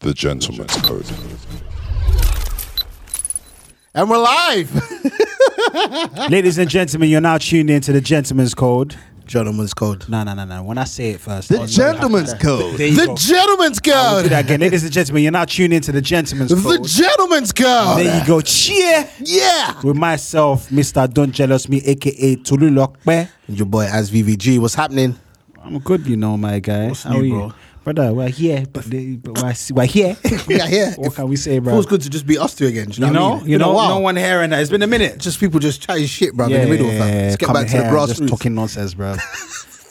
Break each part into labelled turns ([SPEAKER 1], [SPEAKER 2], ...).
[SPEAKER 1] The Gentleman's Code.
[SPEAKER 2] And we're live.
[SPEAKER 3] Ladies and gentlemen, you're now tuned in to the Gentleman's Code.
[SPEAKER 4] Gentleman's code.
[SPEAKER 3] No, no, no, no. When I say it first,
[SPEAKER 4] The
[SPEAKER 3] I'll-
[SPEAKER 4] gentleman's code.
[SPEAKER 3] There you
[SPEAKER 2] the
[SPEAKER 3] go.
[SPEAKER 2] gentleman's
[SPEAKER 3] Do
[SPEAKER 2] code.
[SPEAKER 3] that again. Ladies and gentlemen, you're now tuned in to the Gentleman's
[SPEAKER 2] The
[SPEAKER 3] Code.
[SPEAKER 2] gentleman's code.
[SPEAKER 3] There you go. Cheer
[SPEAKER 2] Yeah.
[SPEAKER 3] with myself, Mr. Don't Jealous Me, aka Tulu Lokpe.
[SPEAKER 4] Your boy as VVG. What's happening?
[SPEAKER 3] I'm good, you know, my guy. What's
[SPEAKER 4] new, bro?
[SPEAKER 3] Brother, we're here, but, they, but we're, we're here.
[SPEAKER 4] We are here.
[SPEAKER 3] what can we say,
[SPEAKER 4] It
[SPEAKER 3] bro?
[SPEAKER 4] feels good to just be us two again. do
[SPEAKER 3] You
[SPEAKER 4] what I
[SPEAKER 3] know,
[SPEAKER 4] mean? It's
[SPEAKER 3] you
[SPEAKER 4] been a
[SPEAKER 3] know,
[SPEAKER 4] while.
[SPEAKER 3] no one here and that. It's been a minute.
[SPEAKER 4] Just people just chatting shit, bro. in the middle of that. Let's get
[SPEAKER 3] come
[SPEAKER 4] back to the
[SPEAKER 3] here, I'm Just
[SPEAKER 4] grassroots.
[SPEAKER 3] talking nonsense, bro.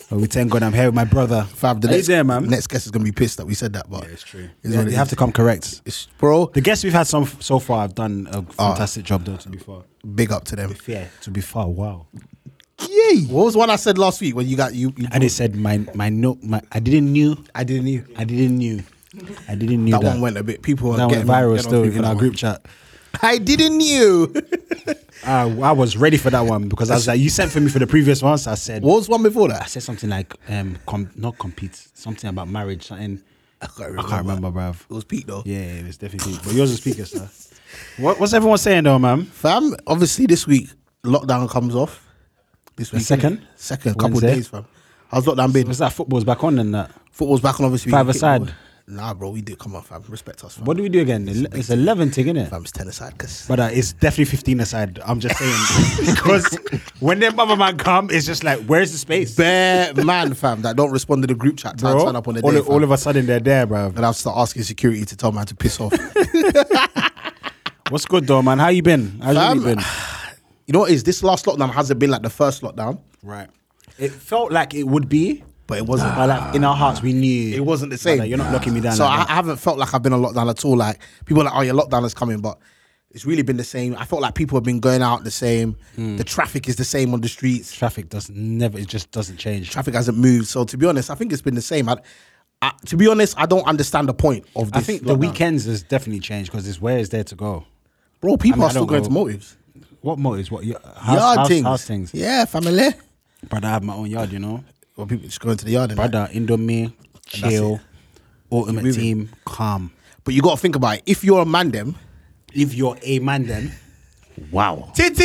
[SPEAKER 3] but we thank God I'm here with my brother.
[SPEAKER 4] Fam, the
[SPEAKER 3] Are you
[SPEAKER 4] next,
[SPEAKER 3] there, man?
[SPEAKER 4] Next guest is gonna be pissed that we said that, but it's true. Is
[SPEAKER 3] Yeah,
[SPEAKER 4] what
[SPEAKER 3] they
[SPEAKER 4] it
[SPEAKER 3] have
[SPEAKER 4] is.
[SPEAKER 3] to come correct.
[SPEAKER 4] It's- bro.
[SPEAKER 3] The guests we've had some so far have done a fantastic job, though. To be fair,
[SPEAKER 4] Big up to them.
[SPEAKER 3] fair to be fair, wow.
[SPEAKER 4] Yay. What was one I said last week when you got you? you
[SPEAKER 3] And they said my my no my I didn't knew I didn't knew I didn't knew I didn't knew
[SPEAKER 4] that,
[SPEAKER 3] that,
[SPEAKER 4] one went a bit. People were
[SPEAKER 3] That
[SPEAKER 4] getting
[SPEAKER 3] went viral
[SPEAKER 4] getting on
[SPEAKER 3] still
[SPEAKER 4] people
[SPEAKER 3] in
[SPEAKER 4] that
[SPEAKER 3] our
[SPEAKER 4] one.
[SPEAKER 3] group chat.
[SPEAKER 4] I didn't you.
[SPEAKER 3] I, I was ready for that one because I was like, you sent for me for the previous ones. I said
[SPEAKER 4] what was one before
[SPEAKER 3] I
[SPEAKER 4] that?
[SPEAKER 3] said something like um com- not compete something about marriage something.
[SPEAKER 4] I can't
[SPEAKER 3] I can't remember, bruv.
[SPEAKER 4] It was Pete though.
[SPEAKER 3] Yeah, it was definitely. But yours is speaker, sir. What, what's everyone saying though, man?
[SPEAKER 4] Fam, obviously this week lockdown comes off. This week
[SPEAKER 3] second?
[SPEAKER 4] second couple of
[SPEAKER 3] Wednesday?
[SPEAKER 4] days, fam. How's lockdown been?
[SPEAKER 3] Was that football's back on and that?
[SPEAKER 4] Football's back on, obviously.
[SPEAKER 3] Five
[SPEAKER 4] we can kick
[SPEAKER 3] aside.
[SPEAKER 4] ball. Nah, bro, we did come on, fam. Respect us, fam.
[SPEAKER 3] What do we do again? It's eleven, thing, innit?
[SPEAKER 4] Fam's ten aside, cause
[SPEAKER 3] But uh, it's definitely 15 aside. I'm just saying. Because when them other man come, it's just like, where's the space?
[SPEAKER 4] bare man, fam, that don't respond to the group chat. Time
[SPEAKER 3] Bro,
[SPEAKER 4] turn up on the
[SPEAKER 3] all,
[SPEAKER 4] day,
[SPEAKER 3] all
[SPEAKER 4] fam.
[SPEAKER 3] of a sudden they're there, bro.
[SPEAKER 4] and I'll start asking security to tell man to piss off.
[SPEAKER 3] What's good though, man? How you been? How's your
[SPEAKER 4] Fam.
[SPEAKER 3] week been?
[SPEAKER 4] you know what it is? This last lockdown hasn't been like the first lockdown,
[SPEAKER 3] Right. It felt like it would be,
[SPEAKER 4] but it wasn't.
[SPEAKER 3] but like in our hearts we knew
[SPEAKER 4] it wasn't the same.
[SPEAKER 3] Brother, you're not locking me down.
[SPEAKER 4] So
[SPEAKER 3] like
[SPEAKER 4] I,
[SPEAKER 3] that.
[SPEAKER 4] I haven't felt like I've been on lockdown at all. Like people are like, oh, your lockdown is coming, but it's really been the same. I felt like people have been going out the same.
[SPEAKER 3] Hmm.
[SPEAKER 4] The traffic is the same on the streets.
[SPEAKER 3] traffic does never. It just doesn't change.
[SPEAKER 4] Traffic hasn't moved. So to be honest, I think it's been the same. I, I, to be honest, I don't understand the point of
[SPEAKER 3] I
[SPEAKER 4] this.
[SPEAKER 3] think the
[SPEAKER 4] lockdown.
[SPEAKER 3] weekends has definitely changed because it's where is there to go.
[SPEAKER 4] bro, people
[SPEAKER 3] I mean,
[SPEAKER 4] are
[SPEAKER 3] I
[SPEAKER 4] still
[SPEAKER 3] don't
[SPEAKER 4] going
[SPEAKER 3] go-
[SPEAKER 4] to motives,
[SPEAKER 3] What motives? What your- house,
[SPEAKER 4] yard
[SPEAKER 3] house,
[SPEAKER 4] things.
[SPEAKER 3] house things?
[SPEAKER 4] Yeah, family.
[SPEAKER 3] Brother, I have my own yard. You know,
[SPEAKER 4] Well, people just going to the yard. And that.
[SPEAKER 3] brother, Indomie, chill, ultimate team, calm.
[SPEAKER 4] But you got to think about it. If you're a man, them
[SPEAKER 3] if you're a man then
[SPEAKER 4] wow,
[SPEAKER 3] that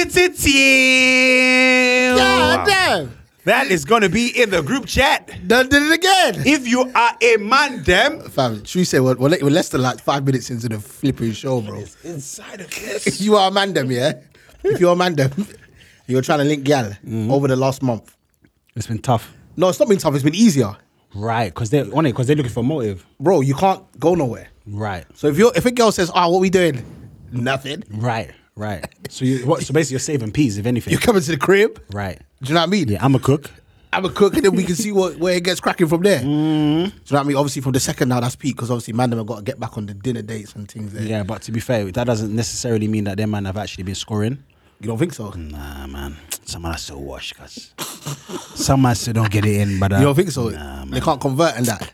[SPEAKER 4] damn,
[SPEAKER 3] is going to be in the group chat
[SPEAKER 4] done did it again.
[SPEAKER 3] if you are a man then
[SPEAKER 4] Fam, should we say we're, we're le- we're less than like five minutes into the flipping show, bro?
[SPEAKER 3] inside of
[SPEAKER 4] If
[SPEAKER 3] this
[SPEAKER 4] you are a mandem, yeah? If you're a mandem, you're trying to link gal
[SPEAKER 3] Mm-hmm.
[SPEAKER 4] over the last month.
[SPEAKER 3] it's been tough
[SPEAKER 4] No, it's not been tough, it's been easier.
[SPEAKER 3] right because they're on it because they're looking for motive
[SPEAKER 4] Bro, you can't go nowhere.
[SPEAKER 3] right
[SPEAKER 4] So if you're if a girl says, oh, what we doing? Nothing.
[SPEAKER 3] right right so you what, so basically you're saving peas if anything
[SPEAKER 4] You're coming to the crib.
[SPEAKER 3] right
[SPEAKER 4] Do you know what I mean?
[SPEAKER 3] yeah i'm a cook
[SPEAKER 4] I'm a cook and then we can see what, where it gets cracking from
[SPEAKER 3] Mm-hmm.
[SPEAKER 4] there. Do you know what I mean? Obviously from the second now that's peak, because obviously mandem have got to get back on the dinner dates and things there.
[SPEAKER 3] yeah but to be fair that doesn't necessarily mean that their man have actually been scoring
[SPEAKER 4] You don't think so?
[SPEAKER 3] nah man someone has to wash cuz some man still don't get it in but uh,
[SPEAKER 4] You don't think so?
[SPEAKER 3] nah, man.
[SPEAKER 4] they can't convert and that.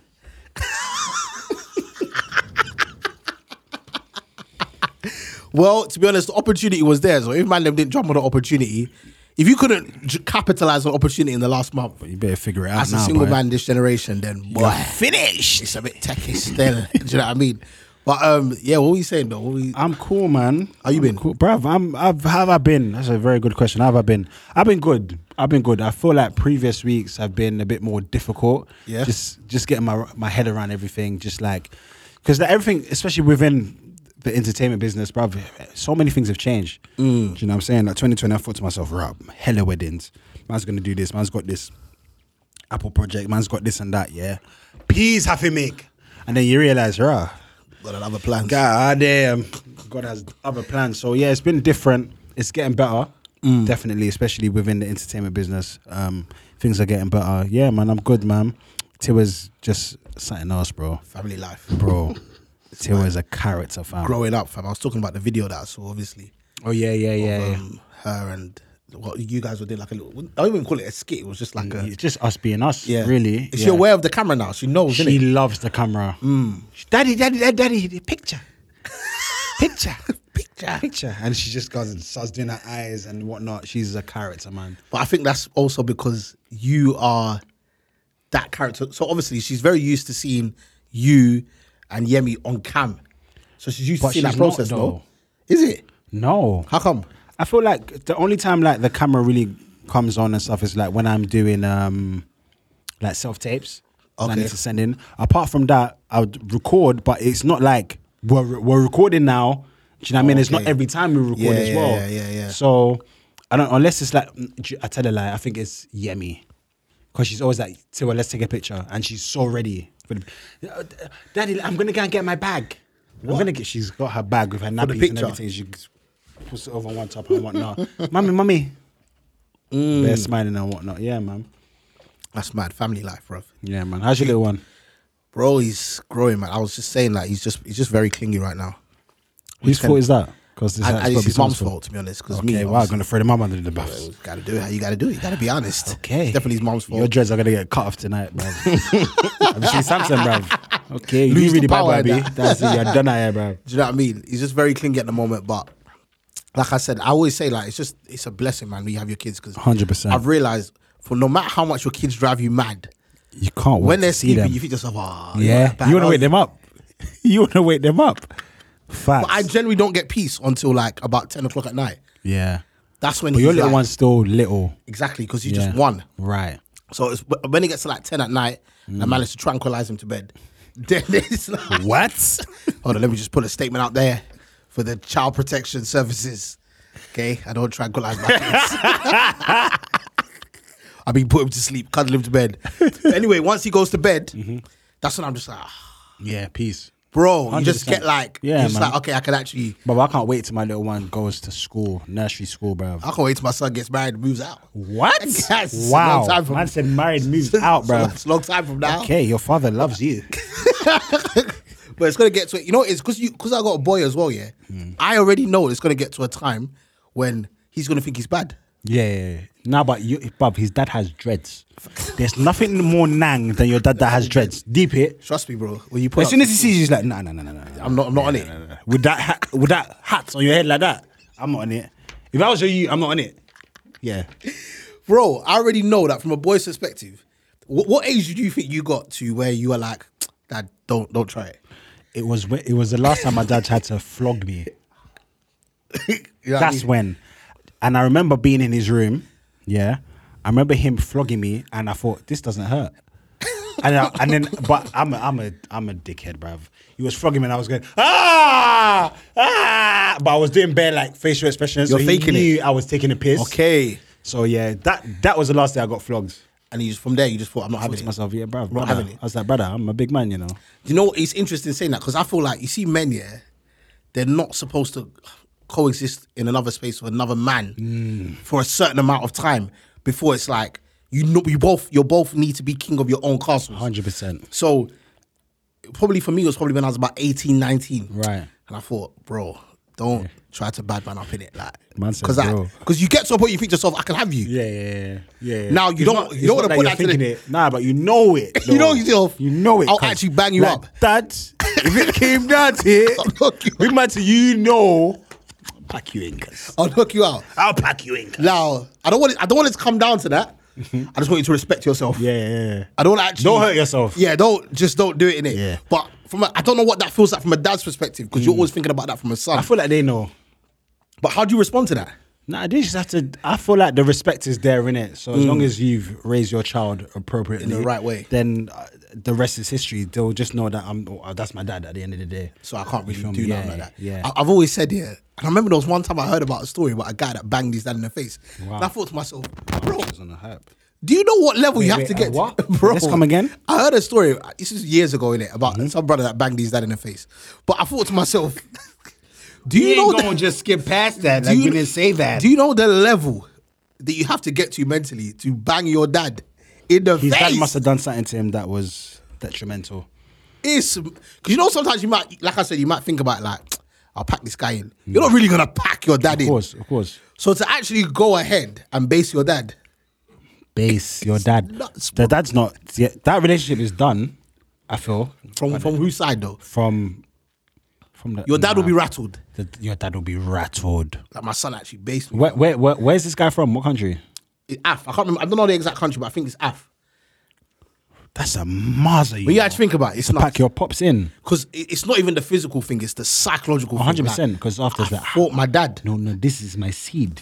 [SPEAKER 4] well, to be honest, the opportunity was there. So if Mandem didn't jump on the opportunity, if you couldn't j- capitalize on opportunity in the last month
[SPEAKER 3] you better figure it out
[SPEAKER 4] as a
[SPEAKER 3] now,
[SPEAKER 4] single
[SPEAKER 3] boy.
[SPEAKER 4] man this generation, then boy,
[SPEAKER 3] finished
[SPEAKER 4] it's a bit techy still. do you know what I mean? But um, yeah, what were you saying though? What were you-
[SPEAKER 3] I'm cool, man.
[SPEAKER 4] How you
[SPEAKER 3] I'm
[SPEAKER 4] been?
[SPEAKER 3] cool. bruv? I'm. I've. How have I been? That's a very good question. How have I been? I've been good. I've been good. I feel like previous weeks have been a bit more difficult.
[SPEAKER 4] Yeah.
[SPEAKER 3] Just just getting my my head around everything. Just like because everything, especially within the entertainment business, bruv, so many things have changed.
[SPEAKER 4] Mm.
[SPEAKER 3] Do you know what I'm saying? Like 2020, I thought to myself, right, hella weddings. Man's gonna do this. Man's got this. Apple project. Man's got this and that. Yeah. Peas have to make. And then you realize, rah.
[SPEAKER 4] got another plan?
[SPEAKER 3] God damn. God has other plans. So yeah, it's been different. It's getting better. Definitely, especially within the entertainment business. Um, things are getting better. Yeah, man, I'm good, man. Tiwa's just something else, bro.
[SPEAKER 4] Family life,
[SPEAKER 3] Bro. Tiwa's a character fan.
[SPEAKER 4] growing up, fam. I was talking about the video that I saw, obviously.
[SPEAKER 3] Oh yeah, yeah, yeah. yeah.
[SPEAKER 4] um, her and what you guys were doing like a little. I don't even call it a skit. It was just like a
[SPEAKER 3] It's just us being us,
[SPEAKER 4] yeah.
[SPEAKER 3] really.
[SPEAKER 4] Is she
[SPEAKER 3] yeah.
[SPEAKER 4] aware of the camera now? She knows.
[SPEAKER 3] She
[SPEAKER 4] innit?
[SPEAKER 3] loves the camera. Daddy, daddy, daddy, daddy, the picture. picture. Picture. Picture. And she just goes and starts doing her eyes and whatnot. She's a character, man.
[SPEAKER 4] But I think that's also because you are that character. So obviously she's very used to seeing you and Yemi on cam. So she's used to
[SPEAKER 3] But
[SPEAKER 4] seeing that
[SPEAKER 3] she's not,
[SPEAKER 4] process,
[SPEAKER 3] though.
[SPEAKER 4] no? Is it?
[SPEAKER 3] No.
[SPEAKER 4] How come?
[SPEAKER 3] I feel like the only time like the camera really comes on and stuff is like when I'm doing um like self tapes. that I
[SPEAKER 4] Okay.
[SPEAKER 3] need to send in. Apart from that, I would record, but it's not like we're we're recording now. Do you know what I mean? It's not
[SPEAKER 4] Okay.
[SPEAKER 3] every time we record
[SPEAKER 4] Yeah,
[SPEAKER 3] as
[SPEAKER 4] yeah,
[SPEAKER 3] well.
[SPEAKER 4] yeah, yeah, yeah.
[SPEAKER 3] So I don't unless it's like I tell a lie. I think it's Yemi because she's always like, "Tiwa, let's take a picture," and she's so ready. for the- Daddy, I'm gonna go and get my bag. I'm gonna get. She's got her bag with her nappies and
[SPEAKER 4] picture.
[SPEAKER 3] everything. She puts it over one top and whatnot. mummy, mummy.
[SPEAKER 4] Mm.
[SPEAKER 3] They're smiling and whatnot. Yeah, man.
[SPEAKER 4] That's mad. Family life, bro.
[SPEAKER 3] Yeah, man. How's your little one?
[SPEAKER 4] Bro, he's growing, man. I was just saying like he's just he's just very clingy right now.
[SPEAKER 3] Whose
[SPEAKER 4] can-
[SPEAKER 3] fault is that? Because this
[SPEAKER 4] And,
[SPEAKER 3] is
[SPEAKER 4] and it's
[SPEAKER 3] probably
[SPEAKER 4] his mum's
[SPEAKER 3] someone's
[SPEAKER 4] fault, to be honest. Because me,
[SPEAKER 3] Okay, wow, I'm
[SPEAKER 4] obviously,
[SPEAKER 3] gonna throw the mum under the bus.
[SPEAKER 4] you gotta do it. how You gotta do it. You gotta be honest.
[SPEAKER 3] Okay.
[SPEAKER 4] it's definitely his mum's fault.
[SPEAKER 3] Your dreads are gonna get cut off tonight, bro. Have you seen Samson, bro? Okay, you
[SPEAKER 4] Lose the
[SPEAKER 3] really
[SPEAKER 4] power
[SPEAKER 3] bad, baby.
[SPEAKER 4] now.
[SPEAKER 3] That's it. You're done out here, bro.
[SPEAKER 4] Do you know what I mean? He's just very clingy at the moment, but like I said, I always say like it's just it's a blessing, man. When you have your kids because
[SPEAKER 3] 100%.
[SPEAKER 4] I've realized for no matter how much your kids drive you mad,
[SPEAKER 3] You can't wait
[SPEAKER 4] when they're
[SPEAKER 3] to see
[SPEAKER 4] sleeping,
[SPEAKER 3] them.
[SPEAKER 4] you think to yourself, oh,
[SPEAKER 3] yeah, you want to wake them up. You want to wake them up. Facts.
[SPEAKER 4] But I generally don't get peace until like about ten o'clock at night.
[SPEAKER 3] yeah,
[SPEAKER 4] That's when
[SPEAKER 3] but
[SPEAKER 4] he's
[SPEAKER 3] your little
[SPEAKER 4] like-
[SPEAKER 3] one's still little.
[SPEAKER 4] exactly because he's
[SPEAKER 3] Yeah.
[SPEAKER 4] just one.
[SPEAKER 3] right?
[SPEAKER 4] So it's when it gets to like ten at night, and I
[SPEAKER 3] Mm.
[SPEAKER 4] manage to tranquilize him to bed. Then it's like,
[SPEAKER 3] What?
[SPEAKER 4] hold on, let me just put a statement out there for the child protection services. Okay, I don't tranquilize my kids. I mean, put him to sleep, cuddle him to bed. anyway, once he goes to bed,
[SPEAKER 3] Mm-hmm.
[SPEAKER 4] that's when I'm just like, ah,
[SPEAKER 3] Yeah, peace.
[SPEAKER 4] bro, you just
[SPEAKER 3] 100%.
[SPEAKER 4] get like,
[SPEAKER 3] Yeah,
[SPEAKER 4] yeah, just
[SPEAKER 3] man.
[SPEAKER 4] like, okay, I can actually,
[SPEAKER 3] But I can't wait till my little one goes to school, nursery school, bro.
[SPEAKER 4] I can wait till my son gets married and moves out.
[SPEAKER 3] What?
[SPEAKER 4] Ah, Yes, it's a
[SPEAKER 3] wow.
[SPEAKER 4] long time from-
[SPEAKER 3] Man said married moves out, bro.
[SPEAKER 4] It's a long time from now.
[SPEAKER 3] Okay, your father loves you.
[SPEAKER 4] but it's gonna get to it. You know, it's because you because I got a boy as well. Yeah,
[SPEAKER 3] Hmm.
[SPEAKER 4] I already know it's gonna get to a time when he's gonna think he's bad.
[SPEAKER 3] Yeah, yeah, yeah. Nah, but you, Bob, his dad has dreads. There's nothing more nang than your dad that has dreads. Deep it.
[SPEAKER 4] Trust me, bro. When you put
[SPEAKER 3] As
[SPEAKER 4] up-
[SPEAKER 3] soon as he sees you, he's like, nah, nah, nah, nah, nah. nah.
[SPEAKER 4] I'm not, I'm not on it.
[SPEAKER 3] With that, hat, with that hat on your head like that, I'm not on it. If I was you, I'm not on it. Yeah.
[SPEAKER 4] bro. I already know that from a boy's perspective. What, what age do you think you got to where you are like, Dad, don't don't try it.
[SPEAKER 3] It was wh- it was the last time my dad had to flog me.
[SPEAKER 4] You know what I
[SPEAKER 3] That's
[SPEAKER 4] mean?
[SPEAKER 3] when. And I remember being in his room. Yeah. I remember him flogging me and I thought, this doesn't hurt. And, I, and then, but I'm a, I'm a, I'm a dickhead, bruv. He was flogging me and I was going, ah, ah. But I was doing bare like facial expressions.
[SPEAKER 4] You're
[SPEAKER 3] so
[SPEAKER 4] faking it.
[SPEAKER 3] he knew I was taking a piss.
[SPEAKER 4] okay.
[SPEAKER 3] So yeah, that that was the last day I got flogged.
[SPEAKER 4] And you just from there, you just thought I'm not
[SPEAKER 3] I
[SPEAKER 4] having
[SPEAKER 3] was
[SPEAKER 4] it.
[SPEAKER 3] to myself, yeah, bruv,
[SPEAKER 4] Not
[SPEAKER 3] brother.
[SPEAKER 4] having it.
[SPEAKER 3] I was like, brother, I'm a big man, you know.
[SPEAKER 4] You know, it's interesting saying that because I feel like you see men, yeah, they're not supposed to coexist in another space with another man
[SPEAKER 3] Mm.
[SPEAKER 4] for a certain amount of time before it's like you know you both you both need to be king of your own castle.
[SPEAKER 3] 100%.
[SPEAKER 4] So probably for me it was probably when I was about 18, 19.
[SPEAKER 3] Right.
[SPEAKER 4] And I thought, bro, don't try to bad man up in it. Like
[SPEAKER 3] Man said,
[SPEAKER 4] because
[SPEAKER 3] bro.
[SPEAKER 4] because you get to a point you think to yourself, I can have you.
[SPEAKER 3] Yeah, yeah, yeah. yeah.
[SPEAKER 4] Now, you
[SPEAKER 3] It's
[SPEAKER 4] don't-
[SPEAKER 3] not-
[SPEAKER 4] you
[SPEAKER 3] it's not
[SPEAKER 4] don't wanna put
[SPEAKER 3] you're
[SPEAKER 4] that to the-
[SPEAKER 3] thinking it. Nah, but you know it.
[SPEAKER 4] You know
[SPEAKER 3] though.
[SPEAKER 4] yourself.
[SPEAKER 3] You know it.
[SPEAKER 4] I'll
[SPEAKER 3] cuz.
[SPEAKER 4] actually bang you
[SPEAKER 3] Like
[SPEAKER 4] up.
[SPEAKER 3] That if it came down to it,
[SPEAKER 4] Fuck you.
[SPEAKER 3] we might say you know. Pack you in, cuz.
[SPEAKER 4] I'll hook you out.
[SPEAKER 3] I'll pack you in. Cause.
[SPEAKER 4] Now, I don't want it, I don't want it to come down to that. I just want you to respect yourself.
[SPEAKER 3] Mm-hmm. Yeah, yeah, yeah.
[SPEAKER 4] I don't actually
[SPEAKER 3] Don't hurt yourself.
[SPEAKER 4] Yeah, don't just don't do it in it.
[SPEAKER 3] Yeah. Mm.
[SPEAKER 4] But from a, I don't know what that feels like from a dad's perspective because you're always thinking about that from a son.
[SPEAKER 3] I feel like they know.
[SPEAKER 4] but how do you respond to that?
[SPEAKER 3] Nah, they just have to. I feel like the respect is there in it. So as long as you've raised your child appropriately,
[SPEAKER 4] Mm. In the right way.
[SPEAKER 3] then uh, the rest is history. They'll just know that I'm. oh, that's my dad. At the end of the day,
[SPEAKER 4] So I can't
[SPEAKER 3] You
[SPEAKER 4] really
[SPEAKER 3] feel
[SPEAKER 4] do
[SPEAKER 3] me?
[SPEAKER 4] nothing
[SPEAKER 3] Yeah,
[SPEAKER 4] like that.
[SPEAKER 3] Yeah,
[SPEAKER 4] I, have always said yeah. And I remember there was one time I heard about a story about a guy that banged his dad in the face.
[SPEAKER 3] Wow.
[SPEAKER 4] And I thought to myself, bro,
[SPEAKER 3] It was on a hype.
[SPEAKER 4] do you know what level you have
[SPEAKER 3] wait,
[SPEAKER 4] to
[SPEAKER 3] uh,
[SPEAKER 4] get? to-
[SPEAKER 3] what?
[SPEAKER 4] bro,
[SPEAKER 3] Let's come again. Mm-hmm.
[SPEAKER 4] I heard a story. uh, This is years ago in it about some brother that banged his dad in the face. But I thought to myself, do you, know that-
[SPEAKER 1] just skip past that.
[SPEAKER 4] you- Do you know the level that you have to get to mentally to bang your dad in the
[SPEAKER 3] His
[SPEAKER 4] face?
[SPEAKER 3] dad must have done something to him that was detrimental.
[SPEAKER 4] It's because you know sometimes you might, like I said, you might think about like, I'll pack this guy in. You're not really gonna pack your dad
[SPEAKER 3] Mm. Of
[SPEAKER 4] in.
[SPEAKER 3] course, of course.
[SPEAKER 4] So to actually go ahead and base your dad,
[SPEAKER 3] Base your dad.
[SPEAKER 4] nuts,
[SPEAKER 3] the dad's not. Yeah, that relationship is done. I feel
[SPEAKER 4] from from whose side though?
[SPEAKER 3] from from the,
[SPEAKER 4] Your dad will be rattled.
[SPEAKER 3] The, your dad will be rattled.
[SPEAKER 4] Like my son actually based me.
[SPEAKER 3] Where, where, where, where's this guy from? What country?
[SPEAKER 4] Af. I can't remember. I don't know the exact country, but I think it's Af.
[SPEAKER 3] That's a maza. You
[SPEAKER 4] But you
[SPEAKER 3] know,
[SPEAKER 4] actually think about it, it's
[SPEAKER 3] to
[SPEAKER 4] not
[SPEAKER 3] pack your pops in.
[SPEAKER 4] because it's not even the physical thing; it's the psychological. thing.
[SPEAKER 3] 100%,
[SPEAKER 4] Like,
[SPEAKER 3] 'cause after
[SPEAKER 4] I
[SPEAKER 3] that-
[SPEAKER 4] fought my dad,
[SPEAKER 3] No, no, this is my seed.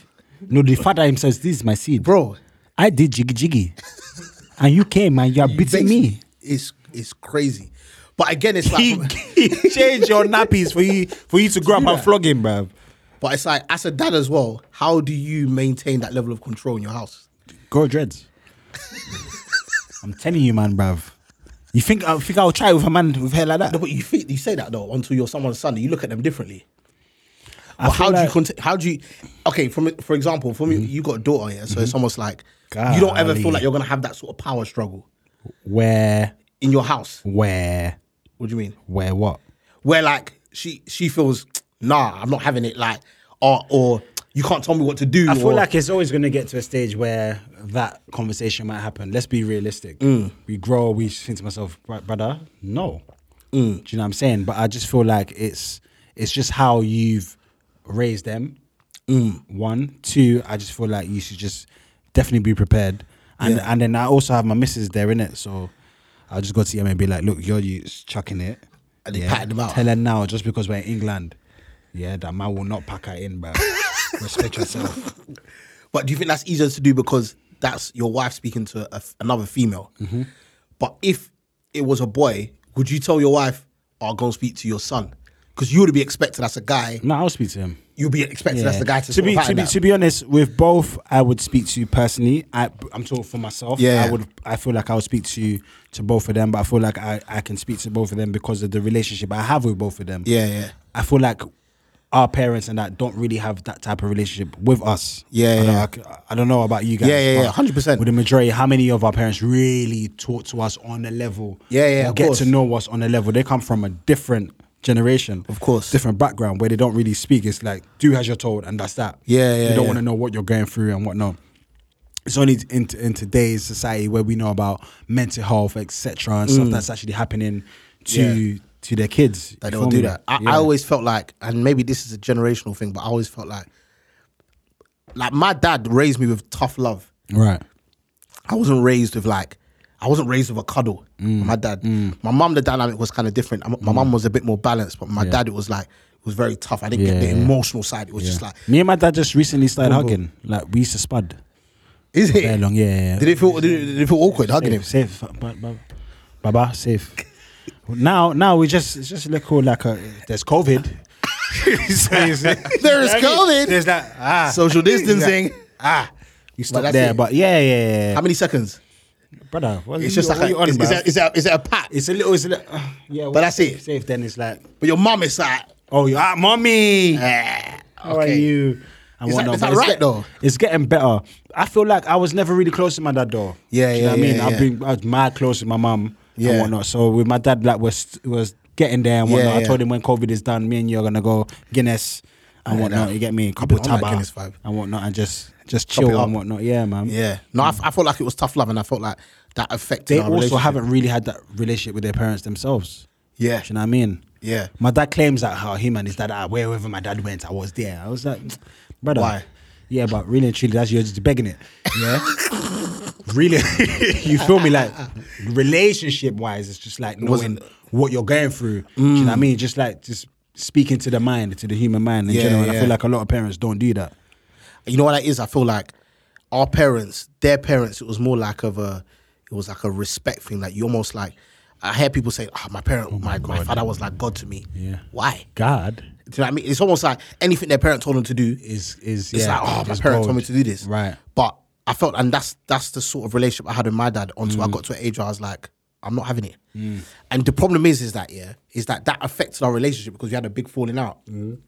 [SPEAKER 3] No, the father himself, says, this is my seed.
[SPEAKER 4] bro.
[SPEAKER 3] I did jiggy jiggy, and you came and you are beating me.
[SPEAKER 4] It's it's crazy, but again, it's
[SPEAKER 3] He,
[SPEAKER 4] like,
[SPEAKER 3] he changed your nappies for you for you to grow up and flog him, bruv.
[SPEAKER 4] but it's like as a dad as well. How do you maintain that level of control in your house?
[SPEAKER 3] Grow dreads. I'm telling you, man, bruv. You think I think I'll try with a man with hair like that?
[SPEAKER 4] No, but you think you say that though until you're someone's son, you look at them differently.
[SPEAKER 3] I
[SPEAKER 4] But
[SPEAKER 3] feel
[SPEAKER 4] how do you
[SPEAKER 3] like- Mm-hmm.
[SPEAKER 4] cont- how do you okay from for example for me you got a daughter yeah so it's almost like you don't ever feel
[SPEAKER 3] Golly.
[SPEAKER 4] like you're gonna have that sort of power struggle
[SPEAKER 3] Where,
[SPEAKER 4] in your house.
[SPEAKER 3] where,
[SPEAKER 4] What do you mean?
[SPEAKER 3] where? What?
[SPEAKER 4] Where like she she feels nah I'm not having it like or or you can't tell me what to do.
[SPEAKER 3] I feel
[SPEAKER 4] or-
[SPEAKER 3] like it's always going to get to a stage where that conversation might happen. Let's be realistic.
[SPEAKER 4] Mm.
[SPEAKER 3] We grow, we think to myself, "Bro- brother, no.
[SPEAKER 4] Mm.
[SPEAKER 3] Do you know what I'm saying? But I just feel like it's it's just how you've raised them.
[SPEAKER 4] Mm.
[SPEAKER 3] One, two. I just feel like you should just definitely be prepared. And and then I also have my missus there in it, so I'll just go to them and be like, look, your youth's chucking it.
[SPEAKER 4] And they patted them out.
[SPEAKER 3] Tell her now, just because we're in England, yeah, that man will not pack her in, bro. Respect yourself.
[SPEAKER 4] but do you think that's easier to do because that's your wife speaking to a, another female?
[SPEAKER 3] Mm-hmm.
[SPEAKER 4] But if it was a boy, would you tell your wife I'll go and speak to your son? Because you would be expected as a guy.
[SPEAKER 3] No, I'll speak to him.
[SPEAKER 4] You'd be expected as the guy to,
[SPEAKER 3] be to be, to be honest with both, I would speak to you personally. I I'm talking for myself.
[SPEAKER 4] Yeah.
[SPEAKER 3] I would. I feel like I would speak to you to both of them, but I feel like I I can speak to both of them because of the relationship I have with both of them.
[SPEAKER 4] Yeah, yeah.
[SPEAKER 3] I feel like our parents and that don't really have that type of relationship with us.
[SPEAKER 4] Yeah,
[SPEAKER 3] I don't,
[SPEAKER 4] yeah.
[SPEAKER 3] know, I c- I don't know about you guys.
[SPEAKER 4] Yeah, yeah, yeah,
[SPEAKER 3] but
[SPEAKER 4] 100%.
[SPEAKER 3] With the majority, how many of our parents really talk to us on a level?
[SPEAKER 4] Yeah, yeah,
[SPEAKER 3] or
[SPEAKER 4] of
[SPEAKER 3] Get
[SPEAKER 4] course.
[SPEAKER 3] to know us on a level. They come from a different generation,
[SPEAKER 4] Of course.
[SPEAKER 3] different background where they don't really speak. It's like do as you're told, and that's that.
[SPEAKER 4] Yeah, yeah,
[SPEAKER 3] You don't
[SPEAKER 4] yeah.
[SPEAKER 3] want to know what you're going through and whatnot it's only in, in today's society where we know about mental health, etc., and
[SPEAKER 4] Mm.
[SPEAKER 3] stuff that's actually happening to to their kids.
[SPEAKER 4] that
[SPEAKER 3] You
[SPEAKER 4] they'll
[SPEAKER 3] feel
[SPEAKER 4] do
[SPEAKER 3] me?
[SPEAKER 4] that. I,
[SPEAKER 3] Yeah.
[SPEAKER 4] I always felt like, and maybe this is a generational thing, but I always felt like, like my dad raised me with tough love.
[SPEAKER 3] right.
[SPEAKER 4] I wasn't raised with like, I wasn't raised with a cuddle.
[SPEAKER 3] Mm.
[SPEAKER 4] My dad, my mum, the dynamic was kind of different. My mum was a bit more balanced, but my dad, it was like, it was very tough. I didn't get the
[SPEAKER 3] Yeah, yeah.
[SPEAKER 4] emotional side. It was just
[SPEAKER 3] Yeah.
[SPEAKER 4] like,
[SPEAKER 3] me and my dad just recently started hugging. Like we used to spud.
[SPEAKER 4] is it?
[SPEAKER 3] Very long, yeah, yeah, yeah.
[SPEAKER 4] Did it feel? Did it, did it feel awkward hugging him?
[SPEAKER 3] safe, safe, ba- ba- Baba, safe. now, now we just it's just look cool. Like a, there's COVID.
[SPEAKER 4] There is COVID.
[SPEAKER 3] There's that ah
[SPEAKER 4] Social distancing.
[SPEAKER 3] ah. You stop
[SPEAKER 4] that's
[SPEAKER 3] there,
[SPEAKER 4] it.
[SPEAKER 3] but yeah, yeah, yeah.
[SPEAKER 4] How many seconds?
[SPEAKER 3] brother, what
[SPEAKER 4] It's
[SPEAKER 3] you-
[SPEAKER 4] just like
[SPEAKER 3] what
[SPEAKER 4] a,
[SPEAKER 3] you on,
[SPEAKER 4] is,
[SPEAKER 3] bruv?
[SPEAKER 4] is, that, is, that, is that a pat?
[SPEAKER 3] It's a little, it's a little, uh, yeah. But
[SPEAKER 4] that's it.
[SPEAKER 3] Safe then it's like,
[SPEAKER 4] But your mum is like,
[SPEAKER 3] oh, you're at mommy.
[SPEAKER 4] ah,
[SPEAKER 3] How
[SPEAKER 4] okay.
[SPEAKER 3] are you? And
[SPEAKER 4] Is that-
[SPEAKER 3] whatnot,
[SPEAKER 4] is
[SPEAKER 3] but
[SPEAKER 4] that
[SPEAKER 3] it's
[SPEAKER 4] right,
[SPEAKER 3] get-
[SPEAKER 4] though?
[SPEAKER 3] It's getting better. I feel like I was never really close to my dad though.
[SPEAKER 4] Yeah,
[SPEAKER 3] Do you know
[SPEAKER 4] yeah,
[SPEAKER 3] what I mean?
[SPEAKER 4] yeah,
[SPEAKER 3] I've
[SPEAKER 4] yeah.
[SPEAKER 3] been I was mad close to my mum
[SPEAKER 4] Yeah.
[SPEAKER 3] and whatnot. So with my dad, like was was getting there and
[SPEAKER 4] Yeah,
[SPEAKER 3] whatnot. I
[SPEAKER 4] yeah.
[SPEAKER 3] told him when COVID is done, me and you are gonna go Guinness and whatnot. You get me? A couple
[SPEAKER 4] been on that Guinness
[SPEAKER 3] taba
[SPEAKER 4] vibe.
[SPEAKER 3] and whatnot, and just just
[SPEAKER 4] it
[SPEAKER 3] chill
[SPEAKER 4] up.
[SPEAKER 3] and whatnot. Yeah, man.
[SPEAKER 4] Yeah. No, I, f- I felt like it was tough love, and I felt like that
[SPEAKER 3] Mm.
[SPEAKER 4] affected.
[SPEAKER 3] They
[SPEAKER 4] our
[SPEAKER 3] also
[SPEAKER 4] relationship.
[SPEAKER 3] haven't really had that relationship with their parents themselves.
[SPEAKER 4] Yeah.
[SPEAKER 3] Do you know what I mean?
[SPEAKER 4] Yeah.
[SPEAKER 3] My dad claims that how him and his dad are wherever my dad went, I was there. I was like, brother.
[SPEAKER 4] Why?
[SPEAKER 3] Yeah, but really and truly, that's you're just begging it. Yeah. really, you feel me? Like relationship wise, it's just like knowing
[SPEAKER 4] wasn't- Mm.
[SPEAKER 3] what you're going through. Do you know what I mean? Just like just speaking to the mind, to the human mind in
[SPEAKER 4] Yeah,
[SPEAKER 3] general. And I
[SPEAKER 4] yeah.
[SPEAKER 3] feel like a lot of parents don't do that.
[SPEAKER 4] You know what that is? I feel like our parents, their parents, it was more like of a, it was like a respect thing. Like you almost like, I hear people say, oh, my parent, my, my, father was like God to me.
[SPEAKER 3] Yeah.
[SPEAKER 4] Why?
[SPEAKER 3] God
[SPEAKER 4] Do you know what I mean? It's almost like anything their parent told them to do.
[SPEAKER 3] is is
[SPEAKER 4] It's
[SPEAKER 3] yeah,
[SPEAKER 4] like, oh, my
[SPEAKER 3] is
[SPEAKER 4] parents
[SPEAKER 3] gold.
[SPEAKER 4] told me to do this.
[SPEAKER 3] Right.
[SPEAKER 4] But I felt, and that's that's the sort of relationship I had with my dad until
[SPEAKER 3] Mm.
[SPEAKER 4] I got to an age where I was like, I'm not having it. And the problem is, is that yeah, is that that affected our relationship because we had a big falling out.
[SPEAKER 3] Mm.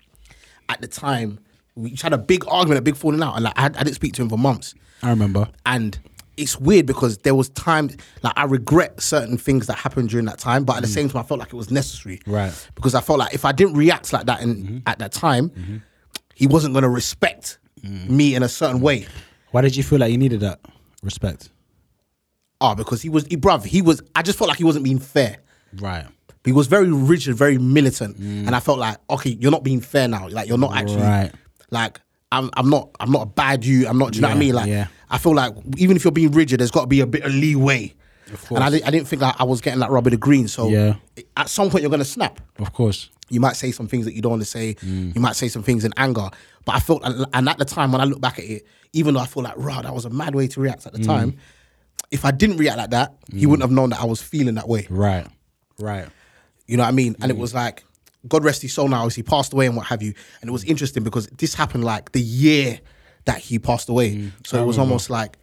[SPEAKER 4] At the time, we just had a big argument, a big falling out, and like I, had- I didn't speak to him for months.
[SPEAKER 3] I remember.
[SPEAKER 4] And it's weird because there was time like I regret certain things that happened during that time, but at the same time, I felt like it was necessary.
[SPEAKER 3] Right.
[SPEAKER 4] Because I felt like if I didn't react like that in, at that time, he wasn't going to respect me in a certain way.
[SPEAKER 3] Why did you feel like you needed that respect?
[SPEAKER 4] Oh, because he was, he, bruv, he was, I just felt like he wasn't being fair.
[SPEAKER 3] Right.
[SPEAKER 4] He was very rigid, very militant. And I felt like, okay, you're not being fair now. Like, you're not actually,
[SPEAKER 3] Mm. Right.
[SPEAKER 4] like, I'm, I'm not, I'm not a bad you. I'm not, do you know what I
[SPEAKER 3] Yeah,
[SPEAKER 4] mean? Like,
[SPEAKER 3] yeah.
[SPEAKER 4] I feel like even if you're being rigid, there's got to be a bit of leeway. and I, di- I didn't think like, I was getting that rub of the green. So
[SPEAKER 3] Yeah.
[SPEAKER 4] at some point, you're going to snap.
[SPEAKER 3] Of course.
[SPEAKER 4] You might say some things that you don't want to say.
[SPEAKER 3] Mm.
[SPEAKER 4] You might say some things in anger. But I felt, and at the time when I look back at it, even though I feel like, rah, that was a mad way to react at
[SPEAKER 3] Mm.
[SPEAKER 4] the time. If I didn't react like that, he wouldn't have known that I was feeling that way.
[SPEAKER 3] Right. Right.
[SPEAKER 4] You know what I mean?
[SPEAKER 3] Mm.
[SPEAKER 4] And it was like, God rest his soul now, as he passed away and what have you. And it was interesting because this happened like the year that he passed away.
[SPEAKER 3] Mm.
[SPEAKER 4] So it was almost like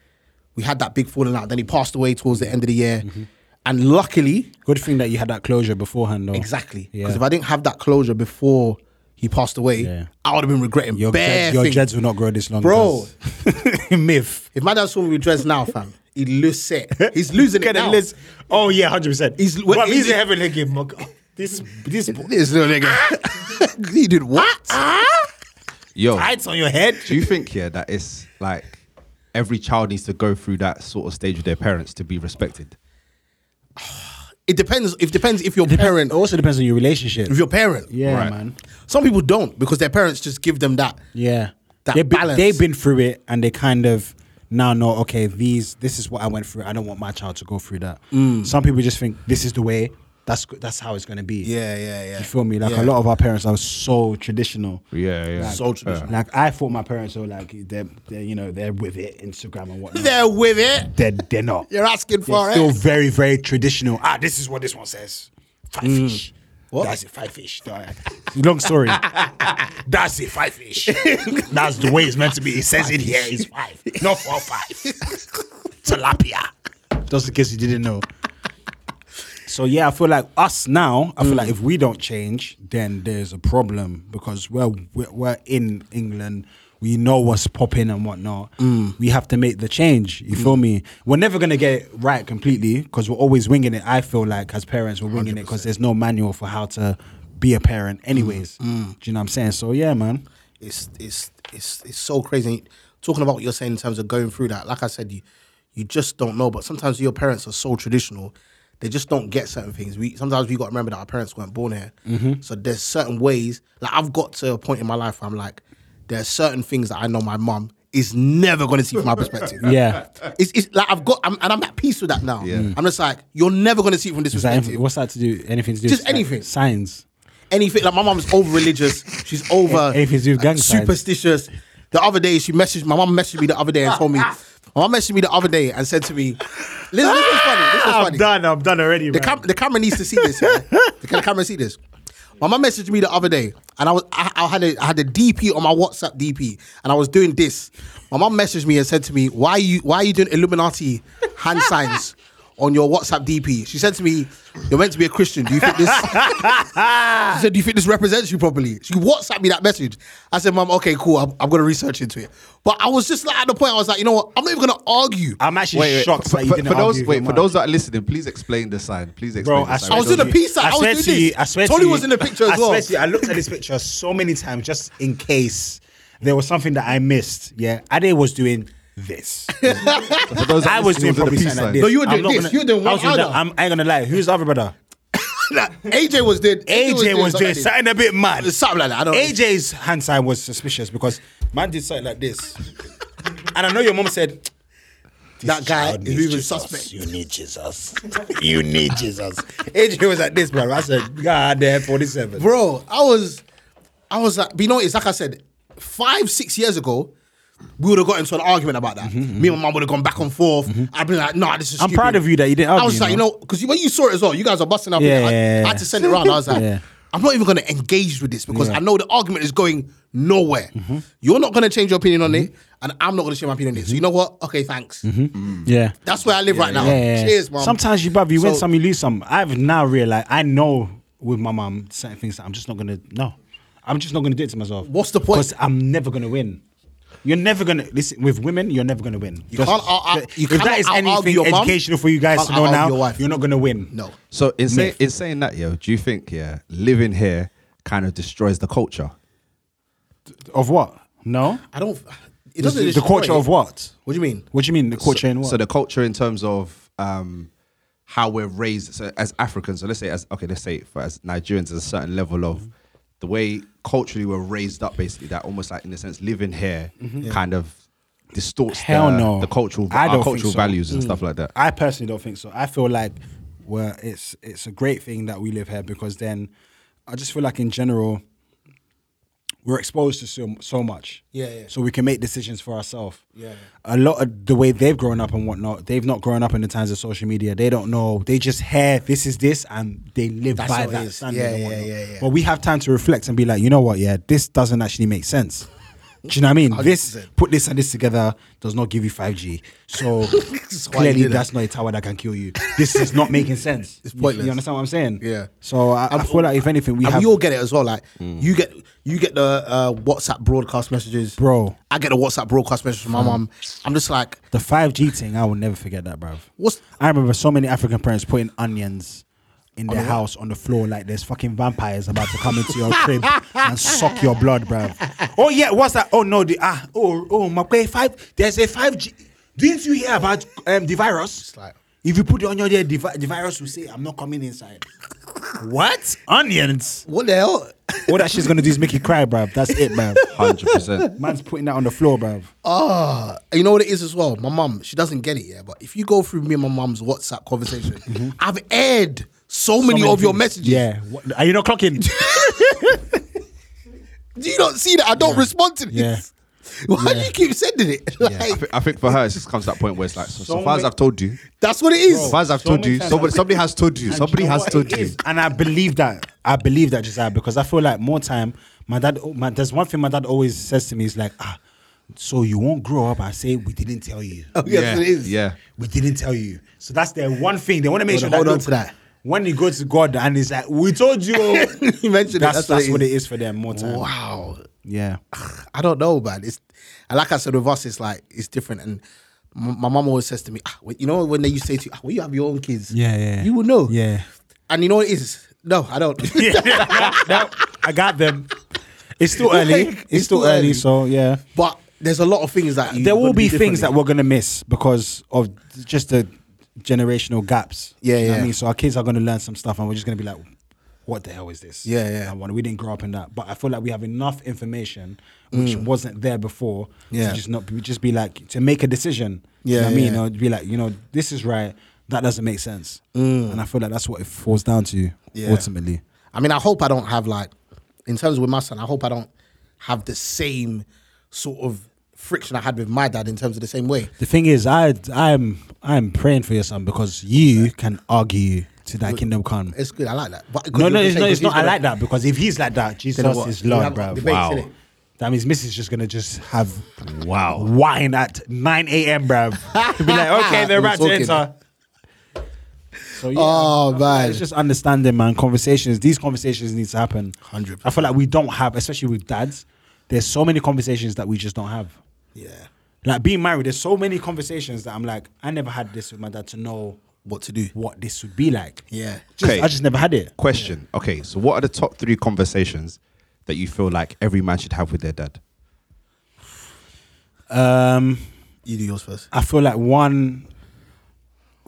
[SPEAKER 4] we had that big falling out. Then he passed away towards the end of the year.
[SPEAKER 3] Mm-hmm.
[SPEAKER 4] And luckily,
[SPEAKER 3] Good thing that you had that closure beforehand, though.
[SPEAKER 4] exactly,
[SPEAKER 3] Yeah.
[SPEAKER 4] because if I didn't have that closure before he passed away,
[SPEAKER 3] Yeah.
[SPEAKER 4] I would have been regretting
[SPEAKER 3] your
[SPEAKER 4] bare
[SPEAKER 3] dreads, your
[SPEAKER 4] things.
[SPEAKER 3] dreads will not grow this long,
[SPEAKER 4] Bro.
[SPEAKER 3] 'cause- myth.
[SPEAKER 4] If my dad saw me with dreads now, fam, he'd lose it. He's losing it
[SPEAKER 3] Gonna
[SPEAKER 4] now.
[SPEAKER 3] lose- Oh yeah, hundred percent.
[SPEAKER 4] He's-
[SPEAKER 1] What
[SPEAKER 4] he's-
[SPEAKER 1] he's in heaven again, my God. This this
[SPEAKER 4] This Ah, little nigga. he did what?
[SPEAKER 5] Yo,
[SPEAKER 1] lights on your head.
[SPEAKER 5] do you think yeah that it's like every child needs to go through that sort of stage with their parents to be respected?
[SPEAKER 4] It depends. It depends if your
[SPEAKER 3] Parent.
[SPEAKER 4] parent,
[SPEAKER 3] It also depends on your relationship.
[SPEAKER 4] if your parent,
[SPEAKER 3] Yeah,
[SPEAKER 5] Right.
[SPEAKER 3] man.
[SPEAKER 4] Some people don't because their parents just give them that.
[SPEAKER 3] Yeah,
[SPEAKER 4] That
[SPEAKER 3] they've been,
[SPEAKER 4] balance.
[SPEAKER 3] They've been through it, and they kind of now know. Okay, these. This is what I went through. I don't want my child to go through that.
[SPEAKER 4] Mm.
[SPEAKER 3] Some people just think this is the way. That's go- that's how it's gonna be.
[SPEAKER 4] Yeah, yeah, yeah.
[SPEAKER 3] You feel me? Like
[SPEAKER 4] Yeah.
[SPEAKER 3] a lot of our parents are so traditional.
[SPEAKER 5] Yeah, yeah.
[SPEAKER 3] Like,
[SPEAKER 4] So traditional.
[SPEAKER 3] Like I thought my parents were like they're, they're you know they're with it Instagram and whatnot.
[SPEAKER 4] They're with it.
[SPEAKER 3] they're they're not.
[SPEAKER 4] You're asking
[SPEAKER 3] They're
[SPEAKER 4] for it.
[SPEAKER 3] still very very traditional. Ah, this is what this one says. Five fish.
[SPEAKER 4] What?
[SPEAKER 3] That's it. Five fish. Mm. Long story.
[SPEAKER 1] That's it, five fish. That's the way it's meant to be. It says in here is five, not four five. Tilapia.
[SPEAKER 3] just in case you didn't know. So yeah, I feel like us now. I feel
[SPEAKER 4] Mm.
[SPEAKER 3] like if we don't change, then there's a problem because we're we're, we're in England. We know what's popping and whatnot.
[SPEAKER 4] Mm.
[SPEAKER 3] We have to make the change. You feel me? We're never gonna get it right completely because we're always winging it. I feel like as parents, we're winging it because there's no manual for how to be a parent, anyways.
[SPEAKER 4] Mm.
[SPEAKER 3] Do you know what I'm saying? So yeah, man.
[SPEAKER 4] It's it's it's it's so crazy. Talking about what you're saying in terms of going through that, like I said, you you just don't know. But sometimes your parents are so traditional, they just don't get certain things. We sometimes we got to remember that our parents weren't born here,
[SPEAKER 3] Mm-hmm.
[SPEAKER 4] so there's certain ways. Like I've got to a point in my life where I'm like, there are certain things that I know my mum is never going to see from my perspective.
[SPEAKER 3] Yeah.
[SPEAKER 4] It's, it's like I've got, I'm, and I'm at peace with that now.
[SPEAKER 5] Yeah. Mm.
[SPEAKER 4] I'm just like, you're never going to see it from this
[SPEAKER 3] Is that,
[SPEAKER 4] perspective.
[SPEAKER 3] what's that to do? Anything to do?
[SPEAKER 4] Just
[SPEAKER 3] with sci-
[SPEAKER 4] anything.
[SPEAKER 3] Science.
[SPEAKER 4] anything. Like my mom's over religious. She's over
[SPEAKER 3] Anything to do with gang signs.
[SPEAKER 4] superstitious. The other day, she messaged my mom. Messaged me the other day and told me. My mom messaged me the other day and said to me, "Listen, this is funny. This is funny.
[SPEAKER 1] done. I'm done already.
[SPEAKER 4] The, cam- the camera needs to see this. Yeah? the, can the camera see this? My mum messaged me the other day, and I was I, I had a I had a DP on my WhatsApp DP, and I was doing this. My mum messaged me and said to me, "Why are you Why are you doing Illuminati hand signs on your WhatsApp DP?" She said to me, "You're meant to be a Christian. Do you think this?" she said, "Do you think this represents you properly?" She WhatsApp me that message. I said, "Mum, okay, cool. I'm, I'm gonna research into it." But I was just like at the point I was like, you know what? I'm not even gonna argue.
[SPEAKER 3] I'm actually shocked
[SPEAKER 5] for,
[SPEAKER 3] that you
[SPEAKER 5] for-
[SPEAKER 3] didn't
[SPEAKER 5] for those
[SPEAKER 3] argue
[SPEAKER 5] wait
[SPEAKER 3] with
[SPEAKER 5] for
[SPEAKER 3] mine.
[SPEAKER 5] those that are listening, please explain the sign. Please explain. the
[SPEAKER 3] I
[SPEAKER 5] sign.
[SPEAKER 3] swear
[SPEAKER 4] I was
[SPEAKER 3] to
[SPEAKER 4] doing
[SPEAKER 3] you-
[SPEAKER 4] a peace sign. I was
[SPEAKER 3] swear
[SPEAKER 4] doing
[SPEAKER 3] to you-
[SPEAKER 4] this.
[SPEAKER 3] I swear
[SPEAKER 4] Tony
[SPEAKER 3] to you-
[SPEAKER 4] was in the picture as
[SPEAKER 3] I
[SPEAKER 4] well.
[SPEAKER 3] swear to you, I looked at this picture so many times just in case there was something that I missed. Yeah, Ade was doing this.
[SPEAKER 5] For those that
[SPEAKER 3] I
[SPEAKER 5] are
[SPEAKER 3] was doing
[SPEAKER 5] listening,
[SPEAKER 3] probably
[SPEAKER 5] it
[SPEAKER 3] something like this.
[SPEAKER 4] No, you were doing
[SPEAKER 3] I'm not
[SPEAKER 4] this.
[SPEAKER 3] Gonna,
[SPEAKER 4] You were doing
[SPEAKER 3] I was
[SPEAKER 4] one
[SPEAKER 3] doing that.
[SPEAKER 4] other.
[SPEAKER 3] I'm, I ain't gonna lie. Who's the other brother?
[SPEAKER 4] Like, AJ was doing
[SPEAKER 3] AJ was doing
[SPEAKER 4] like
[SPEAKER 3] something a bit mad.
[SPEAKER 4] this. something like that. I don't.
[SPEAKER 3] AJ's hand sign was suspicious because man did something like this, and I know your mom said
[SPEAKER 4] that guy is even suspect.
[SPEAKER 3] You need Jesus. you need Jesus. AJ was like this, bro. I said, God damn, 47.
[SPEAKER 4] Bro, I was, I was like, but you know, it's like I said, five, six years ago, we would have got into an argument about that. Me and my mum would have gone back and forth. I'd be like, nah, this is.
[SPEAKER 3] Mm-hmm, I'm
[SPEAKER 4] stupid."
[SPEAKER 3] proud of you that you didn't argue,
[SPEAKER 4] I was like,
[SPEAKER 3] you
[SPEAKER 4] you
[SPEAKER 3] know?
[SPEAKER 4] know, because when you saw it as well, you guys are busting up.
[SPEAKER 3] Yeah,
[SPEAKER 4] I,
[SPEAKER 3] yeah,
[SPEAKER 4] I
[SPEAKER 3] yeah.
[SPEAKER 4] had to send it around. I was like.
[SPEAKER 3] Yeah.
[SPEAKER 4] I'm not even going to engage with this because
[SPEAKER 3] Yeah. Mm-hmm.
[SPEAKER 4] I know the argument is going nowhere. You're not going to change your opinion on it, and I'm not going to change my opinion on it. So you know what? Okay, thanks.
[SPEAKER 3] Yeah.
[SPEAKER 4] That's where I live right now.
[SPEAKER 3] Mm-hmm. Yeah, yeah, yeah.
[SPEAKER 4] Cheers, mum.
[SPEAKER 3] Sometimes you, bruv, you win
[SPEAKER 4] So-
[SPEAKER 3] some, you lose some. I've now realized I know with my mum certain things that I'm just not gonna. No, I'm just not gonna do it to myself.
[SPEAKER 4] What's the point?
[SPEAKER 3] Because I'm never gonna win. You're never gonna listen with women. You're never gonna win. You
[SPEAKER 4] can't out- out- you
[SPEAKER 3] if that
[SPEAKER 4] cannot
[SPEAKER 3] is
[SPEAKER 4] out- argue
[SPEAKER 3] anything
[SPEAKER 4] your mum,
[SPEAKER 3] educational for you guys
[SPEAKER 4] can't
[SPEAKER 3] to know
[SPEAKER 4] out- argue
[SPEAKER 3] now,
[SPEAKER 4] your wife.
[SPEAKER 3] you're not gonna win.
[SPEAKER 4] No.
[SPEAKER 5] So in, say, in saying that, yo, do you think yeah, living here kind of destroys the culture?
[SPEAKER 3] Of what? No.
[SPEAKER 4] I don't. It doesn't.
[SPEAKER 3] The
[SPEAKER 4] destroy
[SPEAKER 3] culture
[SPEAKER 4] it.
[SPEAKER 3] of what?
[SPEAKER 4] What do you mean?
[SPEAKER 3] What do you mean the culture in what?
[SPEAKER 5] So the culture in terms of um, how we're raised. So as Africans, so let's say as okay, let's say for as Nigerians, there's a certain level of the way culturally we're raised up, basically that almost like in a sense living here kind of distorts
[SPEAKER 3] Mm-hmm. Hell
[SPEAKER 5] the,
[SPEAKER 3] no.
[SPEAKER 5] the cultural
[SPEAKER 3] I don't
[SPEAKER 5] our
[SPEAKER 3] think
[SPEAKER 5] cultural
[SPEAKER 3] so. Mm.
[SPEAKER 5] values and stuff like that.
[SPEAKER 3] I personally don't think so. I feel like well, it's it's a great thing that we live here because then I just feel like in general we're exposed to so, so much.
[SPEAKER 4] Yeah, yeah.
[SPEAKER 3] So we can make decisions for ourselves.
[SPEAKER 4] Yeah.
[SPEAKER 3] A lot of the way they've grown up and whatnot, they've not grown up in the times of social media. They don't know. They just hear this is this and they live
[SPEAKER 4] That's
[SPEAKER 3] by
[SPEAKER 4] how it
[SPEAKER 3] that
[SPEAKER 4] is.
[SPEAKER 3] standard.
[SPEAKER 4] Yeah,
[SPEAKER 3] and
[SPEAKER 4] yeah,
[SPEAKER 3] whatnot.
[SPEAKER 4] yeah, yeah.
[SPEAKER 3] But we have time to reflect and be like, you know what? Yeah, this doesn't actually make sense. Do you know what I mean? This
[SPEAKER 4] 100%.
[SPEAKER 3] put this and this together does not give you five G. So
[SPEAKER 4] is why you
[SPEAKER 3] clearly,
[SPEAKER 4] do that.
[SPEAKER 3] that's not a tower that can kill you. This is not making sense.
[SPEAKER 4] It's pointless.
[SPEAKER 3] You, understand what I'm saying?
[SPEAKER 4] Yeah.
[SPEAKER 3] So I, I feel like if anything, we
[SPEAKER 4] and
[SPEAKER 3] have Mm.
[SPEAKER 4] we all get it as well. Like you get you get the uh, WhatsApp broadcast messages,
[SPEAKER 3] Bro.
[SPEAKER 4] I get the WhatsApp broadcast message from my mum. I'm just like,
[SPEAKER 3] the five G thing. I will never forget that, bruv.
[SPEAKER 4] what's
[SPEAKER 3] I remember so many African parents putting onions in their house on the floor like there's fucking vampires about to come into your crib and suck your blood, bruv. Oh yeah, what's that? Oh no, the ah oh oh my boy, five. There's a five G. Didn't you hear about um, the virus?
[SPEAKER 4] like-
[SPEAKER 3] if you put the onion there, the, vi- the virus will say, "I'm not coming inside." what onions?
[SPEAKER 4] what the hell?
[SPEAKER 3] All that shit's gonna do is make you cry, bruv. That's it, bruv.
[SPEAKER 5] Hundred percent.
[SPEAKER 3] Man's putting that on the floor, bruv.
[SPEAKER 4] Ah, you know what it is as well. My mum, she doesn't get it, yeah. But if you go through me and my mum's WhatsApp conversation, I've aired so, many,
[SPEAKER 3] Mm-hmm. So many
[SPEAKER 4] of your
[SPEAKER 3] things.
[SPEAKER 4] messages.
[SPEAKER 3] Yeah. What-
[SPEAKER 1] Are you not clocking?
[SPEAKER 4] Do you not see that? I don't respond to this.
[SPEAKER 3] Yeah.
[SPEAKER 4] Why do you keep sending it? Like
[SPEAKER 5] I, thi- I think for her, it just comes to that point where it's like, so, so, far as
[SPEAKER 3] many-
[SPEAKER 5] I've told you,
[SPEAKER 4] that's what it is.
[SPEAKER 5] so far as I've
[SPEAKER 3] so
[SPEAKER 5] told
[SPEAKER 3] many
[SPEAKER 5] you,
[SPEAKER 3] times
[SPEAKER 5] somebody,
[SPEAKER 3] I've-
[SPEAKER 5] somebody has told you,
[SPEAKER 3] And
[SPEAKER 5] somebody
[SPEAKER 3] you know
[SPEAKER 5] has
[SPEAKER 3] what?
[SPEAKER 5] told
[SPEAKER 3] It
[SPEAKER 5] you.
[SPEAKER 3] is. And I believe that. I believe that, Josiah, because I feel like more time, my dad, oh, my, there's one thing my dad always says to me is like, ah, so you won't grow up and say, we didn't tell you.
[SPEAKER 4] Yes,
[SPEAKER 5] yeah,
[SPEAKER 4] it is.
[SPEAKER 5] yeah.
[SPEAKER 3] We didn't tell you. So that's their one thing. They want to make
[SPEAKER 4] Hold
[SPEAKER 3] sure
[SPEAKER 4] on-
[SPEAKER 3] that
[SPEAKER 4] hold on
[SPEAKER 3] look,
[SPEAKER 4] to that.
[SPEAKER 3] When you go to God and he's like, we told you.
[SPEAKER 4] You mentioned it,
[SPEAKER 3] that's,
[SPEAKER 4] that's what it
[SPEAKER 3] that's what
[SPEAKER 4] is.
[SPEAKER 3] it is for them more time.
[SPEAKER 4] Wow.
[SPEAKER 3] Yeah.
[SPEAKER 4] I don't know, man. It's and like I said with us, it's like it's different. And m- my mom always says to me, ah, well, you know, when they used to say to you, ah, when you have your own kids,
[SPEAKER 3] Yeah, yeah.
[SPEAKER 4] you will know.
[SPEAKER 3] Yeah.
[SPEAKER 4] And you know what it is? No, I don't.
[SPEAKER 3] No, I got them. It's still early. It's,
[SPEAKER 4] It's
[SPEAKER 3] still
[SPEAKER 4] still
[SPEAKER 3] early,
[SPEAKER 4] early.
[SPEAKER 3] so yeah.
[SPEAKER 4] but there's a lot of things that you
[SPEAKER 3] there will
[SPEAKER 4] would
[SPEAKER 3] be
[SPEAKER 4] do
[SPEAKER 3] things that
[SPEAKER 4] differently.
[SPEAKER 3] we're gonna miss because of just the generational gaps.
[SPEAKER 4] Yeah,
[SPEAKER 3] You know what
[SPEAKER 4] yeah.
[SPEAKER 3] I mean, so our kids are gonna learn some stuff, and we're just gonna be like, "What the hell is this?"
[SPEAKER 4] Yeah, yeah.
[SPEAKER 3] And what- we didn't grow up in that, but I feel like we have enough information which wasn't there before.
[SPEAKER 4] Yeah.
[SPEAKER 3] To just not be- just be like to make a decision.
[SPEAKER 4] Yeah,
[SPEAKER 3] You know what I mean,
[SPEAKER 4] yeah.
[SPEAKER 3] or be like, you know, this is right. That doesn't make sense. And I feel like that's what it falls down to
[SPEAKER 4] Yeah.
[SPEAKER 3] ultimately.
[SPEAKER 4] I mean, I hope I don't have like, in terms with my son, I hope I don't have the same sort of friction I had with my dad in terms of the same way.
[SPEAKER 3] The thing is, I I'm I'm praying for your son because you can argue to that kingdom come.
[SPEAKER 4] It's good. I like that. But,
[SPEAKER 3] No, no, it's not. It's not. I like that because if he's like that,
[SPEAKER 4] Then
[SPEAKER 3] Jesus
[SPEAKER 4] what?
[SPEAKER 3] is
[SPEAKER 4] We
[SPEAKER 3] Lord,
[SPEAKER 4] have
[SPEAKER 3] bro.
[SPEAKER 4] debates, Wow. innit?
[SPEAKER 3] That means Miss is just gonna just have
[SPEAKER 1] Wow.
[SPEAKER 3] wine at nine a.m., bro. Be like, okay, they're
[SPEAKER 4] We're
[SPEAKER 3] about to
[SPEAKER 4] talking.
[SPEAKER 3] enter. So yeah,
[SPEAKER 4] Oh,
[SPEAKER 3] I feel
[SPEAKER 4] man.
[SPEAKER 3] like it's just understanding, man. Conversations. These conversations need to happen.
[SPEAKER 4] 100%.
[SPEAKER 3] I feel like we don't have, especially with dads. There's so many conversations that we just don't have.
[SPEAKER 4] Yeah.
[SPEAKER 3] Like being married, there's so many conversations that I'm like, I never had this with my dad to know
[SPEAKER 4] What to do?
[SPEAKER 3] what this would be like.
[SPEAKER 4] Yeah.
[SPEAKER 3] Just-
[SPEAKER 5] Okay.
[SPEAKER 3] I just never had it.
[SPEAKER 5] Question. Okay, so what are the top three conversations that you feel like every man should have with their dad?
[SPEAKER 3] Um,
[SPEAKER 4] You do yours first.
[SPEAKER 3] I feel like one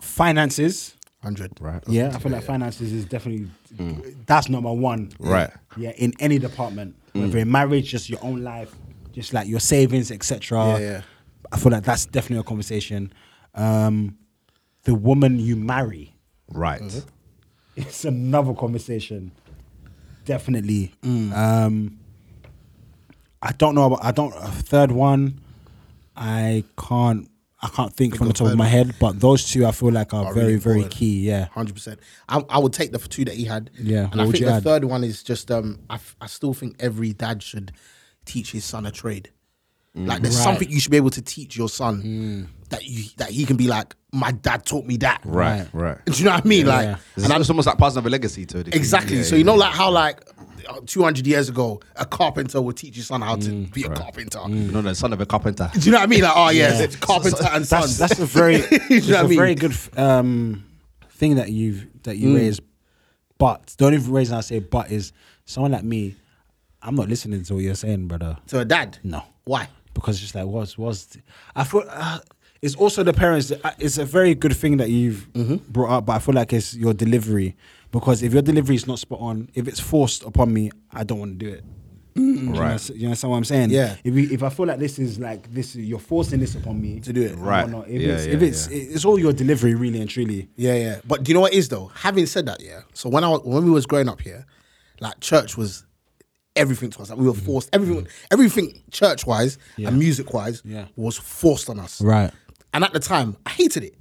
[SPEAKER 3] finances.
[SPEAKER 4] Hundred.
[SPEAKER 5] Right.
[SPEAKER 3] Yeah, I feel like finances is definitely
[SPEAKER 4] Mm.
[SPEAKER 3] that's number one.
[SPEAKER 5] Right.
[SPEAKER 3] Yeah, in any department, whether in marriage, just your own life, just like your savings, etc.
[SPEAKER 4] Yeah, yeah.
[SPEAKER 3] I feel like that's definitely a conversation. Um, the woman you marry
[SPEAKER 5] Right.
[SPEAKER 3] it's another conversation. Definitely.
[SPEAKER 4] Mm.
[SPEAKER 3] Um, I don't know. About, I don't. A third one, I can't. I can't think from the top of my head. But those two, I feel like are,
[SPEAKER 4] Are
[SPEAKER 3] very,
[SPEAKER 4] really
[SPEAKER 3] very
[SPEAKER 4] important.
[SPEAKER 3] key. Yeah.
[SPEAKER 4] Hundred percent. I, I would take the two that he had.
[SPEAKER 3] Yeah,
[SPEAKER 4] and
[SPEAKER 3] what
[SPEAKER 4] I
[SPEAKER 3] would
[SPEAKER 4] think
[SPEAKER 3] you
[SPEAKER 4] the
[SPEAKER 3] add?
[SPEAKER 4] third one is just um. I, f- I still think every dad should teach his son a trade. Like there's
[SPEAKER 3] Mm. Right. Mm.
[SPEAKER 4] something you should be able to teach your son that you that he can be like, my dad taught me that.
[SPEAKER 5] Right. Right.
[SPEAKER 4] Do you know what I mean? like
[SPEAKER 3] yeah.
[SPEAKER 5] And that's almost like passing of a legacy to a degree.
[SPEAKER 4] exactly.
[SPEAKER 5] Yeah,
[SPEAKER 4] so you know like how like. uh, 200 years ago, a carpenter would teach his son how to
[SPEAKER 3] Mm.
[SPEAKER 4] be a carpenter.
[SPEAKER 5] You know, the son of a carpenter.
[SPEAKER 4] Do you know what I mean? Like, oh, yeah, it's carpenter and son.
[SPEAKER 3] That's that's a very it's
[SPEAKER 4] know what I
[SPEAKER 3] a
[SPEAKER 4] mean? Mm.
[SPEAKER 3] very good f- um, thing that you've that you raised. But the only reason I say but is someone like me, I'm not listening to what you're saying, brother.
[SPEAKER 4] to a dad.
[SPEAKER 3] No.
[SPEAKER 4] Why?
[SPEAKER 3] because it's just like what's what's I feel uh, it's also the parents. uh, It's a very good thing that you've brought up, but I feel like it's your delivery because if your delivery is not spot on, if it's forced upon me, I don't want to do it.
[SPEAKER 5] Right.
[SPEAKER 3] You understand what I'm saying?
[SPEAKER 4] Yeah.
[SPEAKER 3] If you, if I feel like this is like this, you're forcing this upon me
[SPEAKER 4] To do it.
[SPEAKER 3] and
[SPEAKER 5] Right.
[SPEAKER 3] whatnot, If
[SPEAKER 5] Yeah,
[SPEAKER 3] it's,
[SPEAKER 5] yeah,
[SPEAKER 3] if it's it's all your delivery, really and truly.
[SPEAKER 4] Yeah, yeah. But do you know what it is though? Having said that, yeah. So when I was, when we was growing up here, like church was everything to us. Like we
[SPEAKER 3] Mm.
[SPEAKER 4] were forced everything everything church wise and music wise
[SPEAKER 3] Yeah.
[SPEAKER 4] was forced on us.
[SPEAKER 3] Right.
[SPEAKER 4] And at the time, I hated it.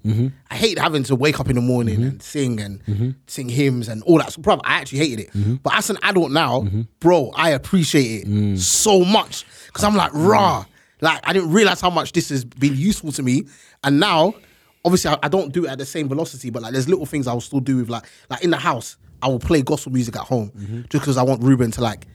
[SPEAKER 4] I hated having to wake up in the morning and sing and sing hymns and all that. So, bro, I actually hated it. But as an adult now, bro, I appreciate it so much because I'm like, rah. Like, I didn't realize how much this has been useful to me. And now, obviously, I, I don't do it at the same velocity, but like, there's little things I will still do with, like, like in the house, I will play gospel music at home just because I want Ruben to, like,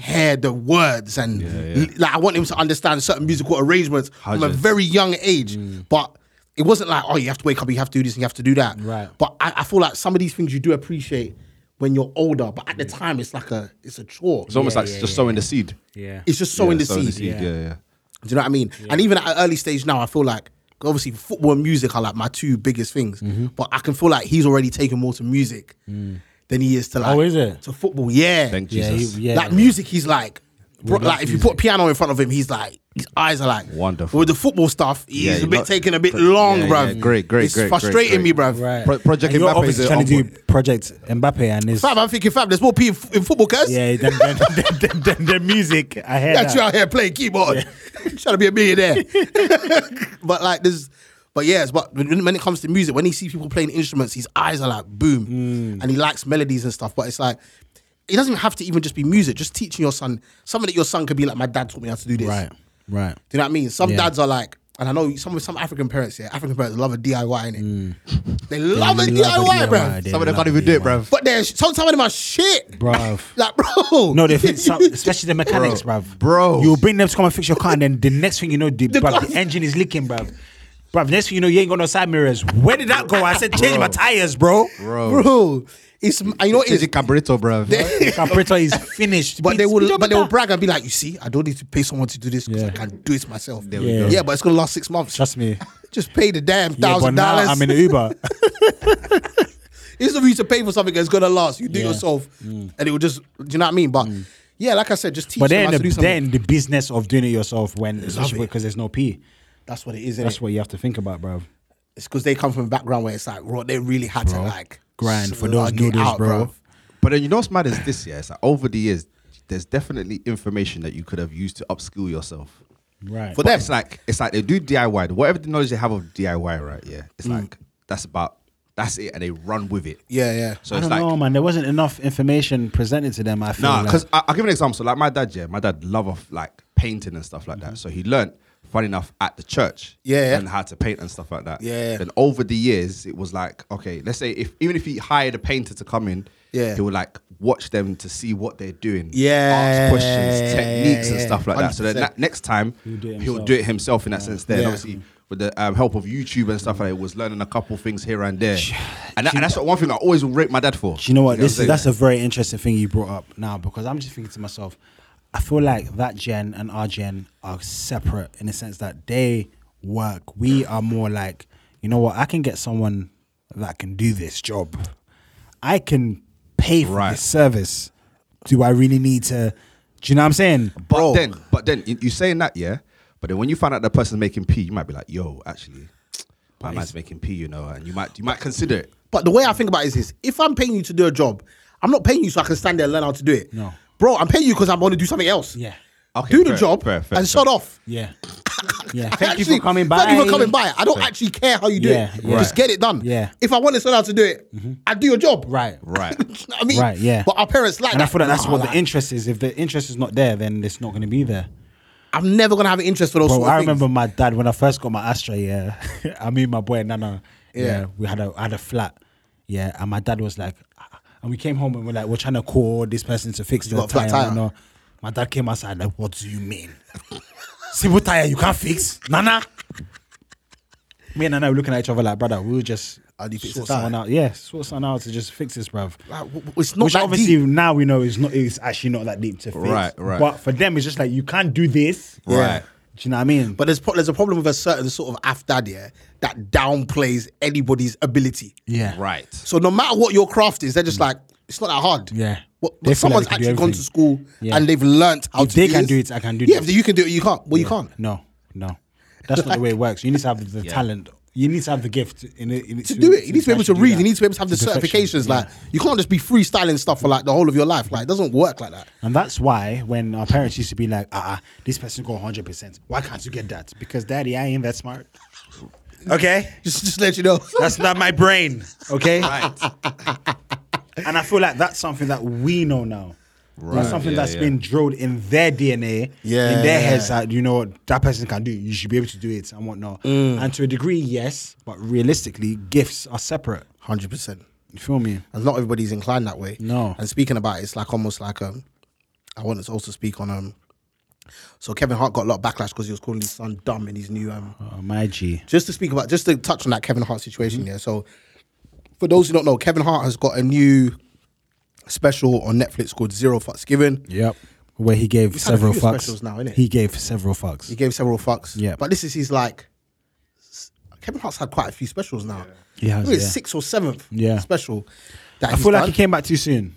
[SPEAKER 4] Hear the words and like I want him to understand certain musical arrangements from a
[SPEAKER 5] Hundreds.
[SPEAKER 4] very very young age.
[SPEAKER 3] Mm.
[SPEAKER 4] But it wasn't like, oh, you have to wake up, you have to do this, and you have to do that.
[SPEAKER 3] Right.
[SPEAKER 4] But I, I feel like some of these things you do appreciate when you're older, but at the time it's like a it's a chore.
[SPEAKER 5] It's almost
[SPEAKER 3] Yeah,
[SPEAKER 5] like
[SPEAKER 3] yeah,
[SPEAKER 5] just
[SPEAKER 3] yeah,
[SPEAKER 5] sowing the seed.
[SPEAKER 3] Yeah.
[SPEAKER 4] It's just sowing
[SPEAKER 5] Yeah,
[SPEAKER 4] the seed.
[SPEAKER 5] Yeah, yeah.
[SPEAKER 4] Do you know what I mean? And even at an early stage now, I feel like obviously football and music are like my two biggest things.
[SPEAKER 3] Mm-hmm.
[SPEAKER 4] But I can feel like he's already taken more to music than he is to like
[SPEAKER 3] Mm. Oh, is it?
[SPEAKER 4] to football. Yeah.
[SPEAKER 5] Thank
[SPEAKER 3] Yeah,
[SPEAKER 5] Jesus.
[SPEAKER 3] he- yeah.
[SPEAKER 4] Like music, he's like, bro, like if you put piano in front of him, he's like, his eyes are like
[SPEAKER 5] Wonderful.
[SPEAKER 4] With the football stuff, he's
[SPEAKER 5] Yeah,
[SPEAKER 4] a bit
[SPEAKER 5] not-
[SPEAKER 4] taking a bit
[SPEAKER 5] but-
[SPEAKER 4] long,
[SPEAKER 5] yeah,
[SPEAKER 4] bruv.
[SPEAKER 5] yeah, great, great,
[SPEAKER 4] It's
[SPEAKER 5] great, great,
[SPEAKER 4] frustrating
[SPEAKER 5] great.
[SPEAKER 4] me, bruv.
[SPEAKER 3] Right.
[SPEAKER 5] Pro- Project
[SPEAKER 3] and you're
[SPEAKER 5] Mbappe is
[SPEAKER 3] obviously
[SPEAKER 5] the
[SPEAKER 3] trying to do
[SPEAKER 5] onboard.
[SPEAKER 3] Project Mbappe and his
[SPEAKER 4] Fam, I'm thinking, fam, there's more P in, f- in football, cuz.
[SPEAKER 3] yeah, then, then, then, then, then the music. I hear
[SPEAKER 4] That's you
[SPEAKER 3] that.
[SPEAKER 4] out here playing keyboard, trying to be a millionaire. but like there's, but yes, but when, when it comes to music, when he sees people playing instruments, his eyes are like boom,
[SPEAKER 3] Mm.
[SPEAKER 4] and he likes melodies and stuff. But it's like it doesn't have to even just be music. Just teaching your son something that your son could be like, my dad taught me how to do this.
[SPEAKER 3] Right, right.
[SPEAKER 4] Do you know what I mean? Some
[SPEAKER 3] Yeah.
[SPEAKER 4] dads are like, and I know some some African parents, yeah, African parents love a DIY in it. They love a
[SPEAKER 3] Mm. They
[SPEAKER 4] DIY,
[SPEAKER 3] love a
[SPEAKER 4] bro.
[SPEAKER 3] they
[SPEAKER 5] Some of them
[SPEAKER 3] love
[SPEAKER 5] can't even
[SPEAKER 3] it,
[SPEAKER 5] do it,
[SPEAKER 3] man.
[SPEAKER 5] bruv.
[SPEAKER 4] But they're sometimes of them are shit,
[SPEAKER 3] Bruv.
[SPEAKER 4] like, bro.
[SPEAKER 3] No, they fix some, especially the mechanics,
[SPEAKER 5] Bro,
[SPEAKER 3] bruv.
[SPEAKER 5] bro.
[SPEAKER 3] you'll bring them to come and fix your car, and then the next thing you know, the,
[SPEAKER 4] The
[SPEAKER 3] bruv,
[SPEAKER 4] car-
[SPEAKER 3] the engine is leaking, bruv. Bruv, next thing you know, you ain't got no side mirrors. Where did that go? I said change my tires, bro.
[SPEAKER 5] Bro.
[SPEAKER 4] bro. It's and you know what it
[SPEAKER 5] Is
[SPEAKER 4] is.
[SPEAKER 5] it Cabrito, bro?
[SPEAKER 3] The Carburetor is finished.
[SPEAKER 4] But
[SPEAKER 3] Speed-
[SPEAKER 4] they
[SPEAKER 3] speed
[SPEAKER 4] will,
[SPEAKER 3] up
[SPEAKER 4] but they
[SPEAKER 3] and
[SPEAKER 4] will
[SPEAKER 3] down.
[SPEAKER 4] brag and be like, "You see, I don't need to pay someone to do this because I
[SPEAKER 3] Yeah.
[SPEAKER 4] can do it myself." Yeah,
[SPEAKER 5] we
[SPEAKER 3] go.
[SPEAKER 4] but it's gonna last six months.
[SPEAKER 3] Trust me.
[SPEAKER 4] Just pay the damn
[SPEAKER 3] Yeah, but
[SPEAKER 4] thousand
[SPEAKER 3] now
[SPEAKER 4] dollars.
[SPEAKER 3] I'm in the Uber.
[SPEAKER 4] It's of you to pay for something that's gonna last. You do it
[SPEAKER 3] Yeah. Mm.
[SPEAKER 4] yourself, and it will just. Do you know what I mean? But yeah, like I said, just teach
[SPEAKER 3] but then
[SPEAKER 4] them how
[SPEAKER 3] the,
[SPEAKER 4] to do something.
[SPEAKER 3] then the business of doing it yourself when
[SPEAKER 4] it.
[SPEAKER 3] especially because there's no P.
[SPEAKER 4] that's what it is. Innit?
[SPEAKER 3] That's what you have to think about, bruv.
[SPEAKER 4] It's because they come from a background where it's like, bro, they really had to like
[SPEAKER 3] Grind for those
[SPEAKER 4] slug it
[SPEAKER 3] noodles, bro.
[SPEAKER 4] bruv.
[SPEAKER 5] But then you know what's mad is this year. It's like over the years, there's definitely information that you could have used to upskill yourself.
[SPEAKER 3] Right.
[SPEAKER 5] But it's like it's like they do DIY. Whatever the knowledge they have of DIY, right? Yeah, it's like that's about that's it, and they run with it.
[SPEAKER 4] Yeah, yeah.
[SPEAKER 5] So
[SPEAKER 3] Mm. I
[SPEAKER 5] it's
[SPEAKER 3] don't
[SPEAKER 5] like
[SPEAKER 3] know, man. There wasn't enough information presented to them. I feel
[SPEAKER 5] Nah,
[SPEAKER 3] like.
[SPEAKER 5] because I'll give you an example. So, like my dad, yeah, my dad love of like painting and stuff like that. So he learnt, funny enough, at the church,
[SPEAKER 4] Mm-hmm. Yeah, yeah.
[SPEAKER 5] and how to paint and stuff like that.
[SPEAKER 4] Yeah.
[SPEAKER 5] Then over the years, it was like, okay, let's say if even if he hired a painter to come in,
[SPEAKER 4] Yeah.
[SPEAKER 5] he would like watch them to see what they're doing,
[SPEAKER 4] Yeah,
[SPEAKER 5] ask questions,
[SPEAKER 4] yeah,
[SPEAKER 5] techniques, and
[SPEAKER 4] yeah.
[SPEAKER 5] stuff like that. So then
[SPEAKER 4] 100%.
[SPEAKER 5] that next time he'll
[SPEAKER 3] do it
[SPEAKER 5] do it himself in that sense. There, And
[SPEAKER 4] Yeah.
[SPEAKER 5] obviously. With the um, help of YouTube and stuff like that, he was learning a couple things here and there, and, that, and that's what one thing I always will rate my dad for.
[SPEAKER 3] Do you know what?
[SPEAKER 5] what I'm
[SPEAKER 3] This,
[SPEAKER 5] saying?
[SPEAKER 3] that's a very interesting thing you brought up now because I'm just thinking to myself, I feel like that gen and our gen are separate in the sense that they work. We are more like, you know what? I can get someone that can do this job. I can pay for
[SPEAKER 5] Right.
[SPEAKER 3] this service. Do I really need to? Do you know what I'm saying?
[SPEAKER 5] But
[SPEAKER 4] Bro.
[SPEAKER 5] then, but then you, you saying that, yeah. But then when you find out the person's making P, you might be like, "Yo, actually, my man's making P," you know, and you might you might consider it.
[SPEAKER 4] But the way I think about it is this: if I'm paying you to do a job, I'm not paying you so I can stand there and learn how to do it.
[SPEAKER 3] No.
[SPEAKER 4] bro, I'm paying you because I want to do something else.
[SPEAKER 3] Yeah.
[SPEAKER 5] Okay,
[SPEAKER 4] do the
[SPEAKER 5] fair,
[SPEAKER 4] job
[SPEAKER 5] fair, fair,
[SPEAKER 4] and
[SPEAKER 5] fair.
[SPEAKER 4] shut off.
[SPEAKER 3] Yeah. Yeah.
[SPEAKER 4] I
[SPEAKER 3] Thank you
[SPEAKER 4] actually-
[SPEAKER 3] for coming by.
[SPEAKER 4] Thank you for coming by. I don't actually care how you do
[SPEAKER 3] Yeah,
[SPEAKER 4] it.
[SPEAKER 3] yeah.
[SPEAKER 4] Just get it done.
[SPEAKER 3] Yeah. Mm-hmm.
[SPEAKER 4] If I want to learn how to do it, I do your job.
[SPEAKER 3] Right.
[SPEAKER 5] Right.
[SPEAKER 4] Do you know what I mean,
[SPEAKER 3] Right, yeah.
[SPEAKER 4] But our parents like
[SPEAKER 3] And
[SPEAKER 4] that.
[SPEAKER 3] I feel like that's
[SPEAKER 4] Nah,
[SPEAKER 3] what the
[SPEAKER 4] like,
[SPEAKER 3] interest is. If the interest is not there, then it's not going to be there.
[SPEAKER 4] I'm never gonna have an interest for those.
[SPEAKER 3] Bro,
[SPEAKER 4] sort of
[SPEAKER 3] I
[SPEAKER 4] things.
[SPEAKER 3] remember my dad when I first got my Astra. Yeah, I mean my boy Nana. Yeah. we had a I had a flat. Yeah, and my dad was like, "Ah," and we came home and we're like, we're trying to call this person to fix the
[SPEAKER 4] got a flat
[SPEAKER 3] tire. and
[SPEAKER 4] tire?
[SPEAKER 3] whatnot. My dad came outside like, what do you mean? Simple tire you can't fix, Nana. Me and Nana were looking at each other like, brother, we'll just
[SPEAKER 4] I need to fix
[SPEAKER 3] sort
[SPEAKER 4] the tire."
[SPEAKER 3] someone out. Yeah, sort someone out to just fix this, bruv.
[SPEAKER 4] Like, w- w- it's not
[SPEAKER 3] Which
[SPEAKER 4] that
[SPEAKER 3] obviously
[SPEAKER 4] deep.
[SPEAKER 3] now we know is not it's actually not that deep to fix.
[SPEAKER 5] Right, right.
[SPEAKER 3] But for them, it's just like you can't do this.
[SPEAKER 5] Right.
[SPEAKER 3] Do you know what I mean?
[SPEAKER 4] But there's pro- there's a problem with a certain sort of afdad yeah, that downplays anybody's ability.
[SPEAKER 3] yeah.
[SPEAKER 5] Right.
[SPEAKER 4] So no matter what your craft is, they're just like, It's not that hard.
[SPEAKER 3] Yeah.
[SPEAKER 4] What,
[SPEAKER 3] They feel
[SPEAKER 4] but
[SPEAKER 3] like
[SPEAKER 4] someone's
[SPEAKER 3] they
[SPEAKER 4] actually
[SPEAKER 3] can do
[SPEAKER 4] gone to
[SPEAKER 3] everything.
[SPEAKER 4] school
[SPEAKER 3] Yeah.
[SPEAKER 4] and they've learnt how
[SPEAKER 3] If
[SPEAKER 4] to.
[SPEAKER 3] they
[SPEAKER 4] do
[SPEAKER 3] can
[SPEAKER 4] this.
[SPEAKER 3] do it, I can do
[SPEAKER 4] Yeah,
[SPEAKER 3] this.
[SPEAKER 4] if you can do it, you can't. Well, you can't.
[SPEAKER 3] No, no, that's not the way it works. You need to have the talent. You need to have the gift in it, in it
[SPEAKER 4] to do it. You need to be able to
[SPEAKER 3] actually do
[SPEAKER 4] read.
[SPEAKER 3] that.
[SPEAKER 4] You need to be able to have the
[SPEAKER 3] perfection,
[SPEAKER 4] certifications.
[SPEAKER 3] yeah.
[SPEAKER 4] Like you can't just be freestyling stuff for like the whole of your life. Like it doesn't work like that.
[SPEAKER 3] And that's why when our parents used to be like, ah, uh this person go 100%. Why can't you get that? Because daddy, I ain't that smart.
[SPEAKER 1] Okay,
[SPEAKER 4] Just just let you know.
[SPEAKER 1] that's not my brain.
[SPEAKER 3] Okay? and I feel like that's something that we know now. Right. something
[SPEAKER 5] yeah,
[SPEAKER 3] that's
[SPEAKER 5] yeah.
[SPEAKER 3] been drilled in their DNA, in
[SPEAKER 4] Yeah.
[SPEAKER 3] their heads that, you know what, that person can do. it. You should be able to do it and whatnot. And to a degree, yes, but realistically, gifts are separate.
[SPEAKER 4] Hundred percent.
[SPEAKER 3] You feel me?
[SPEAKER 4] And not everybody's inclined that way.
[SPEAKER 3] No.
[SPEAKER 4] And speaking about it, it's like almost like um, I wanted to also speak on um. So Kevin Hart got a lot of backlash because he was calling his son dumb in his new um.
[SPEAKER 3] Oh, Mm-hmm. my G.
[SPEAKER 4] Just to speak about, just to touch on that Kevin Hart situation there. So, for those who don't know, Kevin Hart has got a new special on Netflix called Zero Fucks Given.
[SPEAKER 3] Yep. Where he gave
[SPEAKER 4] had a
[SPEAKER 3] several
[SPEAKER 4] few
[SPEAKER 3] fucks.
[SPEAKER 4] specials now, innit?
[SPEAKER 3] He gave several fucks.
[SPEAKER 4] He gave several fucks.
[SPEAKER 3] Yeah.
[SPEAKER 4] But this is his like. s- Kevin Hart's had quite a few specials now.
[SPEAKER 3] He has,
[SPEAKER 4] I think it's
[SPEAKER 3] yeah.
[SPEAKER 4] sixth or seventh
[SPEAKER 3] Yeah.
[SPEAKER 4] special. That
[SPEAKER 3] I feel like he came back too soon.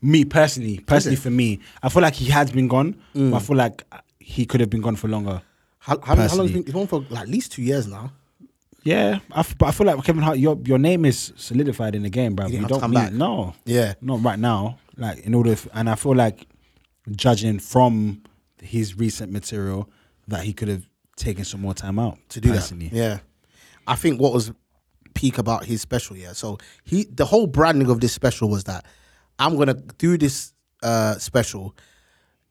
[SPEAKER 3] Me personally, personally
[SPEAKER 4] it?
[SPEAKER 3] for me, I feel like he has been gone. But I feel like he could have been gone for longer.
[SPEAKER 4] How, how, how long
[SPEAKER 3] personally.
[SPEAKER 4] has he been? He's been for like at least two years now.
[SPEAKER 3] Yeah, I f- but I feel like Kevin Hart, your your name is solidified in the game, bro. You,
[SPEAKER 4] didn't have to
[SPEAKER 3] don't
[SPEAKER 4] come
[SPEAKER 3] need,
[SPEAKER 4] back.
[SPEAKER 3] no,
[SPEAKER 4] Yeah.
[SPEAKER 3] not right now. Like in order, f and I feel like judging from his recent material that he could have taken some more time out
[SPEAKER 4] to do
[SPEAKER 3] personally.
[SPEAKER 4] that. Yeah, I think what was peak about his special, yeah. So he, the whole branding of this special was that I'm gonna do this uh, special.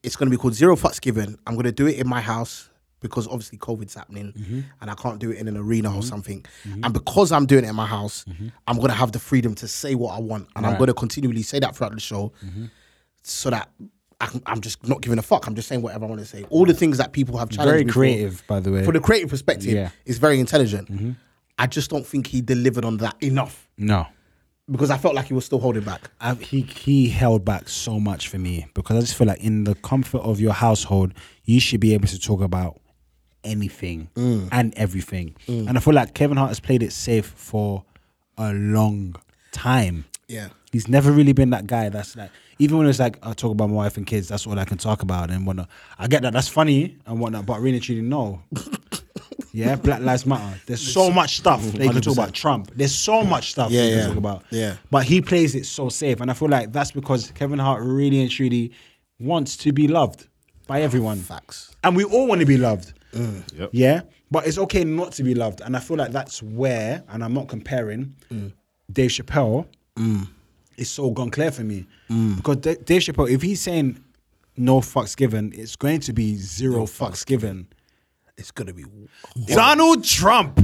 [SPEAKER 4] It's gonna be called Zero Fucks Given. I'm gonna do it in my house because obviously COVID's happening
[SPEAKER 3] Mm-hmm.
[SPEAKER 4] and I can't do it in an arena or something. And because I'm doing it in my house,
[SPEAKER 3] Mm-hmm.
[SPEAKER 4] I'm gonna have the freedom to say what I want, and I'm gonna continually say that throughout the show
[SPEAKER 3] Mm-hmm.
[SPEAKER 4] so that I can, I'm just not giving a fuck. I'm just saying whatever I want to say. All the things that people have challenged.
[SPEAKER 3] Very
[SPEAKER 4] me for-
[SPEAKER 3] creative, by the way.
[SPEAKER 4] For the creative perspective,
[SPEAKER 3] Yeah. Mm-hmm.
[SPEAKER 4] it's very intelligent. I just don't think he delivered on that enough
[SPEAKER 3] No,
[SPEAKER 4] because I felt like he was still holding back.
[SPEAKER 3] I, he he held back so much for me because I just feel like in the comfort of your household, you should be able to talk about anything and everything. And I feel like Kevin Hart has played it safe for a long time.
[SPEAKER 4] Yeah.
[SPEAKER 3] He's never really been that guy that's like, even when it's like, I talk about my wife and kids, that's all I can talk about and whatnot. I get that, that's funny and whatnot, but really, truly, no. yeah, Black Lives Matter. There's so much stuff they can talk about. Trump. There's so much stuff
[SPEAKER 4] Yeah,
[SPEAKER 3] they can
[SPEAKER 4] yeah.
[SPEAKER 3] talk about.
[SPEAKER 4] Yeah.
[SPEAKER 3] But he plays it so safe. And I feel like that's because Kevin Hart really and truly wants to be loved by everyone.
[SPEAKER 4] Facts.
[SPEAKER 3] And we all want to be loved.
[SPEAKER 5] Yep.
[SPEAKER 3] Yeah. But it's okay not to be loved. And I feel like that's where, and I'm not comparing, Dave Chappelle is so gone clear for me. Because Da- Dave Chappelle, if he's saying no fucks given, it's going to be zero fucks given.
[SPEAKER 4] It's gonna be
[SPEAKER 1] Donald Trump.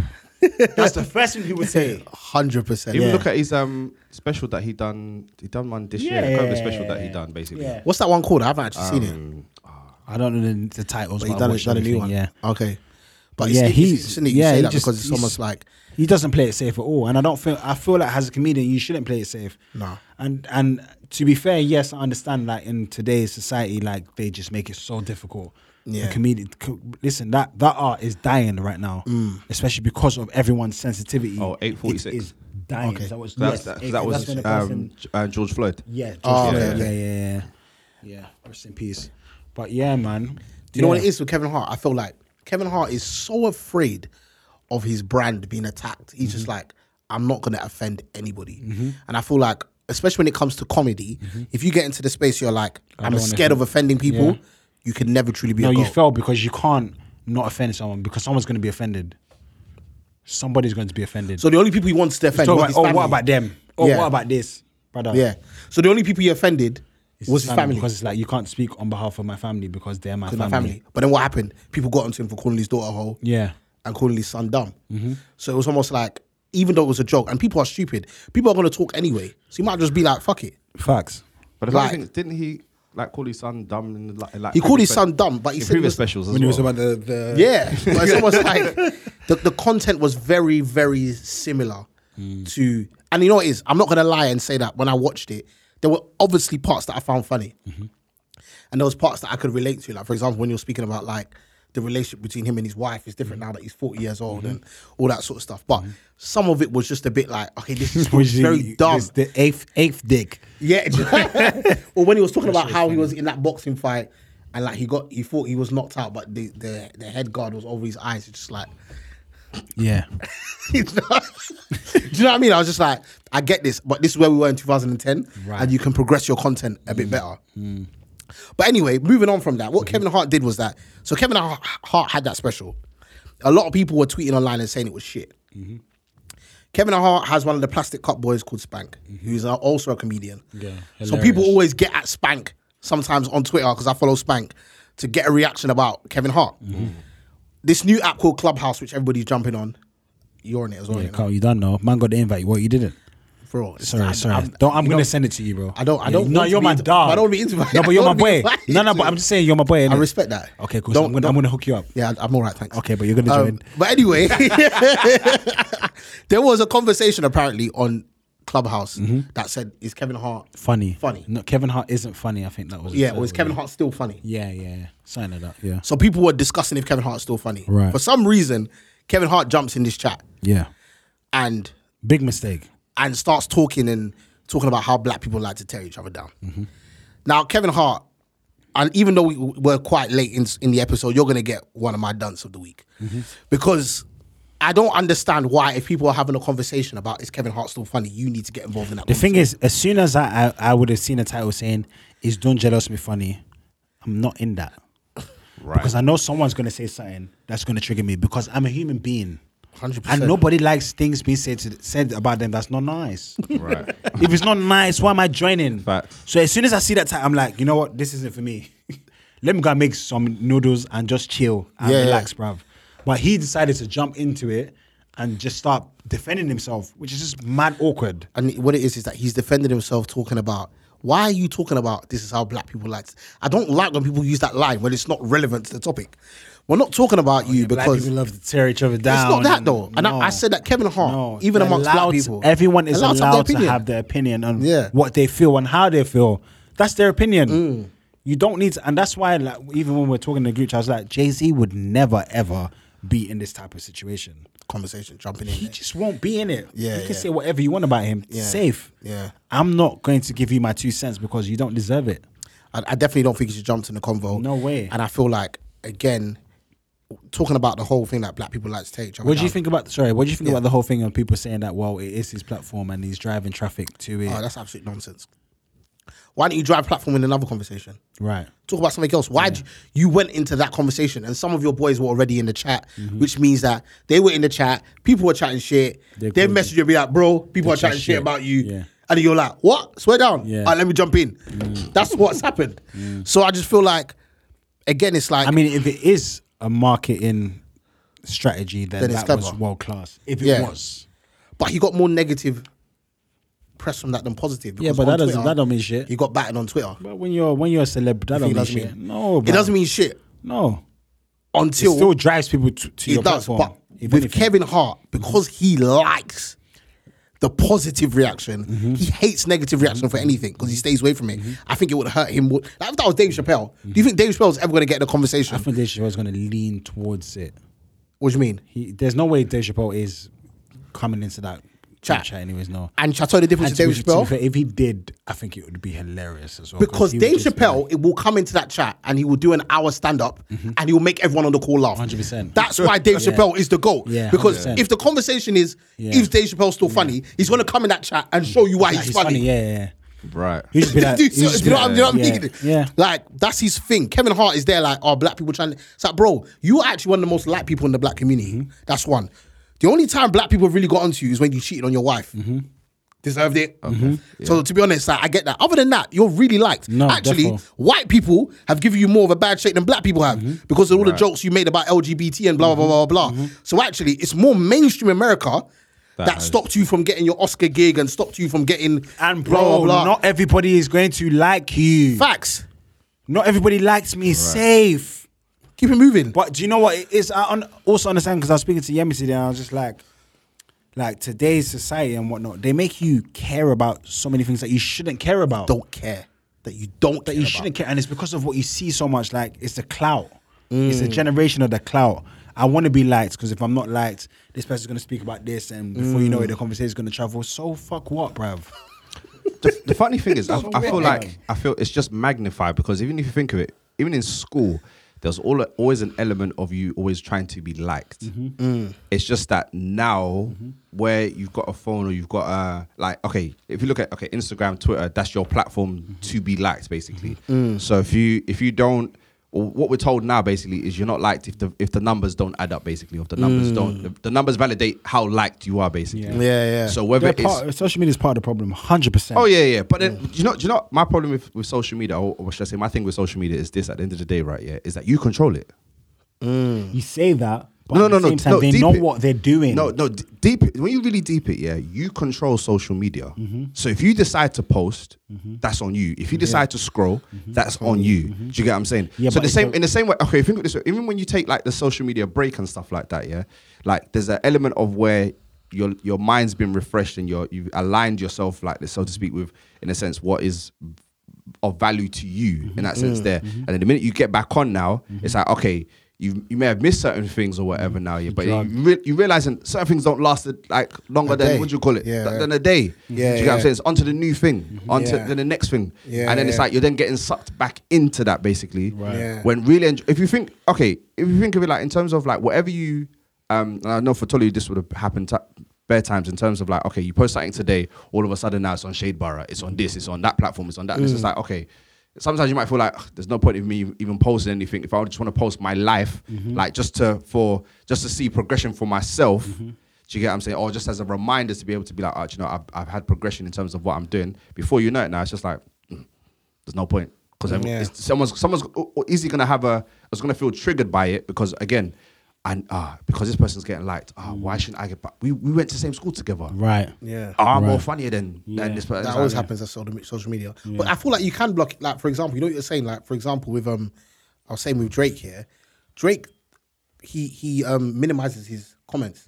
[SPEAKER 1] That's the first thing he would say.
[SPEAKER 4] hundred percent.
[SPEAKER 5] Even
[SPEAKER 4] Yeah.
[SPEAKER 5] look at his um special that he done. He done one this
[SPEAKER 3] Yeah,
[SPEAKER 5] year.
[SPEAKER 3] yeah,
[SPEAKER 5] Yeah, COVID
[SPEAKER 3] yeah,
[SPEAKER 5] special that
[SPEAKER 3] yeah,
[SPEAKER 5] he
[SPEAKER 3] yeah.
[SPEAKER 5] done basically.
[SPEAKER 3] Yeah.
[SPEAKER 4] What's that one called? I haven't actually seen it.
[SPEAKER 5] Um,
[SPEAKER 3] I don't know the, the titles,
[SPEAKER 4] But
[SPEAKER 3] but,
[SPEAKER 4] he
[SPEAKER 3] I've
[SPEAKER 4] done, it-
[SPEAKER 3] watched
[SPEAKER 4] done a new
[SPEAKER 3] everything,
[SPEAKER 4] one.
[SPEAKER 3] Yeah.
[SPEAKER 4] Okay. But
[SPEAKER 3] yeah,
[SPEAKER 4] yeah, it's,
[SPEAKER 3] he's
[SPEAKER 4] it's, it's, yeah, you
[SPEAKER 3] he
[SPEAKER 4] say that
[SPEAKER 3] just-
[SPEAKER 4] because it's
[SPEAKER 3] he's-
[SPEAKER 4] almost like
[SPEAKER 3] he doesn't play it safe at all, and I don't feel I feel like as a comedian you shouldn't play it safe.
[SPEAKER 4] No.
[SPEAKER 3] and and to be fair, yes, I understand that in today's society, like they just make it so difficult.
[SPEAKER 4] Yeah.
[SPEAKER 3] The comedian, co- listen, that that art is dying right now,
[SPEAKER 4] Mm.
[SPEAKER 3] especially because of everyone's sensitivity.
[SPEAKER 5] Oh, 846.
[SPEAKER 3] It is dying.
[SPEAKER 4] Okay.
[SPEAKER 3] That was
[SPEAKER 5] that,
[SPEAKER 3] yes,
[SPEAKER 5] that,
[SPEAKER 3] eight-
[SPEAKER 5] that
[SPEAKER 3] that's
[SPEAKER 5] was
[SPEAKER 3] when the person-
[SPEAKER 5] um, G- uh, George Floyd.
[SPEAKER 3] yeah, George
[SPEAKER 4] Oh,
[SPEAKER 3] Floyd.
[SPEAKER 4] okay,
[SPEAKER 3] yeah,
[SPEAKER 4] okay.
[SPEAKER 3] yeah, yeah, yeah, yeah. Rest in peace. But yeah, man. Do
[SPEAKER 4] Do you know what it is with Kevin Hart? I feel like Kevin Hart is so afraid of his brand being attacked. He's
[SPEAKER 3] Mm-hmm.
[SPEAKER 4] just like, I'm not going to offend anybody. And I feel like, especially when it comes to comedy, if you get into the space, you're like, I'm
[SPEAKER 3] Mm-hmm. don't
[SPEAKER 4] scared of offending people. You can never truly be
[SPEAKER 3] No,
[SPEAKER 4] a
[SPEAKER 3] you
[SPEAKER 4] goat.
[SPEAKER 3] fail because you can't not offend someone because someone's going to be offended. Somebody's going to be offended.
[SPEAKER 4] so the only people he wants to offend
[SPEAKER 3] Talk
[SPEAKER 4] were
[SPEAKER 3] about,
[SPEAKER 4] his
[SPEAKER 3] oh,
[SPEAKER 4] family.
[SPEAKER 3] what about them? Oh,
[SPEAKER 4] Yeah.
[SPEAKER 3] what about this, brother?
[SPEAKER 4] Yeah. So the only people he offended
[SPEAKER 3] It's
[SPEAKER 4] was his family.
[SPEAKER 3] because it's like you can't speak on behalf of my family because they're my family.
[SPEAKER 4] my family. But then what happened? People got onto him for calling his daughter a hoe.
[SPEAKER 3] Yeah,
[SPEAKER 4] and calling his son dumb.
[SPEAKER 5] Mm-hmm.
[SPEAKER 4] So it was almost like, even though it was a joke, and people are stupid, people are going to talk anyway. So you might just be like, fuck it.
[SPEAKER 3] facts.
[SPEAKER 5] But the
[SPEAKER 4] Like-
[SPEAKER 5] funny thing, is, didn't he like call his son dumb? In, like, like
[SPEAKER 4] He called his
[SPEAKER 5] previous-
[SPEAKER 4] son dumb, but he
[SPEAKER 5] in
[SPEAKER 4] said he
[SPEAKER 5] previous
[SPEAKER 4] was-
[SPEAKER 5] specials as
[SPEAKER 3] When it
[SPEAKER 5] well.
[SPEAKER 3] was about the, the
[SPEAKER 4] Yeah. But it's almost like the, the content was very, very similar to. And you know what it is? I'm not going to lie and say that when I watched it, there were obviously parts that I found funny. And there was parts that I could relate to. Like, for example, when you're speaking about like the relationship between him and his wife is different now that he's 40 years old and all that sort of stuff. But some of it was just a bit like, okay, this is
[SPEAKER 3] Which is-
[SPEAKER 4] very dumb.
[SPEAKER 3] It's the eighth eighth dick.
[SPEAKER 4] Yeah. or when he was talking about how he was in that boxing fight and like he got he thought he was knocked out, but the the, the head guard was over his eyes. It's just like
[SPEAKER 3] Yeah.
[SPEAKER 4] do you know what I mean? I was just like, I get this, but this is where we were in 2010,
[SPEAKER 3] Right. Mm.
[SPEAKER 4] and you can progress your content a bit better. But anyway, moving on from that, what Kevin Hart did was that. So Kevin Har- Hart had that special. A lot of people were tweeting online and saying it was shit.
[SPEAKER 3] Mm-hmm.
[SPEAKER 4] Kevin Hart has one of the plastic cup boys called Spank, who's a- also a comedian.
[SPEAKER 3] Mm-hmm. Yeah,
[SPEAKER 4] so
[SPEAKER 3] hilarious.
[SPEAKER 4] people always get at Spank sometimes on Twitter because I follow Spank to get a reaction about Kevin Hart.
[SPEAKER 3] Mm-hmm.
[SPEAKER 4] This new app called Clubhouse, which everybody's jumping on. You're on it as well,
[SPEAKER 3] Yeah,
[SPEAKER 4] you know?
[SPEAKER 3] Carl, you don't know. Man got the invite. What you didn't?
[SPEAKER 4] bro. it's-
[SPEAKER 3] Sorry,
[SPEAKER 4] I-
[SPEAKER 3] sorry.
[SPEAKER 4] I'm-
[SPEAKER 3] don't, I'm
[SPEAKER 4] you
[SPEAKER 3] gonna
[SPEAKER 4] know,
[SPEAKER 3] send it to you, bro.
[SPEAKER 4] I don't- I
[SPEAKER 3] Yeah,
[SPEAKER 4] don't
[SPEAKER 3] No,
[SPEAKER 4] want to
[SPEAKER 3] you're
[SPEAKER 4] be
[SPEAKER 3] my
[SPEAKER 4] inter-
[SPEAKER 3] dog.
[SPEAKER 4] I don't be inter-
[SPEAKER 3] No, but you're
[SPEAKER 4] I
[SPEAKER 3] my
[SPEAKER 4] don't be
[SPEAKER 3] boy.
[SPEAKER 4] invited
[SPEAKER 3] No, no, but
[SPEAKER 4] to.
[SPEAKER 3] I'm just saying you're my boy.
[SPEAKER 4] I
[SPEAKER 3] innit?
[SPEAKER 4] respect that.
[SPEAKER 3] Okay, cool. so
[SPEAKER 4] Don't-
[SPEAKER 3] I'm gonna, I'm
[SPEAKER 4] don't-
[SPEAKER 3] gonna hook you up.
[SPEAKER 4] Yeah, I'm all right, thanks.
[SPEAKER 3] Okay, but you're gonna
[SPEAKER 4] Um,
[SPEAKER 3] join.
[SPEAKER 4] But anyway, there was a conversation apparently on Clubhouse
[SPEAKER 3] Mm-hmm.
[SPEAKER 4] that said, "Is Kevin Hart
[SPEAKER 3] Funny.
[SPEAKER 4] Funny.
[SPEAKER 3] No, Kevin Hart isn't funny. I think that was.
[SPEAKER 4] yeah,
[SPEAKER 3] that
[SPEAKER 4] or is Kevin Hart still funny?"
[SPEAKER 3] Yeah, yeah, yeah. Something like that. Yeah.
[SPEAKER 4] So people were discussing if Kevin Hart's still funny.
[SPEAKER 3] Right.
[SPEAKER 4] For some reason, Kevin Hart jumps in this chat
[SPEAKER 3] Yeah.
[SPEAKER 4] and
[SPEAKER 3] Big mistake.
[SPEAKER 4] and starts talking and talking about how black people like to tear each other down. Now, Kevin Hart, and even though we were quite late in, in the episode, you're going to get one of my dunce of the week because I don't understand why if people are having a conversation about is Kevin Hart still funny, you need to get involved in that.
[SPEAKER 3] The thing is, as soon as I I, I would have seen a title saying, "Is Don't Jealous Me Funny," I'm not in that
[SPEAKER 5] Right.
[SPEAKER 3] because I know someone's gonna say something that's gonna trigger me because I'm a human being.
[SPEAKER 4] 100%.
[SPEAKER 3] And nobody likes things being said to, said about them that's not nice.
[SPEAKER 5] right.
[SPEAKER 3] if it's not nice, why am I joining?
[SPEAKER 5] Facts.
[SPEAKER 3] So as soon as I see that time, I'm like, you know what? This isn't for me. Let me go and make some noodles and just chill and
[SPEAKER 4] Yeah, yeah.
[SPEAKER 3] relax, bruv. But he decided to jump into it and just start defending himself, which is just mad awkward.
[SPEAKER 4] and what it is is that he's defended himself talking about why are you talking about this is how black people like. to-" I don't like when people use that line when it's not relevant to the topic. We're not talking about you
[SPEAKER 3] Oh, black
[SPEAKER 4] because
[SPEAKER 3] people love to tear each other down.
[SPEAKER 4] It's not that
[SPEAKER 3] and-
[SPEAKER 4] though. And I, I
[SPEAKER 3] No.
[SPEAKER 4] said that Kevin Hart,
[SPEAKER 3] No.
[SPEAKER 4] even
[SPEAKER 3] They're
[SPEAKER 4] amongst
[SPEAKER 3] allowed
[SPEAKER 4] black
[SPEAKER 3] to-
[SPEAKER 4] people,
[SPEAKER 3] everyone is allowed,
[SPEAKER 4] allowed have
[SPEAKER 3] to
[SPEAKER 4] their
[SPEAKER 3] have
[SPEAKER 4] opinion.
[SPEAKER 3] their opinion on
[SPEAKER 4] Yeah. Mm.
[SPEAKER 3] what they feel and how they feel. That's their opinion. You don't need to, and that's why, like, even when we're talking in the group, chat, I was like, Jay Z would never ever be in this type of situation.
[SPEAKER 4] conversation jumping in.
[SPEAKER 3] He
[SPEAKER 4] there.
[SPEAKER 3] just won't be in it.
[SPEAKER 4] Yeah,
[SPEAKER 3] you can
[SPEAKER 4] yeah.
[SPEAKER 3] say whatever you want about him.
[SPEAKER 4] Yeah,
[SPEAKER 3] Safe.
[SPEAKER 4] yeah.
[SPEAKER 3] I'm not going to give you my two cents because you don't deserve it.
[SPEAKER 4] I, I definitely don't think he should jump in the convo.
[SPEAKER 3] No way.
[SPEAKER 4] And I feel like again, talking about the whole thing that black people like to take. each other
[SPEAKER 3] What do you
[SPEAKER 4] down.
[SPEAKER 3] think about? Sorry, what do you think about the whole thing of people saying that? Well, it is his platform and he's driving traffic to it.
[SPEAKER 4] Oh, that's absolute nonsense. Why don't you drive platform in another conversation?
[SPEAKER 3] right.
[SPEAKER 4] Talk about something else. Why would you went into that conversation and some of your boys were already in the chat,
[SPEAKER 3] Mm-hmm.
[SPEAKER 4] which means that they were in the chat, people were chatting shit.
[SPEAKER 3] They
[SPEAKER 4] They
[SPEAKER 3] called
[SPEAKER 4] messaged you and be like, bro, people are
[SPEAKER 3] chat
[SPEAKER 4] chatting shit,
[SPEAKER 3] shit.
[SPEAKER 4] about you.
[SPEAKER 3] Yeah.
[SPEAKER 4] And then you're like, what? Swear down.
[SPEAKER 3] Yeah. Mm.
[SPEAKER 4] All right, let me jump in. That's what's happened. So I just feel like, again, it's like,
[SPEAKER 3] I mean, if it is a marketing strategy, then,
[SPEAKER 4] Then it's
[SPEAKER 3] that was
[SPEAKER 4] clever.
[SPEAKER 3] world class. If it
[SPEAKER 4] Yeah.
[SPEAKER 3] was,
[SPEAKER 4] but he got more negative press from that than positive.
[SPEAKER 3] Yeah,
[SPEAKER 4] because
[SPEAKER 3] but
[SPEAKER 4] on
[SPEAKER 3] that doesn't-
[SPEAKER 4] Twitter,
[SPEAKER 3] that don't mean shit.
[SPEAKER 4] He got battered on Twitter.
[SPEAKER 3] but when you're when you're a celeb, that
[SPEAKER 4] It
[SPEAKER 3] don't mean
[SPEAKER 4] doesn't
[SPEAKER 3] shit.
[SPEAKER 4] mean,
[SPEAKER 3] No,
[SPEAKER 4] it doesn't mean shit
[SPEAKER 3] no. It
[SPEAKER 4] until
[SPEAKER 3] still drives people to, to
[SPEAKER 4] It
[SPEAKER 3] your
[SPEAKER 4] does,
[SPEAKER 3] platform.
[SPEAKER 4] but
[SPEAKER 3] if
[SPEAKER 4] with
[SPEAKER 3] anything.
[SPEAKER 4] Kevin Hart, because he likes the positive reaction,
[SPEAKER 3] Mm-hmm.
[SPEAKER 4] he hates negative reaction for anything because he stays away from it. I think it would hurt him. more- Like if that was Dave Chappelle, do you think Dave Chappelle's ever going to get in a conversation?
[SPEAKER 3] Mm-hmm. I think Dave Chappelle's going to lean towards it.
[SPEAKER 4] what do you mean?
[SPEAKER 3] He, there's no way Dave Chappelle is coming into that
[SPEAKER 4] Chat.
[SPEAKER 3] chat, chat anyways. No,
[SPEAKER 4] And shall I tell you the difference
[SPEAKER 3] And
[SPEAKER 4] with
[SPEAKER 3] to
[SPEAKER 4] Dave
[SPEAKER 3] be- to be
[SPEAKER 4] Chappelle?
[SPEAKER 3] fair, if he did, I think it would be hilarious as well. 'cause
[SPEAKER 4] Because
[SPEAKER 3] he would
[SPEAKER 4] Dave
[SPEAKER 3] just be
[SPEAKER 4] Chappelle, it will come into that chat and he will do an hour stand up and he will make everyone on the call laugh.
[SPEAKER 3] 100%.
[SPEAKER 4] That's why Dave
[SPEAKER 3] Mm-hmm. Yeah.
[SPEAKER 4] Chappelle is the goal.
[SPEAKER 3] Yeah,
[SPEAKER 4] because
[SPEAKER 3] 100%.
[SPEAKER 4] if the conversation is,
[SPEAKER 3] Yeah.
[SPEAKER 4] is Dave Chappelle still funny, he's going to come in that chat and show you why
[SPEAKER 3] like,
[SPEAKER 4] Ah, he's,
[SPEAKER 3] he's
[SPEAKER 4] funny.
[SPEAKER 3] funny. Yeah, yeah. yeah.
[SPEAKER 5] Right.
[SPEAKER 3] He'd just be like,
[SPEAKER 4] Do you
[SPEAKER 3] he'd
[SPEAKER 4] see what-
[SPEAKER 3] just
[SPEAKER 4] do you
[SPEAKER 3] be
[SPEAKER 4] know what
[SPEAKER 3] like,
[SPEAKER 4] I'm, do you know what I'm
[SPEAKER 3] yeah,
[SPEAKER 4] thinking?
[SPEAKER 3] Yeah.
[SPEAKER 4] Like, that's his thing. Kevin Hart is there, like, oh, black people trying to. It's like, bro, you're actually one of the most liked people in the black community.
[SPEAKER 3] Mm-hmm.
[SPEAKER 4] That's one. The only time black people really got onto you is when you cheated on your wife.
[SPEAKER 3] Mm-hmm.
[SPEAKER 4] Deserved it. Mm-hmm. So, to be honest, like, I get that. Other than that, you're really liked.
[SPEAKER 3] No,
[SPEAKER 4] actually,
[SPEAKER 3] defo.
[SPEAKER 4] white people have given you more of a bad shape than black people have
[SPEAKER 3] Mm-hmm.
[SPEAKER 4] because of all the jokes you made about LGBT and blah, blah, blah, blah, blah. So, actually, it's more mainstream America. That,
[SPEAKER 5] has-
[SPEAKER 4] stopped you from getting your Oscar gig and stopped you from getting
[SPEAKER 3] And
[SPEAKER 4] blah,
[SPEAKER 3] bro,
[SPEAKER 4] blah, blah.
[SPEAKER 3] not everybody is going to like you.
[SPEAKER 4] facts.
[SPEAKER 3] Not everybody likes me. Safe.
[SPEAKER 4] Keep it moving.
[SPEAKER 3] But do you know what it is? I un- also understand because I was speaking to Yemi today, and I was just like, like today's society and whatnot, they make you care about so many things that you shouldn't care about.
[SPEAKER 4] don't care that you don't
[SPEAKER 3] that
[SPEAKER 4] care
[SPEAKER 3] you
[SPEAKER 4] about.
[SPEAKER 3] shouldn't care, and it's because of what you see so much. Like it's the clout. It's a
[SPEAKER 4] Mm.
[SPEAKER 3] generation of the clout. I want to be liked because if I'm not liked, this person's going to speak about this, and before you
[SPEAKER 4] Mm.
[SPEAKER 3] know it, the conversation's going to travel. So fuck what, bruv?
[SPEAKER 5] the, the funny thing is, I, I feel like I feel it's just magnified because even if you think of it, even in school, there's all, always an element of you always trying to be liked.
[SPEAKER 3] Mm-hmm.
[SPEAKER 4] Mm.
[SPEAKER 5] It's just that now, where you've got a phone or you've got a like, okay, if you look at okay Instagram, Twitter, that's your platform
[SPEAKER 3] Mm-hmm.
[SPEAKER 5] to be liked, basically.
[SPEAKER 4] Mm-hmm. Mm.
[SPEAKER 5] So if you if you don't or what we're told now basically is you're not liked if the if the numbers don't add up basically or if the numbers don't the, the numbers validate how liked you are basically
[SPEAKER 3] Yeah.
[SPEAKER 4] Mm. Yeah, yeah.
[SPEAKER 5] so whether
[SPEAKER 3] They're
[SPEAKER 5] it's
[SPEAKER 3] part- social media is part of the problem, hundred percent.
[SPEAKER 5] Oh yeah, yeah. But then do you know, do you know my problem with, with social media, or, or should I say my thing with social media is this at the end of the day, right? Yeah, is that you control it.
[SPEAKER 3] you say that. But
[SPEAKER 5] no,
[SPEAKER 3] at
[SPEAKER 5] no,
[SPEAKER 3] the
[SPEAKER 5] no,
[SPEAKER 3] same time,
[SPEAKER 5] no.
[SPEAKER 3] They
[SPEAKER 5] deep
[SPEAKER 3] know
[SPEAKER 5] it.
[SPEAKER 3] what they're doing.
[SPEAKER 5] No, no. d- Deep it- when you really deep it, yeah, you control social media.
[SPEAKER 3] Mm-hmm.
[SPEAKER 5] So if you decide to post, that's on you. If you decide to scroll,
[SPEAKER 3] Mm-hmm.
[SPEAKER 5] that's on you. Do you get what I'm saying?
[SPEAKER 3] Yeah,
[SPEAKER 5] so
[SPEAKER 3] but
[SPEAKER 5] the
[SPEAKER 3] it's
[SPEAKER 5] same
[SPEAKER 3] a-
[SPEAKER 5] in the same way. Okay, think of it this way. Even when you take like the social media break and stuff like that, yeah, like there's an element of where your your mind's been refreshed and you're you've aligned yourself like this, so to speak, with in a sense what is of value to you
[SPEAKER 4] Mm-hmm.
[SPEAKER 5] in that sense there. And then the minute you get back on now, it's like, okay, you you may have missed certain things or whatever now, yeah, but you, re- you realizing certain things don't last like longer
[SPEAKER 4] A
[SPEAKER 5] than
[SPEAKER 4] day.
[SPEAKER 5] what do you call it?
[SPEAKER 4] Yeah.
[SPEAKER 5] Th- Than a day.
[SPEAKER 4] Yeah,
[SPEAKER 5] Do you get what I'm
[SPEAKER 4] yeah. Mm-hmm.
[SPEAKER 5] saying? It's onto the new thing, onto
[SPEAKER 4] Yeah.
[SPEAKER 5] then the next thing.
[SPEAKER 4] Yeah,
[SPEAKER 5] and then it's
[SPEAKER 4] yeah.
[SPEAKER 5] like you're then getting sucked back into that basically.
[SPEAKER 3] Right.
[SPEAKER 4] Yeah.
[SPEAKER 5] When really enj- if you think okay, if you think of it like in terms of like whatever you um and I know for Tolu this would have happened ta- bare times in terms of like, okay, you post something today, all of a sudden now it's on Shade Barra, it's on this, it's on that platform, it's on that. It's just like, okay, sometimes you might feel like "Ugh, there's no point in me even posting anything. If I just want to post my life, like just to for just to see progression for myself. Do you get what I'm saying? Or just as a reminder to be able to be like, oh, do you know, I've, I've had progression in terms of what I'm doing. Before you know it now, it's just like, mm, there's no point because
[SPEAKER 4] Yeah.
[SPEAKER 5] someone's someone's o- o- easily gonna have a is gonna feel triggered by it because again, and ah because this person's getting liked. Ah, why shouldn't I get? Back? We we went to the same school together.
[SPEAKER 3] Right.
[SPEAKER 4] Yeah.
[SPEAKER 5] Ah, I'm more
[SPEAKER 3] Right.
[SPEAKER 5] funnier than than this person.
[SPEAKER 4] that
[SPEAKER 5] It's
[SPEAKER 4] always
[SPEAKER 5] like-
[SPEAKER 4] happens on social- social media. But I feel like you can block. Like for example, you know what you're saying. Like for example, with um, I was saying with Drake here, Drake, he he um minimizes his comments,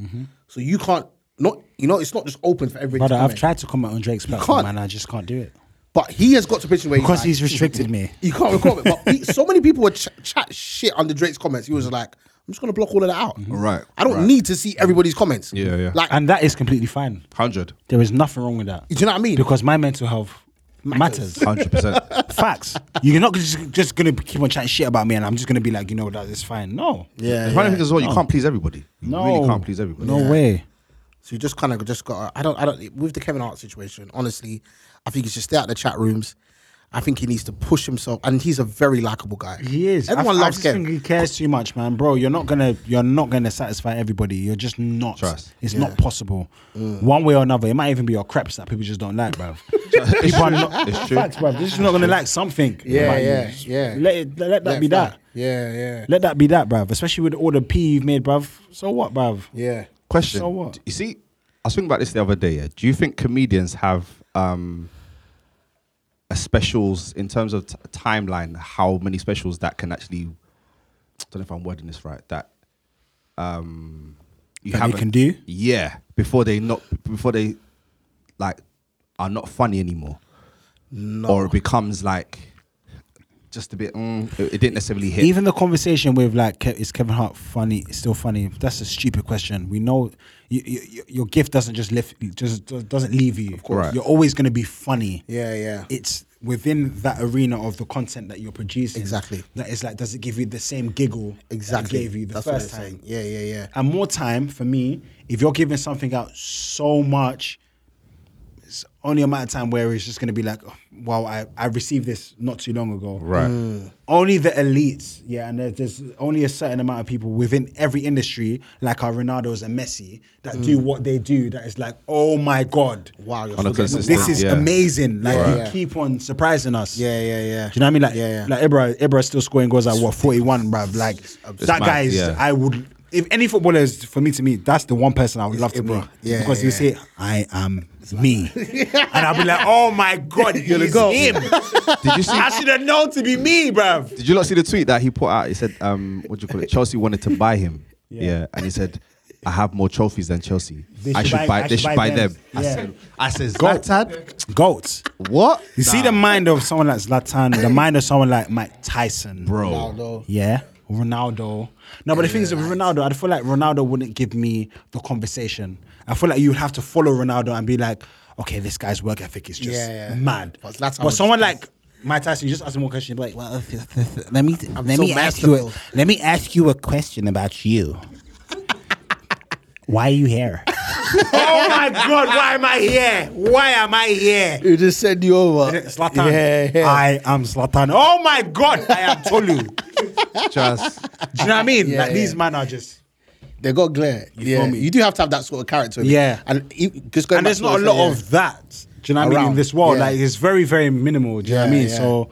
[SPEAKER 4] so you can't not you know it's not just open for everybody.
[SPEAKER 3] Mm-hmm. Brother,
[SPEAKER 4] to
[SPEAKER 3] I've
[SPEAKER 4] comment.
[SPEAKER 3] tried to comment on Drake's platform
[SPEAKER 4] can't.
[SPEAKER 3] and I just can't do it.
[SPEAKER 4] but he has got to a position where
[SPEAKER 3] Because
[SPEAKER 4] like-
[SPEAKER 3] he's restricted me.
[SPEAKER 4] You can't comment. But he, so many people would ch- chat shit under Drake's comments.
[SPEAKER 3] Mm.
[SPEAKER 4] He was like, I'm just gonna block all of that
[SPEAKER 3] Mm-hmm.
[SPEAKER 4] out.
[SPEAKER 5] Right,
[SPEAKER 4] I don't
[SPEAKER 5] right.
[SPEAKER 4] need to see everybody's comments.
[SPEAKER 5] Yeah, yeah.
[SPEAKER 4] Like,
[SPEAKER 3] And that is completely fine.
[SPEAKER 5] Hundred.
[SPEAKER 3] There is nothing wrong with that.
[SPEAKER 4] do you know what I mean?
[SPEAKER 3] Because my mental health matters.
[SPEAKER 5] Hundred percent.
[SPEAKER 3] Facts. You're not just, just going to keep on chatting shit about me and I'm just going to be like, you know, that is fine. No.
[SPEAKER 4] yeah,
[SPEAKER 5] The
[SPEAKER 4] yeah.
[SPEAKER 5] funny thing is, as well, you can't please everybody. You
[SPEAKER 3] No.
[SPEAKER 5] really can't please everybody.
[SPEAKER 3] No way.
[SPEAKER 4] So you just kind of just got. to I don't. I don't. With the Kevin Hart situation, honestly, I think he should stay out the chat rooms. I think he needs to push himself, and he's a very likable guy.
[SPEAKER 3] He is. I-
[SPEAKER 4] Everyone
[SPEAKER 3] I,
[SPEAKER 4] loves
[SPEAKER 3] just
[SPEAKER 4] Kevin.
[SPEAKER 3] think he cares too much, man, bro. You're not gonna, you're not gonna satisfy everybody. You're just not.
[SPEAKER 5] Trust.
[SPEAKER 3] It's not possible. One way or another, it might even be your creps that people just don't like, bro. people are not.
[SPEAKER 5] It's true.
[SPEAKER 3] Facts, bro. They're just not gonna like something.
[SPEAKER 4] Yeah,
[SPEAKER 3] Like,
[SPEAKER 4] yeah,
[SPEAKER 3] just
[SPEAKER 4] yeah.
[SPEAKER 3] Let it, let, that
[SPEAKER 4] Yeah,
[SPEAKER 3] be
[SPEAKER 4] fine.
[SPEAKER 3] that.
[SPEAKER 4] Yeah, yeah,
[SPEAKER 3] Let that be that, bruv. Especially with all the pee you've made, bruv. So what, bruv?
[SPEAKER 4] yeah.
[SPEAKER 5] Question.
[SPEAKER 3] So what?
[SPEAKER 5] You see, I was thinking about this the other day. Yeah. Do you think comedians have um, a specials in terms of t- timeline? How many specials that can actually? don't know if I'm wording this right. That um, you
[SPEAKER 3] That they
[SPEAKER 5] haven't-
[SPEAKER 3] can do?
[SPEAKER 5] Yeah, before they not before they like are not funny anymore, or it becomes like just a bit. Mm, it, it didn't necessarily hit.
[SPEAKER 3] Even the conversation with like, Ke- is Kevin Hart funny? Is still funny? That's a stupid question. We know you, you, you- your gift doesn't just lift, just doesn't leave you. Of
[SPEAKER 5] course. Right.
[SPEAKER 3] you're always gonna be funny.
[SPEAKER 4] Yeah, yeah.
[SPEAKER 3] It's within that arena of the content that you're producing.
[SPEAKER 4] Exactly.
[SPEAKER 3] That is like, does it give you the same giggle?
[SPEAKER 4] Exactly.
[SPEAKER 3] That it gave you the
[SPEAKER 4] That's what
[SPEAKER 3] first
[SPEAKER 4] they're
[SPEAKER 3] time.
[SPEAKER 4] saying. Yeah, yeah, yeah.
[SPEAKER 3] And more time for me, if you're giving something out so much, it's only a matter of time where it's just gonna be like, oh, wow, I, I received this not too long ago.
[SPEAKER 5] Right.
[SPEAKER 3] Mm. Only the elites, yeah, and there's, there's only a certain amount of people within every industry, like our Ronaldos and Messi, that do
[SPEAKER 4] Mm.
[SPEAKER 3] what they do. That is like, oh my god,
[SPEAKER 4] Wow, you're
[SPEAKER 5] On
[SPEAKER 4] still
[SPEAKER 5] a
[SPEAKER 4] getting-
[SPEAKER 5] consistent-
[SPEAKER 3] this is
[SPEAKER 5] Yeah.
[SPEAKER 3] amazing. Like
[SPEAKER 4] Yeah.
[SPEAKER 3] you
[SPEAKER 4] Yeah.
[SPEAKER 3] keep on surprising us.
[SPEAKER 4] Yeah, yeah, yeah.
[SPEAKER 3] Do you know what I mean? Like,
[SPEAKER 4] Yeah, yeah.
[SPEAKER 3] like Ibra, Ibra still scoring goals at what forty one, bruv. Like that
[SPEAKER 5] mad,
[SPEAKER 3] guy is.
[SPEAKER 5] yeah.
[SPEAKER 3] I would. If any footballer is for me to me, that's the one person I would love to
[SPEAKER 4] Ibra.
[SPEAKER 3] be
[SPEAKER 4] Yeah,
[SPEAKER 3] because he'll
[SPEAKER 4] yeah.
[SPEAKER 3] say, "I am me," and I'll be like, "Oh my god,
[SPEAKER 4] You're the
[SPEAKER 3] he's
[SPEAKER 4] goat.
[SPEAKER 3] him."
[SPEAKER 5] Did you see?
[SPEAKER 3] I should have known to be me, bruv.
[SPEAKER 5] Did you not see the tweet that he put out? He said, um, what do you call it? Chelsea wanted to buy him. Yeah. And he said, I have more trophies than Chelsea.
[SPEAKER 3] They
[SPEAKER 5] I
[SPEAKER 3] should
[SPEAKER 5] should
[SPEAKER 3] buy-
[SPEAKER 5] buy,
[SPEAKER 3] I
[SPEAKER 5] they should buy them. I
[SPEAKER 3] Yeah.
[SPEAKER 5] said, I said,
[SPEAKER 3] Go.
[SPEAKER 5] Zlatan,
[SPEAKER 3] Goats.
[SPEAKER 5] what?
[SPEAKER 3] You see the mind of someone like Zlatan, the mind of someone like Mike Tyson,
[SPEAKER 5] Bro.
[SPEAKER 4] Ronaldo.
[SPEAKER 3] Yeah, Ronaldo. No, but the thing is, with Ronaldo, I feel like Ronaldo wouldn't give me the conversation. I feel like you would have to follow Ronaldo and be like, okay, this guy's work ethic is just
[SPEAKER 4] Yeah, yeah.
[SPEAKER 3] mad.
[SPEAKER 4] But
[SPEAKER 3] But,
[SPEAKER 4] that's how it
[SPEAKER 3] someone
[SPEAKER 4] is.
[SPEAKER 3] like Mike Tyson, you just ask him one question, you're like, well, if- if- if- let me let
[SPEAKER 4] so
[SPEAKER 3] me ask you a,
[SPEAKER 4] masterful.
[SPEAKER 3] let me ask you a question about you. Why are you here? oh my god! Why am I here? Why am I here?
[SPEAKER 6] You just send you over.
[SPEAKER 3] Slatan.
[SPEAKER 6] Yeah, yeah.
[SPEAKER 3] I am Slatan. Oh my God, I am Tolu. Do
[SPEAKER 5] Just
[SPEAKER 3] you know what I mean?
[SPEAKER 6] Yeah,
[SPEAKER 3] like
[SPEAKER 6] yeah.
[SPEAKER 3] these men are just.
[SPEAKER 4] They got glare. You yeah,
[SPEAKER 3] feel me?
[SPEAKER 4] you do have to have that sort of character. in it.
[SPEAKER 3] Yeah.
[SPEAKER 4] and e- just going
[SPEAKER 3] And
[SPEAKER 4] back
[SPEAKER 3] there's
[SPEAKER 4] to
[SPEAKER 3] not
[SPEAKER 4] what
[SPEAKER 3] a
[SPEAKER 4] I
[SPEAKER 3] lot
[SPEAKER 4] said, yeah.
[SPEAKER 3] of that. Do you know what I mean?
[SPEAKER 4] Around,
[SPEAKER 3] In this world,
[SPEAKER 4] yeah.
[SPEAKER 3] like it's very, very minimal. Do you know what I
[SPEAKER 4] Yeah,
[SPEAKER 3] mean?
[SPEAKER 4] yeah.
[SPEAKER 3] So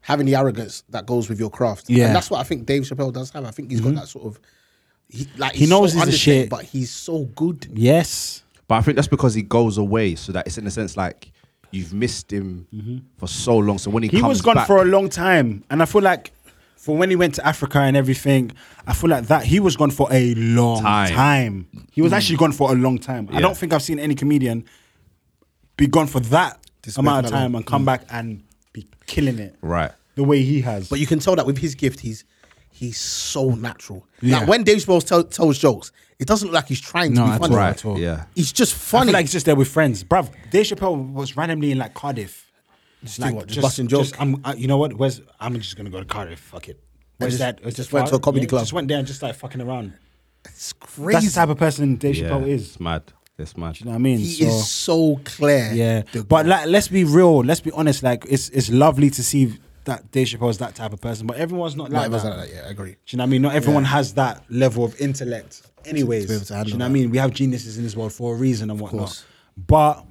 [SPEAKER 4] having the arrogance that goes with your craft.
[SPEAKER 3] Yeah. Mm-hmm.
[SPEAKER 4] and that's what I think Dave Chappelle does have. I think he's got that sort of. He, like
[SPEAKER 3] He knows he's a
[SPEAKER 4] understated,
[SPEAKER 3] shit.
[SPEAKER 4] but he's so good.
[SPEAKER 3] yes,
[SPEAKER 5] But I think that's because he goes away, so that it's in a sense like you've missed him for so long. So when he,
[SPEAKER 3] Mm-hmm. he
[SPEAKER 5] comes
[SPEAKER 3] was gone
[SPEAKER 5] back,
[SPEAKER 3] for a long time, and I feel like for when he went to Africa and everything, I feel like that he was gone for a long
[SPEAKER 5] Time.
[SPEAKER 3] time. He
[SPEAKER 4] Hmm.
[SPEAKER 3] was actually gone for a long time. I
[SPEAKER 5] Yeah.
[SPEAKER 3] don't think I've seen any comedian be gone for that amount of
[SPEAKER 4] that Hmm. long.
[SPEAKER 3] time and come back and be killing it.
[SPEAKER 5] right?
[SPEAKER 3] the way he has.
[SPEAKER 4] But you can tell that with his gift, he's he's so natural.
[SPEAKER 3] Yeah.
[SPEAKER 4] Like when Dave Chappelle tell, tells jokes, it doesn't look like he's trying to
[SPEAKER 3] No,
[SPEAKER 4] be
[SPEAKER 3] at
[SPEAKER 4] funny.
[SPEAKER 3] all,
[SPEAKER 5] Right,
[SPEAKER 3] at all.
[SPEAKER 5] yeah.
[SPEAKER 4] He's just
[SPEAKER 3] I
[SPEAKER 4] funny.
[SPEAKER 3] feel like it's just there with friends, bruv. Dave Chappelle was randomly in like Cardiff,
[SPEAKER 4] do what? Just busting jokes?
[SPEAKER 3] I'm, I, you know what? Where's I'm just gonna go to Cardiff. Fuck it. Where's
[SPEAKER 4] just-
[SPEAKER 3] that?
[SPEAKER 4] just went to a comedy club.
[SPEAKER 3] Just went there and just started fucking around.
[SPEAKER 4] it's
[SPEAKER 3] That's
[SPEAKER 4] crazy.
[SPEAKER 3] the type of person Dave Chappelle is.
[SPEAKER 5] It's mad. It's mad.
[SPEAKER 3] You know what I mean?
[SPEAKER 4] he
[SPEAKER 3] So-
[SPEAKER 4] is so clear.
[SPEAKER 3] Yeah,
[SPEAKER 4] The-
[SPEAKER 3] but like, let's be real. Let's be honest. Like, it's it's lovely to see that Dave Chappelle is that type of person, but everyone's not
[SPEAKER 4] Not
[SPEAKER 3] like
[SPEAKER 4] everyone's
[SPEAKER 3] that.
[SPEAKER 4] like that, yeah, I agree.
[SPEAKER 3] Do you know what I mean? Not everyone has that level of intellect. Anyways,
[SPEAKER 4] able to handle
[SPEAKER 3] do you know what I
[SPEAKER 4] that.
[SPEAKER 3] mean? We have geniuses in this world for a reason and whatnot.
[SPEAKER 4] course.
[SPEAKER 3] But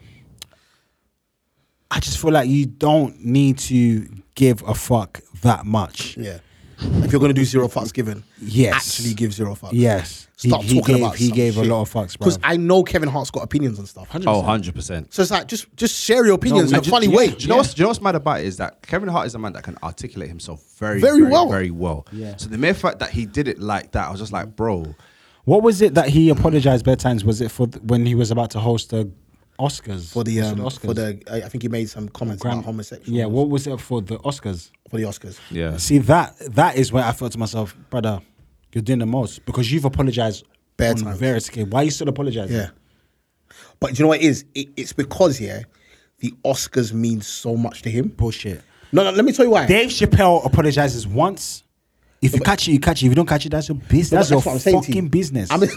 [SPEAKER 3] I just feel like you don't need to give a fuck that much.
[SPEAKER 4] Yeah. If you're gonna do zero fucks given,
[SPEAKER 3] Yes.
[SPEAKER 4] actually give zero fucks.
[SPEAKER 3] Yes. He-
[SPEAKER 4] Stop
[SPEAKER 3] he
[SPEAKER 4] talking
[SPEAKER 3] gave-
[SPEAKER 4] about
[SPEAKER 3] he gave a lot of fucks,
[SPEAKER 4] Because
[SPEAKER 3] bruv.
[SPEAKER 4] I know Kevin Hart's got opinions and stuff.
[SPEAKER 5] Oh, 100 percent.
[SPEAKER 4] So it's like just just share your opinions
[SPEAKER 5] No,
[SPEAKER 4] in a
[SPEAKER 5] ju-
[SPEAKER 4] funny
[SPEAKER 5] yeah.
[SPEAKER 4] way.
[SPEAKER 5] Do you know what's do you know what's mad about it is that Kevin Hart is a man that can articulate himself very,
[SPEAKER 4] Very
[SPEAKER 5] very, very
[SPEAKER 4] well.
[SPEAKER 5] well. So the mere fact that he did it like that, I was just like, bro,
[SPEAKER 3] What was it that he apologized bedtimes? Was it for th- when he was about to host the Oscars
[SPEAKER 4] for the
[SPEAKER 3] Was it
[SPEAKER 4] um,
[SPEAKER 3] Oscars?
[SPEAKER 4] for the I I think he made some comments
[SPEAKER 3] Gram-
[SPEAKER 4] about homosexual.
[SPEAKER 3] Yeah, what was it for the Oscars?
[SPEAKER 4] for the Oscars.
[SPEAKER 5] yeah,
[SPEAKER 3] See that that is where I felt to myself, brother, you're doing the most because you've apologized
[SPEAKER 4] Bare
[SPEAKER 3] on
[SPEAKER 4] times.
[SPEAKER 3] various occasions. Why are you still apologizing?
[SPEAKER 4] Yeah. But do you know what it is? It, it's because yeah, the Oscars mean so much to him.
[SPEAKER 3] bullshit.
[SPEAKER 4] No, no, let me tell you why.
[SPEAKER 3] Dave Chappelle apologizes once. If you catch it, you catch it. If you don't catch it, that's your business.
[SPEAKER 4] No, but
[SPEAKER 3] that's, your
[SPEAKER 4] what I'm saying to you.
[SPEAKER 3] fucking business.
[SPEAKER 4] I mean,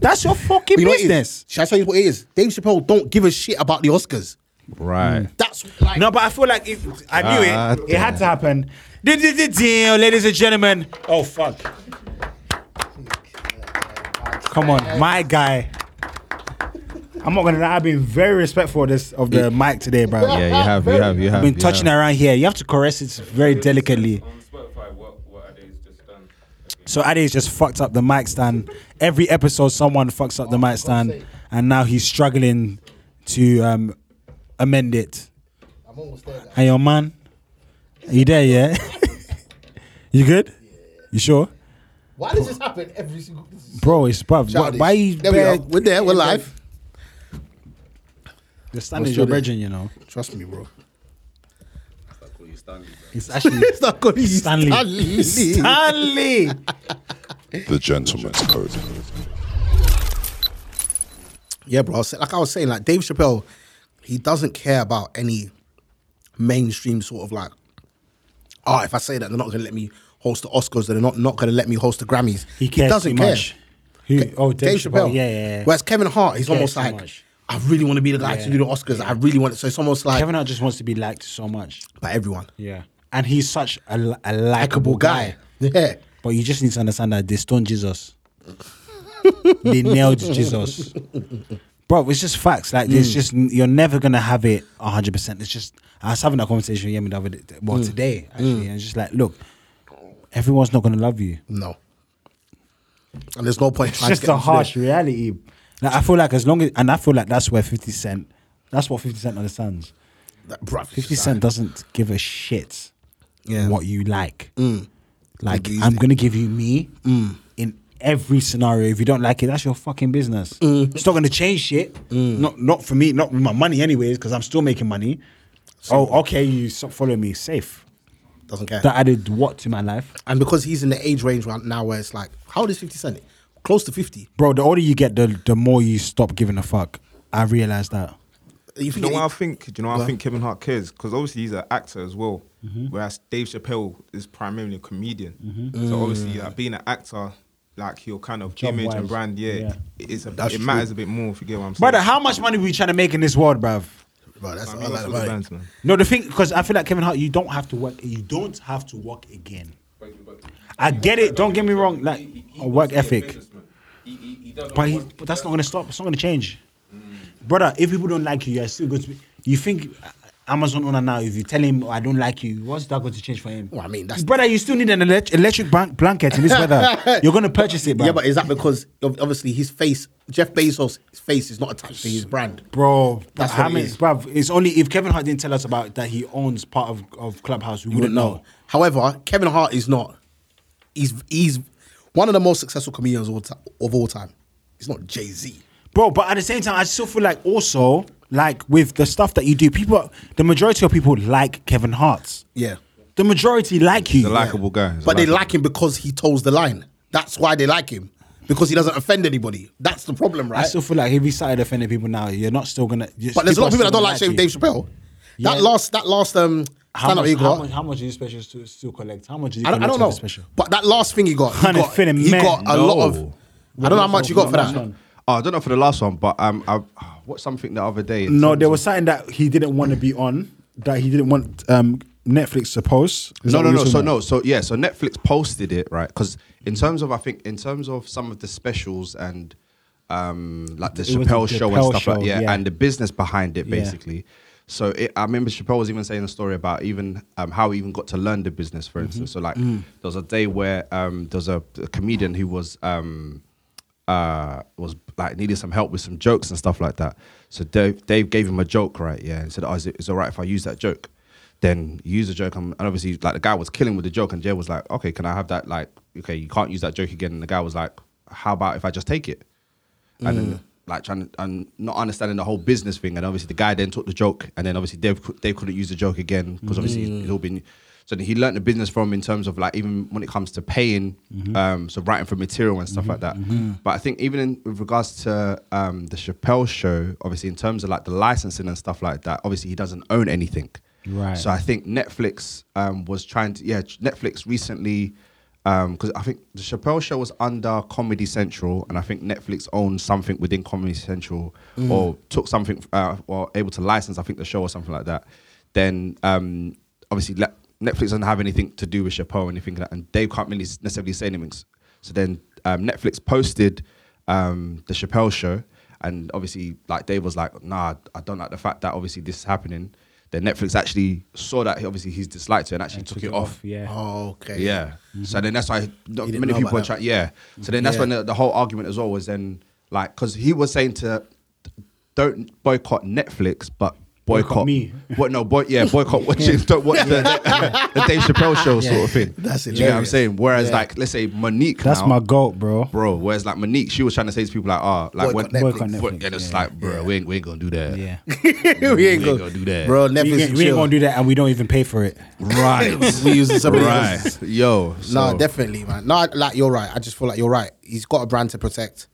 [SPEAKER 3] that's your fucking
[SPEAKER 4] you know what it is?
[SPEAKER 3] business.
[SPEAKER 4] Should I tell you what it is? Dave Chappelle don't give a shit about the Oscars.
[SPEAKER 5] right.
[SPEAKER 4] That's like
[SPEAKER 3] No, but I feel like if I knew
[SPEAKER 5] Ah,
[SPEAKER 3] it, it had to happen. This is the deal, ladies and gentlemen. Oh fuck! Come on, my guy. I'm not gonna. lie, I've been very respectful of this of the mic today, bro.
[SPEAKER 5] Yeah, you have, you have, you have.
[SPEAKER 3] I've been touching around here. You have to caress it very delicately.
[SPEAKER 7] On Spotify, what what are they just done?
[SPEAKER 3] So Ade's just fucked up the mic stand. Every episode, someone fucks up the mic stand, and now he's struggling to um, amend it.
[SPEAKER 4] I'm almost there.
[SPEAKER 3] Hey, your man, are you there? Yeah. you good? You sure,
[SPEAKER 4] Why does this happen every single?
[SPEAKER 3] bro? It's bruv. Why, why you?
[SPEAKER 4] There we
[SPEAKER 3] bare-
[SPEAKER 4] are. We're there. We're live.
[SPEAKER 3] The stand
[SPEAKER 4] We're
[SPEAKER 3] is your
[SPEAKER 4] still there.
[SPEAKER 3] virgin, you know.
[SPEAKER 4] Trust me, bro.
[SPEAKER 3] It's actually
[SPEAKER 4] It's not good.
[SPEAKER 3] Stanley. Stanley.
[SPEAKER 2] The gentleman's code.
[SPEAKER 4] Yeah, bro. I was- Like I was saying, like Dave Chappelle, he doesn't care about any mainstream sort of like, oh, if I say that, they're not gonna let me host the Oscars. They're not not gonna let me host the Grammys.
[SPEAKER 3] He cares too
[SPEAKER 4] doesn't care.
[SPEAKER 3] much. He, oh, Dave, Chappelle. Yeah, yeah. yeah.
[SPEAKER 4] Whereas Kevin Hart, he's almost
[SPEAKER 3] too
[SPEAKER 4] like,
[SPEAKER 3] much.
[SPEAKER 4] I really want to be the guy to do the Oscars. I really want it. So it's almost like
[SPEAKER 3] Kevin Hart just wants to be liked so much.
[SPEAKER 4] by everyone,
[SPEAKER 3] Yeah. And he's such a, li- a
[SPEAKER 4] likable
[SPEAKER 3] likable
[SPEAKER 4] guy. Yeah.
[SPEAKER 3] But you just need to understand that they stoned Jesus. they nailed Jesus. Bro, it's just facts. Like, there's just, you're never going to have it 100%. It's just, I was having that conversation with Yemi the other day, well, today, actually. And it's just like, look, everyone's not going to love you.
[SPEAKER 4] No. And there's no point.
[SPEAKER 3] It's just a harsh reality. Like, I feel like as long as, and I feel like that's where 50 Cent, that's what 50 Cent understands.
[SPEAKER 4] Bro,
[SPEAKER 3] 50 Cent doesn't give a shit
[SPEAKER 4] Yeah.
[SPEAKER 3] what you like. Like,
[SPEAKER 4] Like you
[SPEAKER 3] I'm
[SPEAKER 4] think.
[SPEAKER 3] going to give you me in every scenario. If you don't like it, that's your fucking business. It's not going to change shit. Not, not for me, not with my money, anyways, because I'm still making money. oh, okay, you stop following me. Safe.
[SPEAKER 4] doesn't care.
[SPEAKER 3] That added what to my life?
[SPEAKER 4] and because he's in the age range right now where it's like, how old is 50 Cent? Close to 50.
[SPEAKER 3] Bro, the older you get, the, the more you stop giving a fuck. I realized that.
[SPEAKER 4] You
[SPEAKER 7] Do
[SPEAKER 4] think
[SPEAKER 7] you know
[SPEAKER 4] he-
[SPEAKER 7] what I think? Do you know what
[SPEAKER 4] Go
[SPEAKER 7] I
[SPEAKER 4] on.
[SPEAKER 7] think Kevin Hart cares? Because obviously he's an actor as well,
[SPEAKER 3] Mm-hmm.
[SPEAKER 7] whereas Dave Chappelle is primarily a comedian.
[SPEAKER 3] Mm-hmm.
[SPEAKER 7] So obviously, like, being an actor, like your kind of image
[SPEAKER 3] Mm. wise,
[SPEAKER 7] and brand, yeah, it's a, it
[SPEAKER 4] true.
[SPEAKER 7] matters a bit more if you get what I'm saying.
[SPEAKER 3] Brother, how much money we trying to make in this world, bruv?
[SPEAKER 4] Bro, that's
[SPEAKER 7] I
[SPEAKER 4] all
[SPEAKER 7] mean,
[SPEAKER 4] I
[SPEAKER 7] that's what
[SPEAKER 4] like
[SPEAKER 7] the
[SPEAKER 4] about it.
[SPEAKER 7] bands, man.
[SPEAKER 3] No, the thing, because I feel like Kevin Hart, you don't have to work. You don't have to work again. I get it. Don't get me wrong. Like a work ethic, but, he, but that's not gonna stop. It's not gonna change, brother. If people don't like you, you're still going to. Be, you think uh, Amazon owner now? If you tell him "Oh, I don't like you, what's that going to change for him?
[SPEAKER 4] Well, I mean, that's-
[SPEAKER 3] brother. You still need an elect- electric ban- blanket in this weather. you're gonna purchase it, bro.
[SPEAKER 4] Yeah, but is that because ob- obviously his face, Jeff Bezos' face is not attached to his brand?
[SPEAKER 3] Bro, that's
[SPEAKER 4] That's
[SPEAKER 3] how
[SPEAKER 4] what it
[SPEAKER 3] many,
[SPEAKER 4] is.
[SPEAKER 3] bruv, It's only if Kevin Hart didn't tell us about that he owns part of, of Clubhouse, we wouldn't know.
[SPEAKER 4] However, Kevin Hart is not. He's he's one of the most successful comedians of all, ti- of all time. He's not Jay Z.
[SPEAKER 3] bro. But at the same time, I still feel like also like with the stuff that you do, people, the majority of people like Kevin Hart.
[SPEAKER 4] Yeah,
[SPEAKER 3] The majority like you.
[SPEAKER 7] He's a likable guy. He's a
[SPEAKER 4] but they
[SPEAKER 7] likable-
[SPEAKER 4] like him because he toes the line. That's why they like him because he doesn't offend anybody. That's the problem,
[SPEAKER 3] I
[SPEAKER 4] right?
[SPEAKER 3] still feel like if you started offending people now, you're not still gonna. you-
[SPEAKER 4] But there's a lot of people
[SPEAKER 3] are
[SPEAKER 4] that don't like
[SPEAKER 3] still
[SPEAKER 4] Dave
[SPEAKER 3] gonna
[SPEAKER 4] Chappelle.
[SPEAKER 3] Yeah.
[SPEAKER 4] That last that last um
[SPEAKER 3] How
[SPEAKER 4] stand up
[SPEAKER 3] much,
[SPEAKER 4] he
[SPEAKER 3] how,
[SPEAKER 4] got.
[SPEAKER 3] much, how much do you special still, still collect? How much do you
[SPEAKER 4] I don't, I
[SPEAKER 3] collect
[SPEAKER 4] don't
[SPEAKER 3] of the
[SPEAKER 4] know,
[SPEAKER 3] special?
[SPEAKER 4] but that last thing he got, he
[SPEAKER 3] Hundred
[SPEAKER 4] got,
[SPEAKER 3] fifty
[SPEAKER 4] he
[SPEAKER 3] men.
[SPEAKER 4] got a lot of.
[SPEAKER 5] No.
[SPEAKER 4] I don't know how much you got for that.
[SPEAKER 5] Oh, I don't know for the last one, but um, I watched something the other day. in
[SPEAKER 3] No,
[SPEAKER 5] terms
[SPEAKER 3] there
[SPEAKER 5] of-
[SPEAKER 3] was something that he didn't want to be on that he didn't want um, Netflix to post. Is
[SPEAKER 5] No,
[SPEAKER 3] that what
[SPEAKER 5] no, no.
[SPEAKER 3] you're
[SPEAKER 5] So
[SPEAKER 3] talking
[SPEAKER 5] no,
[SPEAKER 3] about?
[SPEAKER 5] so yeah, so Netflix posted it right because in terms of I think in terms of some of the specials and um like the
[SPEAKER 3] It was the
[SPEAKER 5] Chappelle show and
[SPEAKER 3] Chappelle
[SPEAKER 5] stuff
[SPEAKER 3] show,
[SPEAKER 5] like yeah,
[SPEAKER 3] yeah.
[SPEAKER 5] and the business behind it
[SPEAKER 3] Yeah.
[SPEAKER 5] basically. So it, I remember Chappelle was even saying a story about even um, how he even got to learn the business. For instance, so like there was a day where um, there was a, a comedian who was um, uh, was like needed some help with some jokes and stuff like that. So Dave, Dave gave him a joke, right? Yeah, and said, "Oh, is it is all right if I use that joke?" Then you use the joke, um, and and obviously, like the guy was killing with the joke, and Jay was like, "Okay, can I have that?" Like, okay, you can't use that joke again. And the guy was like, "How about if I just take it?" and then like trying and not understanding the whole business thing. And obviously, the guy then took the joke, and then obviously Dave cou- Dave couldn't use the joke again because obviously it's- it's all been. So then he learned the business from in terms of like even when it comes to paying, um, so writing for material and stuff like that. But I think even in, with regards to um, the Chappelle show, obviously in terms of like the licensing and stuff like that, obviously he doesn't own anything.
[SPEAKER 3] Right.
[SPEAKER 5] So I think Netflix um, was trying to yeah Netflix recently because I think the Chappelle show was under Comedy Central, and I think Netflix owned something within Comedy Central or took something uh, or able to license, I think, the show or something like that. Then um, obviously le- Netflix doesn't have anything to do with Chappelle or anything like that, and Dave can't really s- necessarily say anything. S- So then um, Netflix posted um, the Chappelle show, and obviously, like Dave was like, "Nah, I don't like the fact that obviously this is happening." Then Netflix actually saw that obviously he's disliked it and actually took, it off.
[SPEAKER 3] Yeah.
[SPEAKER 4] Oh, okay.
[SPEAKER 5] Yeah. So then that's why not
[SPEAKER 4] He didn't
[SPEAKER 5] many
[SPEAKER 4] know
[SPEAKER 5] people
[SPEAKER 4] about
[SPEAKER 5] are
[SPEAKER 4] that.
[SPEAKER 5] trying. Yeah. So then that's
[SPEAKER 4] Yeah.
[SPEAKER 5] when the, the whole argument as well was then like because he was saying to don't boycott Netflix, but boycott,
[SPEAKER 3] me.
[SPEAKER 5] What no, boy, yeah, boycott watching. Don't watch the, the Dave Chappelle show sort of thing.
[SPEAKER 4] That's
[SPEAKER 5] Do you know what I'm
[SPEAKER 4] hilarious.
[SPEAKER 5] saying? Whereas
[SPEAKER 4] Yeah.
[SPEAKER 5] like let's say Monique,
[SPEAKER 3] That's
[SPEAKER 5] now-
[SPEAKER 3] my goat, bro.
[SPEAKER 5] Bro, whereas like Monique, she was trying to say to people like, ah, like
[SPEAKER 4] Boycott
[SPEAKER 5] when,
[SPEAKER 4] Netflix.
[SPEAKER 5] boycott
[SPEAKER 3] Netflix,
[SPEAKER 5] and it's
[SPEAKER 3] yeah.
[SPEAKER 5] like, bro, we ain't, we ain't gonna do that.
[SPEAKER 3] Yeah.
[SPEAKER 4] we ain't
[SPEAKER 5] We ain't
[SPEAKER 4] gonna
[SPEAKER 5] gonna do that.
[SPEAKER 4] bro.
[SPEAKER 3] we,
[SPEAKER 4] Netflix,
[SPEAKER 3] ain't, we ain't gonna do that, and we don't even pay for it.
[SPEAKER 5] Right.
[SPEAKER 4] We using somebody else's.
[SPEAKER 5] right. Yo.
[SPEAKER 4] No,
[SPEAKER 5] so-
[SPEAKER 4] definitely, man. No, I- like you're right. I just feel like you're right. He's got a brand to protect.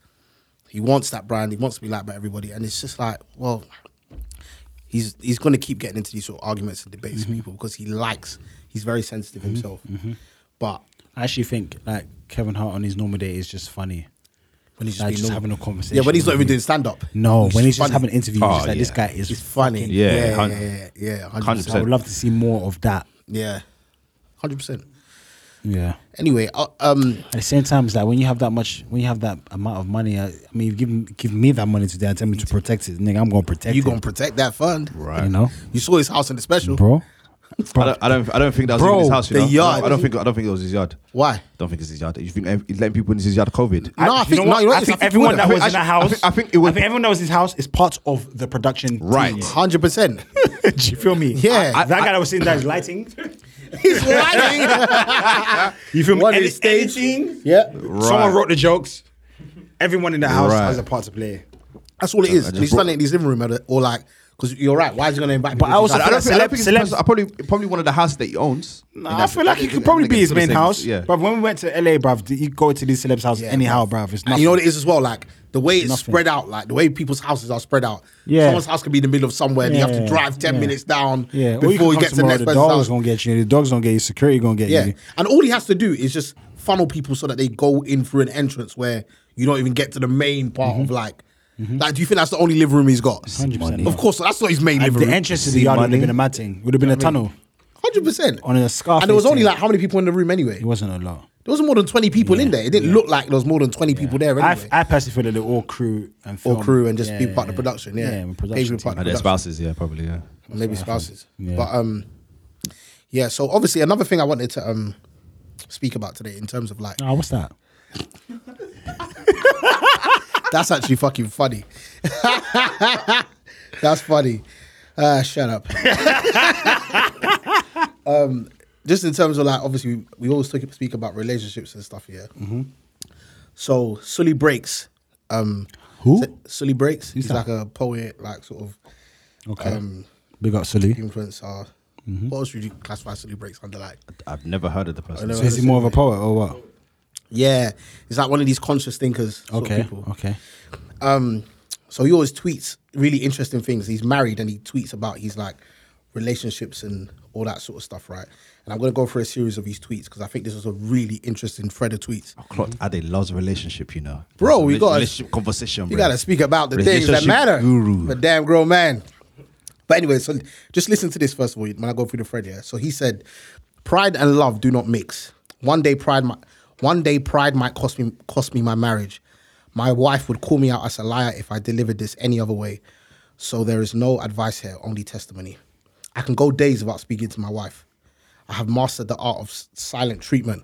[SPEAKER 4] He wants that brand. He wants to be liked by everybody, and it's just like, well, he's he's going to keep getting into these sort of arguments and debates
[SPEAKER 3] Mm-hmm.
[SPEAKER 4] with people because he likes. He's very sensitive himself, but
[SPEAKER 3] I actually think like Kevin Hart on his normal day is just funny.
[SPEAKER 4] when he's just,
[SPEAKER 3] Like,
[SPEAKER 4] being
[SPEAKER 3] just
[SPEAKER 4] normal-
[SPEAKER 3] having a conversation
[SPEAKER 4] Yeah, when he's not
[SPEAKER 3] with you.
[SPEAKER 4] even doing stand up.
[SPEAKER 3] No, when he's just having an interview, you're
[SPEAKER 5] Oh,
[SPEAKER 3] just like this guy
[SPEAKER 5] yeah.
[SPEAKER 3] is.
[SPEAKER 4] He's funny.
[SPEAKER 5] Yeah,
[SPEAKER 4] yeah,
[SPEAKER 5] hun-
[SPEAKER 4] yeah, yeah, yeah,
[SPEAKER 5] hundred
[SPEAKER 4] hundred
[SPEAKER 3] I would
[SPEAKER 4] percent.
[SPEAKER 5] percent.
[SPEAKER 3] love to see more of that.
[SPEAKER 4] Yeah, hundred percent.
[SPEAKER 3] Yeah.
[SPEAKER 4] Anyway, uh, um,
[SPEAKER 3] At the same time, it's like when you have that much, when you have that amount of money. I, I mean, you give give me that money today and tell me to protect it, nigga. I'm gonna protect
[SPEAKER 4] you
[SPEAKER 3] it.
[SPEAKER 4] gonna protect that fund,
[SPEAKER 5] Right.
[SPEAKER 3] You know,
[SPEAKER 4] You saw his house in the special,
[SPEAKER 3] bro.
[SPEAKER 5] I don't, I don't. I don't think that was
[SPEAKER 3] Bro,
[SPEAKER 5] even his house. You
[SPEAKER 4] the
[SPEAKER 5] know?
[SPEAKER 4] yard.
[SPEAKER 5] I don't think. I don't think it was his yard.
[SPEAKER 4] Why?
[SPEAKER 5] don't think it's his yard. You think ev- he's letting people in his yard? COVID.
[SPEAKER 4] No, I,
[SPEAKER 3] You
[SPEAKER 4] think
[SPEAKER 3] know what?
[SPEAKER 4] no, you're right.
[SPEAKER 3] I think everyone that
[SPEAKER 5] I
[SPEAKER 3] was
[SPEAKER 5] think-
[SPEAKER 3] in that
[SPEAKER 5] I
[SPEAKER 3] house.
[SPEAKER 5] think- I think it was-
[SPEAKER 3] everyone that was in his house is part of the production.
[SPEAKER 5] Right.
[SPEAKER 4] hundred percent.
[SPEAKER 3] team. Do you feel me?
[SPEAKER 4] Yeah. I-
[SPEAKER 3] that guy that was sitting there is lighting.
[SPEAKER 4] He's lying.
[SPEAKER 3] You feel me?
[SPEAKER 4] What
[SPEAKER 3] Edit-
[SPEAKER 4] is staged?
[SPEAKER 3] editing.
[SPEAKER 4] yeah,
[SPEAKER 3] Someone wrote the jokes. Everyone in the house
[SPEAKER 5] Right.
[SPEAKER 3] has a part to play.
[SPEAKER 4] that's all it is.
[SPEAKER 5] I
[SPEAKER 4] And
[SPEAKER 5] just
[SPEAKER 4] he's
[SPEAKER 5] brought-
[SPEAKER 4] standing in his living room or, the- or like Because you're right. Why is he going to invite?
[SPEAKER 3] But I also-
[SPEAKER 5] I,
[SPEAKER 4] people?
[SPEAKER 5] don't think, I
[SPEAKER 3] celeb-
[SPEAKER 5] don't think it's
[SPEAKER 3] celebs-
[SPEAKER 5] personal. I probably probably one of the house that he owns.
[SPEAKER 3] Nah,
[SPEAKER 5] And
[SPEAKER 3] I
[SPEAKER 5] that's-
[SPEAKER 3] feel like it could
[SPEAKER 5] think
[SPEAKER 3] probably
[SPEAKER 5] it's
[SPEAKER 3] be his
[SPEAKER 5] the
[SPEAKER 3] main
[SPEAKER 5] same-
[SPEAKER 3] house.
[SPEAKER 5] Yeah.
[SPEAKER 3] But when we went to LA, bruv, you go to these celebs' houses
[SPEAKER 4] Yeah,
[SPEAKER 3] anyhow, bruv. It's
[SPEAKER 4] And
[SPEAKER 3] nothing.
[SPEAKER 4] you know what it is as well? Like the way it's
[SPEAKER 3] Nothing.
[SPEAKER 4] spread out, like the way people's houses are spread out.
[SPEAKER 3] Yeah.
[SPEAKER 4] Someone's house could be in the middle of somewhere. and you have
[SPEAKER 3] Yeah,
[SPEAKER 4] to drive 10
[SPEAKER 3] yeah.
[SPEAKER 4] minutes down
[SPEAKER 3] yeah, or you
[SPEAKER 4] before
[SPEAKER 3] can
[SPEAKER 4] you
[SPEAKER 3] come
[SPEAKER 4] get to the
[SPEAKER 3] tomorrow,
[SPEAKER 4] next
[SPEAKER 3] the
[SPEAKER 4] person's
[SPEAKER 3] dog's
[SPEAKER 4] house.
[SPEAKER 3] gonna get you. The dog's gonna get you. Security gonna get
[SPEAKER 4] Yeah.
[SPEAKER 3] you.
[SPEAKER 4] And all he has to do is just funnel people so that they go in through an entrance where you don't even get to the main part of like.
[SPEAKER 3] Mm-hmm.
[SPEAKER 4] Like, do you think that's the only living room he's got?
[SPEAKER 3] 100%.
[SPEAKER 4] Of course, that's not his main
[SPEAKER 3] Like,
[SPEAKER 4] living
[SPEAKER 3] the
[SPEAKER 4] room.
[SPEAKER 3] entrance to the yard would have been a mad thing. Would have been a tunnel.
[SPEAKER 4] Hundred percent
[SPEAKER 3] On a scarf
[SPEAKER 4] and there was
[SPEAKER 3] thing.
[SPEAKER 4] only like how many people in the room anyway?
[SPEAKER 3] It
[SPEAKER 4] There
[SPEAKER 3] wasn't a lot.
[SPEAKER 4] wasn't more than twenty people in there. It didn't look like there was more than twenty people there
[SPEAKER 3] I,
[SPEAKER 4] anyway.
[SPEAKER 3] I personally feel that the all crew and
[SPEAKER 4] or
[SPEAKER 3] film-
[SPEAKER 4] crew and just
[SPEAKER 3] Yeah,
[SPEAKER 4] be
[SPEAKER 3] yeah,
[SPEAKER 4] part of
[SPEAKER 3] yeah.
[SPEAKER 4] the production. Yeah,
[SPEAKER 3] yeah and
[SPEAKER 4] Maybe
[SPEAKER 3] production.
[SPEAKER 4] be part
[SPEAKER 3] team.
[SPEAKER 4] of
[SPEAKER 5] And
[SPEAKER 4] the
[SPEAKER 5] their
[SPEAKER 4] production.
[SPEAKER 5] spouses, yeah, probably, yeah.
[SPEAKER 4] maybe spouses.
[SPEAKER 3] Yeah.
[SPEAKER 4] But um, yeah. So obviously, another thing I wanted to um speak about today in terms of like
[SPEAKER 3] Ah, what's that?
[SPEAKER 4] that's actually fucking funny. that's funny. Uh, shut up. um, just in terms of like, obviously, we, we always talk, speak about relationships and stuff here.
[SPEAKER 3] Mm-hmm.
[SPEAKER 4] So Sully breaks. Um,
[SPEAKER 3] Who?
[SPEAKER 4] S- Sully breaks. He's
[SPEAKER 3] that?
[SPEAKER 4] like a poet, like sort of
[SPEAKER 3] Okay. Big up Sully.
[SPEAKER 4] influencer.
[SPEAKER 3] Mm-hmm.
[SPEAKER 4] What else would you classify Sully breaks under? Like,
[SPEAKER 5] I've never heard of the person.
[SPEAKER 3] So is he more of a poet or what?
[SPEAKER 4] yeah, he's like one of these conscious thinkers. Sort Of
[SPEAKER 3] Okay.
[SPEAKER 4] people.
[SPEAKER 3] Okay.
[SPEAKER 4] um so he always tweets really interesting things he's married and he tweets about his like relationships and all that sort of stuff right and i'm going to go through a series of his tweets because i think this was a really interesting thread of tweets
[SPEAKER 5] clocked Ade loves relationship, you know.
[SPEAKER 4] Mm-hmm. Bro, we
[SPEAKER 5] Rela-
[SPEAKER 4] gotta-
[SPEAKER 5] relationship conversation.
[SPEAKER 4] you
[SPEAKER 5] bro.
[SPEAKER 4] got to speak about the things that
[SPEAKER 5] Relationship
[SPEAKER 4] matter
[SPEAKER 5] Guru.
[SPEAKER 4] but damn grown man but anyway so just listen to this first of all when i go through the thread here so he said pride and love do not mix one day pride might one day pride might cost me cost me my marriage my wife would call me out as a liar if i delivered this any other way So there is no advice here, only testimony. I can go days without speaking to my wife. I have mastered the art of s- silent treatment.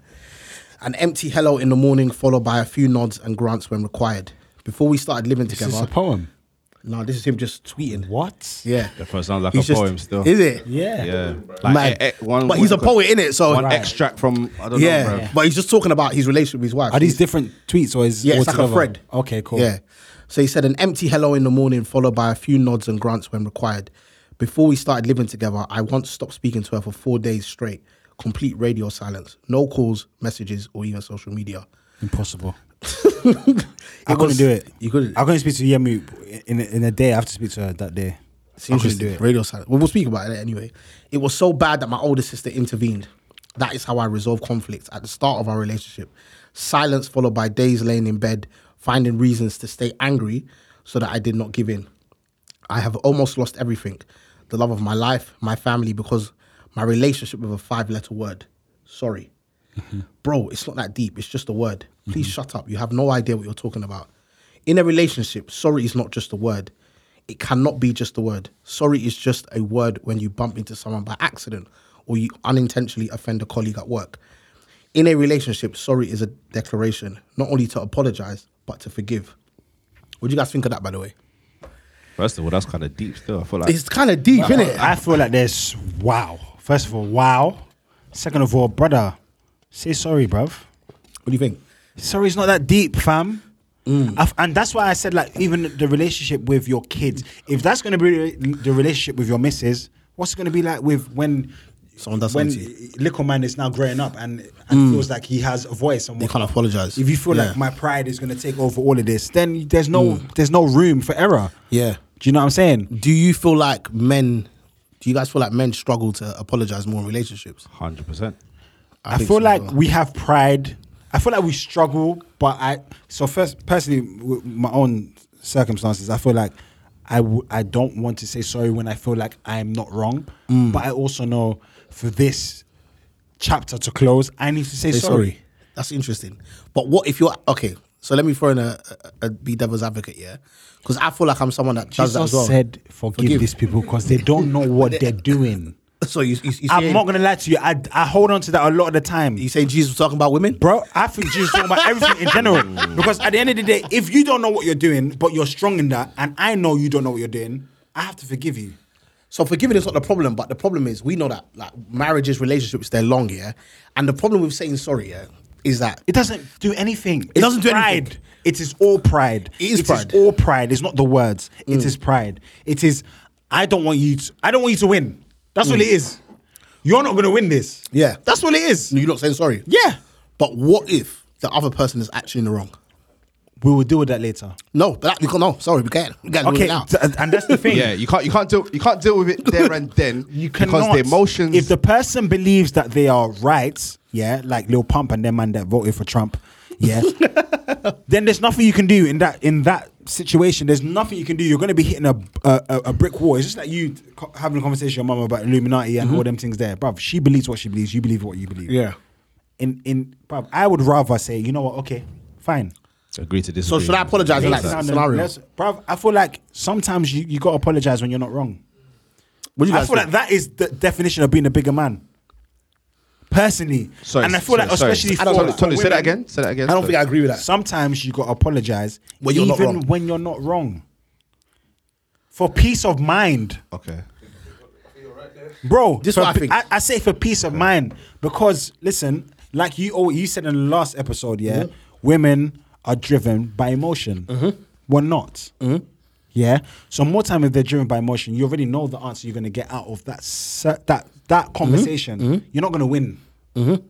[SPEAKER 4] An empty hello in the morning, followed by a few nods and grunts when required. Before we started living
[SPEAKER 3] Is this
[SPEAKER 4] together,
[SPEAKER 3] a poem?
[SPEAKER 4] no, this is him just tweeting.
[SPEAKER 3] What?
[SPEAKER 4] Yeah,
[SPEAKER 5] That first sounds like
[SPEAKER 4] He's
[SPEAKER 5] a
[SPEAKER 4] just-
[SPEAKER 5] poem still.
[SPEAKER 4] Is it?
[SPEAKER 3] Yeah.
[SPEAKER 5] Yeah.
[SPEAKER 4] Man.
[SPEAKER 5] eh, eh, one-
[SPEAKER 4] but he's a
[SPEAKER 5] one-
[SPEAKER 4] poet in it, so eh,
[SPEAKER 5] One extract from, I don't
[SPEAKER 4] yeah.
[SPEAKER 5] know, bro.
[SPEAKER 4] But he's just talking about his relationship with his wife.
[SPEAKER 3] Are these different tweets or is
[SPEAKER 4] Yeah,
[SPEAKER 3] all
[SPEAKER 4] it's like a
[SPEAKER 3] together?
[SPEAKER 4] thread.
[SPEAKER 3] Okay, cool.
[SPEAKER 4] Yeah. So he said an empty hello in the morning, followed by a few nods and grunts when required. Before we started living together, I once stopped speaking to her for four days straight. Complete radio silence. No calls, messages, or even social media.
[SPEAKER 3] Impossible. I
[SPEAKER 4] It
[SPEAKER 3] couldn't
[SPEAKER 4] was-
[SPEAKER 3] do it.
[SPEAKER 4] You couldn't.
[SPEAKER 3] I couldn't speak to Yemi in in a day. I have to speak to her that day.
[SPEAKER 4] It's
[SPEAKER 3] I couldn't
[SPEAKER 4] interesting.
[SPEAKER 3] do it.
[SPEAKER 4] Radio silence. Well, we'll speak about it anyway. It was so bad that my older sister intervened. That is how I resolve conflict at the start of our relationship. Silence followed by days laying in bed, finding reasons to stay angry so that I did not give in. I have almost lost everything the love of my life, my family, because my relationship with a five letter word. Sorry. Bro, it's not that deep. It's just a word. Please shut up. You have no idea what you're talking about. In a relationship, sorry is not just a word. It cannot be just a word. Sorry is just a word when you bump into someone by accident or you unintentionally offend a colleague at work. In a relationship, sorry is a declaration, not only to apologize, but to forgive. What do you guys think of that, by the way?
[SPEAKER 5] First of all, that's kind of deep still. I feel like.
[SPEAKER 4] It's kind of deep, isn't it?
[SPEAKER 3] I feel like there's wow. First of all, wow. Second of all, brother, say sorry, bruv.
[SPEAKER 4] What do you think? Mm.
[SPEAKER 3] Sorry, it's not that deep, fam. I've- and that's why I said, like, even the relationship with your kids. If that's going to be the relationship with your missus, what's it going to be like with when
[SPEAKER 4] Someone does
[SPEAKER 3] when
[SPEAKER 4] something to Mm.
[SPEAKER 3] little man is now growing up and, and feels like he has a voice? And
[SPEAKER 4] They can't apologize.
[SPEAKER 3] If you feel
[SPEAKER 4] Yeah. Mm.
[SPEAKER 3] like my pride is going to take over all of this, then there's no there's no room for error.
[SPEAKER 4] Yeah.
[SPEAKER 3] Do you know what I'm saying?
[SPEAKER 4] Do you feel like men? Do you guys feel like men struggle to apologize more in relationships?
[SPEAKER 5] 100%.
[SPEAKER 3] I,
[SPEAKER 4] think
[SPEAKER 3] feel
[SPEAKER 4] so,
[SPEAKER 3] like
[SPEAKER 4] though.
[SPEAKER 3] we have pride. I feel like we struggle, but I so first personally with my own circumstances. I feel like I w- I don't want to say sorry when I feel like I'm not wrong, but I also know for this chapter to close, I need to say, sorry.
[SPEAKER 4] That's interesting. But what if you're okay? So let me throw in a, a, a be devil's advocate, yeah, because I feel like I'm someone that does
[SPEAKER 3] Jesus
[SPEAKER 4] that as well.
[SPEAKER 3] said, "Forgive,
[SPEAKER 4] Forgive.
[SPEAKER 3] these people because they don't know what they're doing."
[SPEAKER 4] so you, you, you
[SPEAKER 3] I'm
[SPEAKER 4] saying,
[SPEAKER 3] not gonna lie to you. I, I hold on to that a lot of the time.
[SPEAKER 4] you saying Jesus was talking about women?
[SPEAKER 3] Bro, I think Jesus talking about everything in general. Because at the end of the day, if you don't know what you're doing, but you're strong in that, and I know you don't know what you're doing, I have to forgive you.
[SPEAKER 4] So forgiving is not the problem, but the problem is we know that like marriages, relationships, they're long, yeah, and the problem with saying sorry, yeah, is that
[SPEAKER 3] It doesn't do anything. It
[SPEAKER 4] doesn't do
[SPEAKER 3] pride.
[SPEAKER 4] anything.
[SPEAKER 3] It is all pride.
[SPEAKER 4] It is pride.
[SPEAKER 3] all pride. It's not the words. It is pride. It is
[SPEAKER 1] I don't want you to. I don't want you to win. That's what it is. You're not going to win this.
[SPEAKER 4] Yeah.
[SPEAKER 1] That's what it is.
[SPEAKER 4] You're not saying sorry.
[SPEAKER 1] Yeah.
[SPEAKER 4] But what if the other person is actually in the wrong?
[SPEAKER 3] We will deal with that later.
[SPEAKER 4] No, but that, we can't. No, sorry, we can't. We can't do
[SPEAKER 1] Okay.
[SPEAKER 4] it now.
[SPEAKER 1] th-
[SPEAKER 3] uh,
[SPEAKER 1] and- and that's the thing.
[SPEAKER 5] Yeah, you can't you can't deal you can't deal with it there and then
[SPEAKER 3] You cannot.
[SPEAKER 5] because the emotions
[SPEAKER 3] If the person believes that they are right, yeah, like Lil Pump and them man that voted for Trump, yeah, then there's nothing you can do in that in that situation. There's nothing you can do. You're going to be hitting a a, a- a brick wall. It's just like you co- having a conversation with your mum about Illuminati and
[SPEAKER 5] Mm-hmm.
[SPEAKER 3] all them things there, bruv. She believes what she believes. You believe what you believe.
[SPEAKER 4] Yeah.
[SPEAKER 3] In in bruv, I would rather say, you know what? Okay, fine.
[SPEAKER 5] agree to this.
[SPEAKER 4] So should I apologize in like
[SPEAKER 3] Now
[SPEAKER 4] that
[SPEAKER 3] then,
[SPEAKER 4] scenario?
[SPEAKER 3] let's- bruv, I feel like sometimes you you got to apologize when you're not wrong.
[SPEAKER 4] What do you
[SPEAKER 3] I
[SPEAKER 4] guys
[SPEAKER 3] feel
[SPEAKER 4] think?
[SPEAKER 3] like that is the definition of being a bigger man. Personally,
[SPEAKER 5] Sorry,
[SPEAKER 3] and I feel
[SPEAKER 5] sorry,
[SPEAKER 3] like
[SPEAKER 5] sorry.
[SPEAKER 3] especially
[SPEAKER 5] I
[SPEAKER 3] for,
[SPEAKER 5] don't- Tony,
[SPEAKER 3] for
[SPEAKER 5] Tony, say that
[SPEAKER 3] women,
[SPEAKER 5] again. Say that again.
[SPEAKER 4] I don't think I agree with that.
[SPEAKER 3] Sometimes you got to apologize
[SPEAKER 4] When you're
[SPEAKER 3] even
[SPEAKER 4] not wrong.
[SPEAKER 3] when you're not wrong. For peace of mind,
[SPEAKER 5] Okay.
[SPEAKER 3] bro.
[SPEAKER 4] This
[SPEAKER 3] for
[SPEAKER 4] what I
[SPEAKER 3] pe-
[SPEAKER 4] think.
[SPEAKER 3] I, say for peace of mind because listen, like you all you said in the last episode, yeah, women are driven by emotion. We're not. Yeah. So more time if they're driven by emotion, you already know the answer you're gonna get out of that cer- that that conversation. You're not gonna win.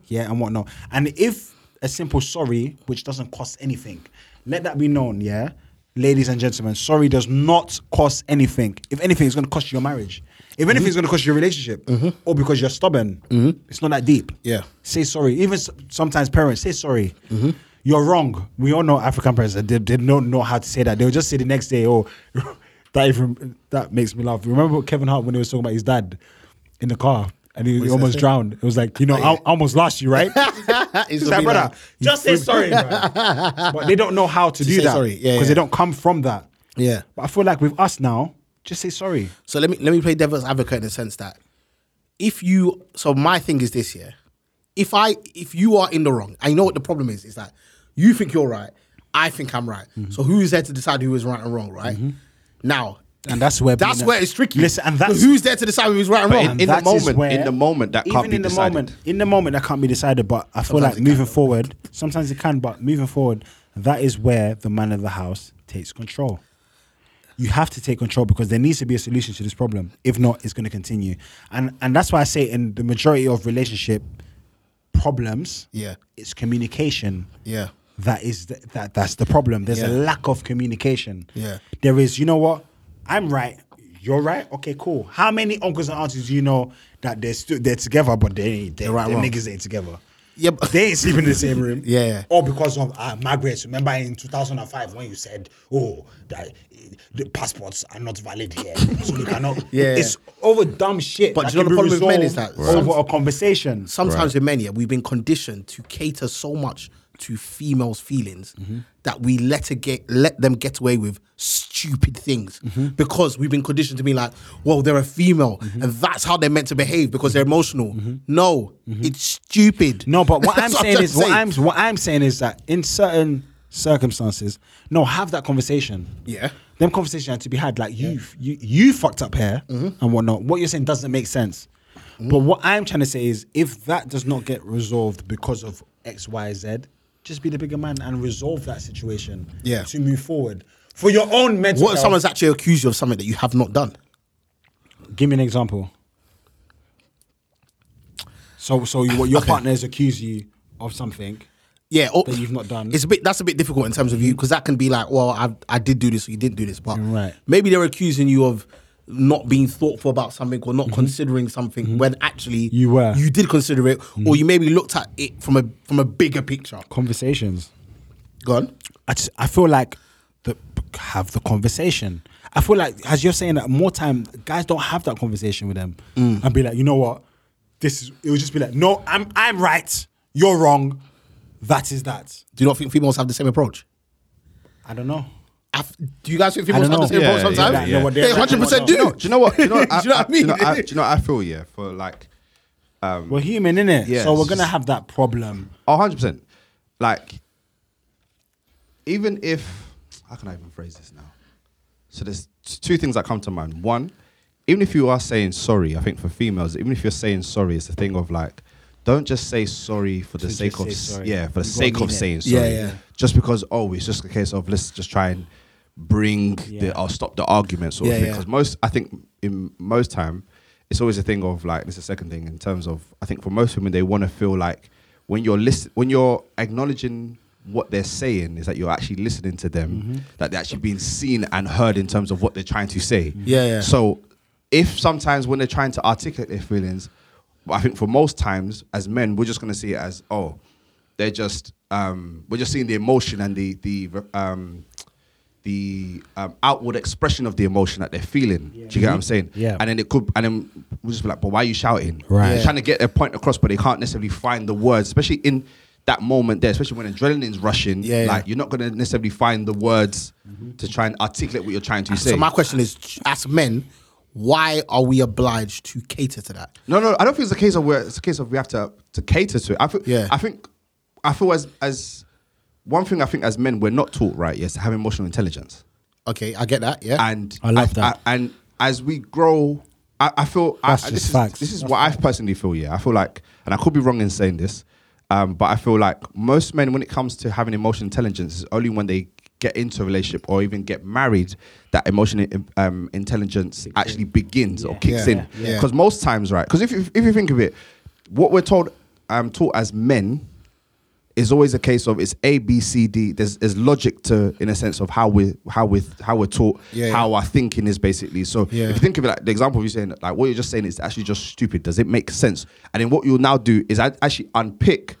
[SPEAKER 3] Yeah, and whatnot. And if a simple sorry, which doesn't cost anything, let that be known. Yeah, ladies and gentlemen, sorry does not cost anything. If anything, it's gonna cost you your marriage. If anything, it's gonna cost you your relationship, or because you're stubborn. It's not that deep.
[SPEAKER 4] Yeah.
[SPEAKER 3] Say sorry. Even s- sometimes parents say sorry.
[SPEAKER 4] Mm-hmm.
[SPEAKER 3] You're wrong. We all know African parents that they, they don't know how to say that. They'll just say the next day, oh, that even that makes me laugh. Remember Kevin Hart when he was talking about his dad in the car and he, he almost drowned. It was like, you know, I, I almost lost you, right?
[SPEAKER 4] It's
[SPEAKER 3] It's like,
[SPEAKER 4] gonna be
[SPEAKER 3] brother,
[SPEAKER 4] Oh, like-
[SPEAKER 1] Just say sorry, bruh.
[SPEAKER 3] but they don't know how to do
[SPEAKER 4] say
[SPEAKER 3] that
[SPEAKER 4] sorry. Yeah,
[SPEAKER 3] because
[SPEAKER 4] yeah.
[SPEAKER 3] they don't come from that.
[SPEAKER 4] Yeah.
[SPEAKER 3] But I feel like with us now, just say sorry.
[SPEAKER 4] So let me let me play devil's advocate in the sense that if you so my thing is this here. If I if you are in the wrong, I know what the problem is, is that you think you're right, I think I'm right.
[SPEAKER 3] Mm-hmm.
[SPEAKER 4] So who is there to decide who is right and wrong, right? Now
[SPEAKER 3] And that's where
[SPEAKER 4] that's
[SPEAKER 3] being a-
[SPEAKER 4] where it's tricky.
[SPEAKER 3] Listen, and that's-
[SPEAKER 4] who's there to decide who's right and
[SPEAKER 5] But
[SPEAKER 4] wrong.
[SPEAKER 5] in- in the
[SPEAKER 3] that is
[SPEAKER 5] moment- in the moment, that can't
[SPEAKER 3] even
[SPEAKER 5] be
[SPEAKER 3] in the
[SPEAKER 5] decided.
[SPEAKER 3] moment, in the moment, that can't be decided. But I feel
[SPEAKER 4] Sometimes
[SPEAKER 3] like
[SPEAKER 4] it
[SPEAKER 3] moving forward, sometimes it can. But moving forward, that is where the man of the house takes control. You have to take control because there needs to be a solution to this problem. If not, it's going to continue. And and that's why I say in the majority of relationship problems,
[SPEAKER 4] Yeah.
[SPEAKER 3] it's communication
[SPEAKER 4] Yeah.
[SPEAKER 3] that is the, that that's the problem. There's a
[SPEAKER 4] Yeah.
[SPEAKER 3] lack of communication.
[SPEAKER 4] Yeah.
[SPEAKER 3] there is. You know what? I'm right. You're right. Okay, cool. How many uncles and aunties do you know that they're stu- they're together, but they ain't- they,
[SPEAKER 4] They're right
[SPEAKER 3] they
[SPEAKER 4] wrong.
[SPEAKER 3] niggas ain't together.
[SPEAKER 4] Yeah, but-
[SPEAKER 3] they ain't sleeping in the same room.
[SPEAKER 4] Yeah, yeah.
[SPEAKER 3] All because of uh, migrants. Remember in 2005 when you said, "Oh, that eh, the passports are not valid here, so we cannot."
[SPEAKER 4] Yeah.
[SPEAKER 3] It's over dumb shit.
[SPEAKER 4] But
[SPEAKER 3] that
[SPEAKER 4] do you know
[SPEAKER 3] can
[SPEAKER 4] the
[SPEAKER 3] be
[SPEAKER 4] problem with men is
[SPEAKER 3] resolved
[SPEAKER 4] that
[SPEAKER 3] over a conversation.
[SPEAKER 4] Sometimes in mania, we've been conditioned to cater so much to females' feelings
[SPEAKER 3] Mm-hmm.
[SPEAKER 4] that we let it get let them get away with stupid things
[SPEAKER 3] Mm-hmm.
[SPEAKER 4] because we've been conditioned to be like, well, they're a female and that's how they're meant to behave because they're emotional. No, it's stupid.
[SPEAKER 3] Mm-hmm. No, but what I'm
[SPEAKER 4] That's
[SPEAKER 3] saying
[SPEAKER 4] trying
[SPEAKER 3] is
[SPEAKER 4] to
[SPEAKER 3] what
[SPEAKER 4] say.
[SPEAKER 3] I'm what I'm saying is that in certain circumstances, no, have that conversation.
[SPEAKER 4] Yeah.
[SPEAKER 3] Them conversations had to be had. Like you you you fucked up here
[SPEAKER 4] Mm-hmm.
[SPEAKER 3] and whatnot. What you're saying doesn't make sense. But what I'm trying to say is if that does not get resolved because of X, Y, Z, just be the bigger man and resolve that situation.
[SPEAKER 4] Yeah.
[SPEAKER 3] To move forward. For your own mental
[SPEAKER 4] What if
[SPEAKER 3] health.
[SPEAKER 4] someone's actually accused you of something that you have not done?
[SPEAKER 3] Give me an example. So so you, what your
[SPEAKER 4] Okay.
[SPEAKER 3] partners accuse you of something.
[SPEAKER 4] Yeah, or,
[SPEAKER 3] That you've not done.
[SPEAKER 4] It's a bit. That's a bit difficult in terms of you because that can be like, well, I I did do this or you didn't do this, but
[SPEAKER 3] Right.
[SPEAKER 4] maybe they're accusing you of not being thoughtful about something or not considering something when actually
[SPEAKER 3] You were.
[SPEAKER 4] you did consider it or you maybe looked at it from a from a bigger picture.
[SPEAKER 3] Conversations.
[SPEAKER 4] Gone.
[SPEAKER 3] I just, I feel like the have the conversation. I feel like as you're saying that more time, guys don't have that conversation with them and be like, you know what, this is. It would just be like, no, I'm I'm right, you're wrong. That is that.
[SPEAKER 4] Do you not think females have the same approach?
[SPEAKER 3] I don't know.
[SPEAKER 4] I f- do you guys think
[SPEAKER 3] I
[SPEAKER 4] females
[SPEAKER 3] don't
[SPEAKER 4] have the
[SPEAKER 3] know.
[SPEAKER 4] same
[SPEAKER 5] Yeah,
[SPEAKER 4] approach
[SPEAKER 5] yeah,
[SPEAKER 4] sometimes?
[SPEAKER 5] yeah. I know what
[SPEAKER 3] they're
[SPEAKER 4] They
[SPEAKER 3] like,
[SPEAKER 4] hundred percent
[SPEAKER 5] Do
[SPEAKER 4] do.
[SPEAKER 5] you know? Do you know what? Do you know,
[SPEAKER 4] Do you know what I
[SPEAKER 5] Do you know,
[SPEAKER 4] mean?
[SPEAKER 5] I, do you know what I feel? Yeah, for like
[SPEAKER 3] We're human, innit?
[SPEAKER 5] Yeah,
[SPEAKER 3] so we're
[SPEAKER 5] it's
[SPEAKER 3] gonna
[SPEAKER 5] just-
[SPEAKER 3] have that problem.
[SPEAKER 5] Oh, 100%. Like, even if, how can I even phrase this now? So there's t- two things that come to mind. One, even if you are saying sorry, I think for females, even if you're saying sorry, it's a thing of like, don't just say sorry for the
[SPEAKER 3] To
[SPEAKER 5] sake
[SPEAKER 3] just
[SPEAKER 5] of
[SPEAKER 3] say
[SPEAKER 5] s-
[SPEAKER 3] sorry.
[SPEAKER 5] yeah for the
[SPEAKER 3] You gotta
[SPEAKER 5] sake
[SPEAKER 3] mean
[SPEAKER 5] of
[SPEAKER 3] it.
[SPEAKER 5] saying
[SPEAKER 4] Yeah,
[SPEAKER 5] sorry.
[SPEAKER 4] yeah.
[SPEAKER 5] Just because oh it's just a case of let's just try and bring the I'll stop the argument sort
[SPEAKER 4] Yeah,
[SPEAKER 5] of thing.
[SPEAKER 4] yeah.
[SPEAKER 5] Because most I think in most time it's always a thing of like this is the second thing in terms of I think for most women they want to feel like when you're listen when you're acknowledging what they're saying is that you're actually listening to them,
[SPEAKER 4] Mm-hmm.
[SPEAKER 5] that they're actually being seen and heard in terms of what they're trying to say.
[SPEAKER 4] Yeah, yeah.
[SPEAKER 5] So if sometimes when they're trying to articulate their feelings, I think for most times as men, we're just gonna see it as oh, they're just um, we're just seeing the emotion and the the um, the um, outward expression of the emotion that they're feeling. Do you get what I'm saying?
[SPEAKER 3] Yeah.
[SPEAKER 5] And then it could, and then we'll just be like, but why are you shouting?
[SPEAKER 3] Right.
[SPEAKER 5] They're
[SPEAKER 3] Yeah.
[SPEAKER 5] Trying to get their point across, but they can't necessarily find the words, especially in that moment there, especially when adrenaline's rushing.
[SPEAKER 4] Yeah, yeah.
[SPEAKER 5] Like you're not gonna necessarily find the words to try and articulate what you're trying to say.
[SPEAKER 4] Ah, So my question is, as men, why are we obliged to cater to that?
[SPEAKER 5] No, no, I don't think it's a case of where it's a case of we have to to cater to it. I feel,
[SPEAKER 4] Yeah.
[SPEAKER 5] I think, I feel as as one thing I think as men we're not taught right yes to have emotional intelligence
[SPEAKER 4] Okay, I get that. Yeah,
[SPEAKER 5] and
[SPEAKER 3] I love that.
[SPEAKER 5] and as we grow, I, I feel I-
[SPEAKER 3] That's
[SPEAKER 5] I,
[SPEAKER 3] just
[SPEAKER 5] this
[SPEAKER 3] facts.
[SPEAKER 5] is this is what I personally feel. Yeah, I feel like, and I could be wrong in saying this, um, but I feel like most men, when it comes to having emotional intelligence, is only when they get into a relationship or even get married that emotional um, intelligence actually begins or kicks
[SPEAKER 4] Yeah.
[SPEAKER 5] in.
[SPEAKER 4] Yeah.
[SPEAKER 5] Because most times, right? Because if you, if you think of it, what we're told um, taught as men is always a case of it's A B C D. There's there's logic to in a sense of how we how we how we're taught,
[SPEAKER 4] Yeah, yeah.
[SPEAKER 5] how our thinking is basically. So
[SPEAKER 4] Yeah.
[SPEAKER 5] if you think of it, like the example you're saying, like what you're just saying is actually just stupid. Does it make sense? And then what you'll now do is act- actually unpick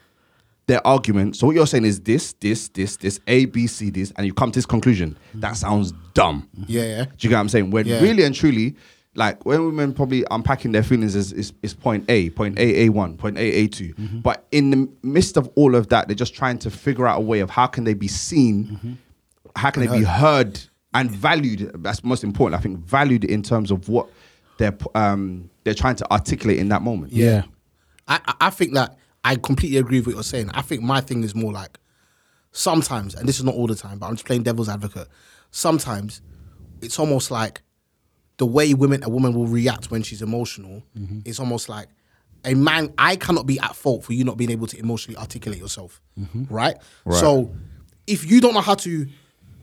[SPEAKER 5] their argument. So what you're saying is this, this, this, this, A B C, this, and you come to this conclusion. That sounds dumb.
[SPEAKER 4] Yeah, yeah.
[SPEAKER 5] Do you get what I'm saying? When
[SPEAKER 4] Yeah.
[SPEAKER 5] really and truly, like when women probably unpacking their feelings is is, is point A, point A A one, point A A 2 But in the midst of all of that, they're just trying to figure out a way of how can they be seen, how can they be heard and valued. That's most important, I think. Valued in terms of what they're p- um they're trying to articulate in that moment.
[SPEAKER 3] Yeah.
[SPEAKER 4] I, I- I think that I completely agree with what you're saying. I think my thing is more like sometimes, and this is not all the time, but I'm just playing devil's advocate. Sometimes it's almost like the way women a woman will react when she's emotional.
[SPEAKER 3] Mm-hmm.
[SPEAKER 4] It's almost like a man. I cannot be at fault for you not being able to emotionally articulate yourself,
[SPEAKER 3] Mm-hmm.
[SPEAKER 4] right? So if you don't know how to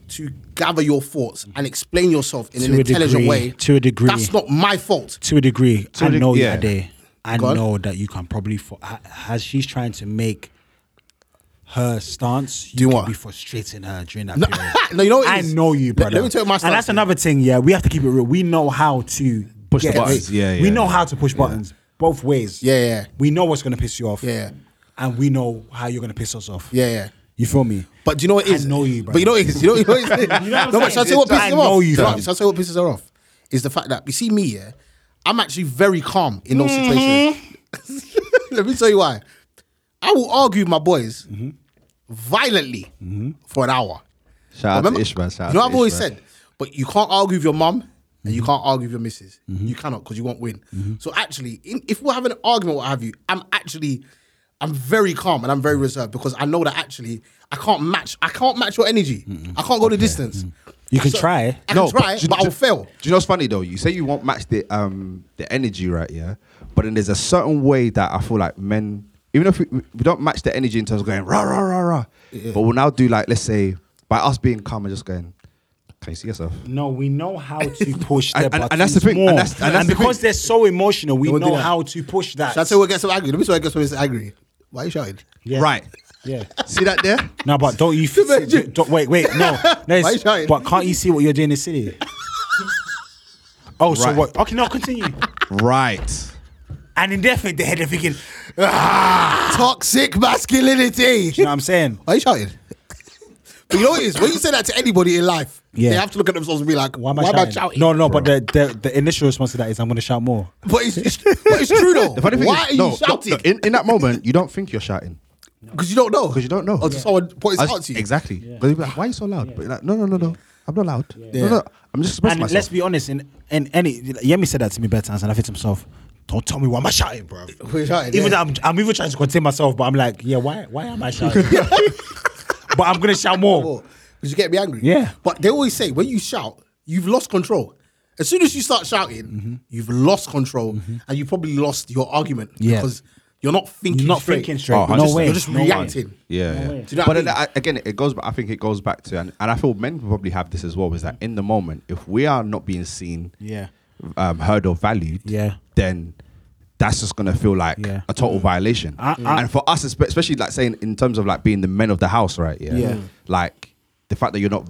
[SPEAKER 4] to gather your thoughts and explain yourself in
[SPEAKER 3] To
[SPEAKER 4] an
[SPEAKER 3] a
[SPEAKER 4] intelligent
[SPEAKER 3] degree-
[SPEAKER 4] way,
[SPEAKER 3] to a degree.
[SPEAKER 4] that's not my fault.
[SPEAKER 3] to a degree, I
[SPEAKER 5] a deg-
[SPEAKER 3] know
[SPEAKER 5] yeah.
[SPEAKER 3] you're there. I
[SPEAKER 4] Go on.
[SPEAKER 3] know that you can probably for ha- as she's trying to make her stance,
[SPEAKER 4] Do
[SPEAKER 3] you
[SPEAKER 4] what?
[SPEAKER 3] can be frustrating her during that period.
[SPEAKER 4] no, you know what Oh, it
[SPEAKER 3] I
[SPEAKER 4] is?
[SPEAKER 3] know you,
[SPEAKER 4] Let-
[SPEAKER 3] brother.
[SPEAKER 4] let me tell you my
[SPEAKER 3] And
[SPEAKER 4] stance
[SPEAKER 3] that's
[SPEAKER 4] here.
[SPEAKER 3] another thing. Yeah, we have to keep it real. We know how to
[SPEAKER 5] Push the
[SPEAKER 3] get-
[SPEAKER 5] buttons, yeah,
[SPEAKER 3] we
[SPEAKER 5] yeah,
[SPEAKER 3] know
[SPEAKER 5] yeah.
[SPEAKER 3] how to push buttons both ways.
[SPEAKER 4] Yeah, yeah.
[SPEAKER 3] We know what's gonna piss you off.
[SPEAKER 4] Yeah.
[SPEAKER 3] and we know how you're gonna piss us off.
[SPEAKER 4] Yeah, yeah.
[SPEAKER 3] You feel me?
[SPEAKER 4] But do you know what it
[SPEAKER 3] I
[SPEAKER 4] is?
[SPEAKER 3] know you,
[SPEAKER 4] But you know what it is? You know, you know what it is?
[SPEAKER 3] You know what I'm
[SPEAKER 4] no, but shall
[SPEAKER 3] saying?
[SPEAKER 4] I say what pisses
[SPEAKER 3] I
[SPEAKER 4] her
[SPEAKER 3] know
[SPEAKER 4] off?
[SPEAKER 3] you,
[SPEAKER 4] Shall I-
[SPEAKER 3] fam.
[SPEAKER 4] shall I say what pisses her off? Is the fact that, you see me, yeah, I'm actually very calm in those situations.
[SPEAKER 3] Mm-hmm.
[SPEAKER 4] Let me tell you why. I will argue with my boys
[SPEAKER 3] Mm-hmm.
[SPEAKER 4] violently for an hour.
[SPEAKER 5] Shout out
[SPEAKER 4] Remember-
[SPEAKER 5] to Ishmael. Shout
[SPEAKER 4] you
[SPEAKER 5] out
[SPEAKER 4] know,
[SPEAKER 5] to
[SPEAKER 4] I've always
[SPEAKER 5] Ishmael.
[SPEAKER 4] said, but you can't argue with your mum and
[SPEAKER 3] Mhm.
[SPEAKER 4] you can't argue with your missus. You cannot because you won't win. So actually, in, if we're having an argument, what have you, I'm actually, I'm very calm and I'm very reserved because I know that actually I can't match. I can't match your energy. I can't go the distance.
[SPEAKER 3] You can
[SPEAKER 4] So
[SPEAKER 3] try.
[SPEAKER 4] I
[SPEAKER 5] No,
[SPEAKER 4] can try,
[SPEAKER 5] do you-
[SPEAKER 4] but I will fail.
[SPEAKER 5] Do you know what's funny though? You say you won't match the um the energy, right? Yeah, but then there's a certain way that I feel like men, even if we, we don't match the energy in terms of going rah rah rah rah, but we'll now do like let's say by us being calm and just going, can you see yourself?
[SPEAKER 3] No, we know how to push their
[SPEAKER 5] And- and-
[SPEAKER 3] buttons
[SPEAKER 5] and that's the thing, and
[SPEAKER 3] more.
[SPEAKER 5] that's- and that's the
[SPEAKER 3] because
[SPEAKER 5] thing.
[SPEAKER 3] they're so emotional, we
[SPEAKER 4] They won't do
[SPEAKER 3] know
[SPEAKER 4] that.
[SPEAKER 3] how to push that.
[SPEAKER 4] Shall I say what gets them angry? Let me tell you what gets them angry. Why are you shouting?
[SPEAKER 3] Yeah.
[SPEAKER 5] Right.
[SPEAKER 3] Yeah.
[SPEAKER 5] See that there?
[SPEAKER 3] No, but don't you?
[SPEAKER 4] Imagine.
[SPEAKER 3] don't, wait, wait, no. no
[SPEAKER 4] Why you
[SPEAKER 3] it's-
[SPEAKER 4] shouting?
[SPEAKER 3] but can't you see what you're doing in the city? Oh, so
[SPEAKER 5] Right.
[SPEAKER 3] what? Okay, no, continue.
[SPEAKER 5] right.
[SPEAKER 3] And in their head, they're thinking,
[SPEAKER 4] Toxic masculinity.
[SPEAKER 3] you know what I'm saying?
[SPEAKER 4] Why are you shouting? But you know what it is? When you say that to anybody in life,
[SPEAKER 3] Yeah.
[SPEAKER 4] they have to look at themselves and be like,
[SPEAKER 3] Why am I, shouting? No, no, but the, the the initial response to that is, I'm going to shout more.
[SPEAKER 4] But it's, it's, but it's true though.
[SPEAKER 5] The funny thing
[SPEAKER 4] Why
[SPEAKER 5] is,
[SPEAKER 4] are you
[SPEAKER 5] no, no,
[SPEAKER 4] shouting?
[SPEAKER 5] no,
[SPEAKER 4] Because
[SPEAKER 5] in, in that moment, you don't think you're shouting.
[SPEAKER 4] you don't know. Because
[SPEAKER 5] you don't know.
[SPEAKER 4] Or
[SPEAKER 5] Yeah.
[SPEAKER 4] someone points
[SPEAKER 5] I
[SPEAKER 4] out
[SPEAKER 5] was-
[SPEAKER 4] to you.
[SPEAKER 5] Exactly. 'Cause you'd be like, why are you so loud? But you're like, no, no, no, no. I'm not loud. No, no, I'm just expressing
[SPEAKER 3] And
[SPEAKER 5] myself.
[SPEAKER 3] let's be honest, in, in any, Yemi said that to me better times, and I think to myself, don't tell me why am I shouting, bro.
[SPEAKER 4] We're shouting,
[SPEAKER 3] even
[SPEAKER 4] yeah.
[SPEAKER 3] though I'm, I'm even trying to contain myself, but I'm like, yeah, why why am I shouting? but I'm going to shout more.
[SPEAKER 4] Because you get me angry.
[SPEAKER 3] Yeah.
[SPEAKER 4] But they always say when you shout, you've lost control. As
[SPEAKER 3] Mm-hmm.
[SPEAKER 4] soon as you start shouting, you've lost control and you probably lost your argument
[SPEAKER 3] Yeah.
[SPEAKER 4] because You're not thinking.
[SPEAKER 3] You're not
[SPEAKER 4] straight.
[SPEAKER 3] thinking straight.
[SPEAKER 5] Oh,
[SPEAKER 3] no
[SPEAKER 5] 100%.
[SPEAKER 3] way.
[SPEAKER 4] You're just
[SPEAKER 3] no way.
[SPEAKER 4] reacting.
[SPEAKER 3] No
[SPEAKER 5] Yeah, yeah.
[SPEAKER 3] way.
[SPEAKER 4] Do you know what
[SPEAKER 5] but
[SPEAKER 4] I
[SPEAKER 5] then I- again, it goes. I think it goes back to, and, and I feel men probably have this as well. Is that in the moment, if we are not being seen,
[SPEAKER 3] Yeah.
[SPEAKER 5] um, heard or valued,
[SPEAKER 3] Yeah.
[SPEAKER 5] then that's just gonna feel like
[SPEAKER 3] Yeah.
[SPEAKER 5] a total violation.
[SPEAKER 3] I- I-
[SPEAKER 5] and for us, espe- especially like saying in terms of like being the men of the house, right? Yeah,
[SPEAKER 3] Yeah.
[SPEAKER 5] like the fact that you're not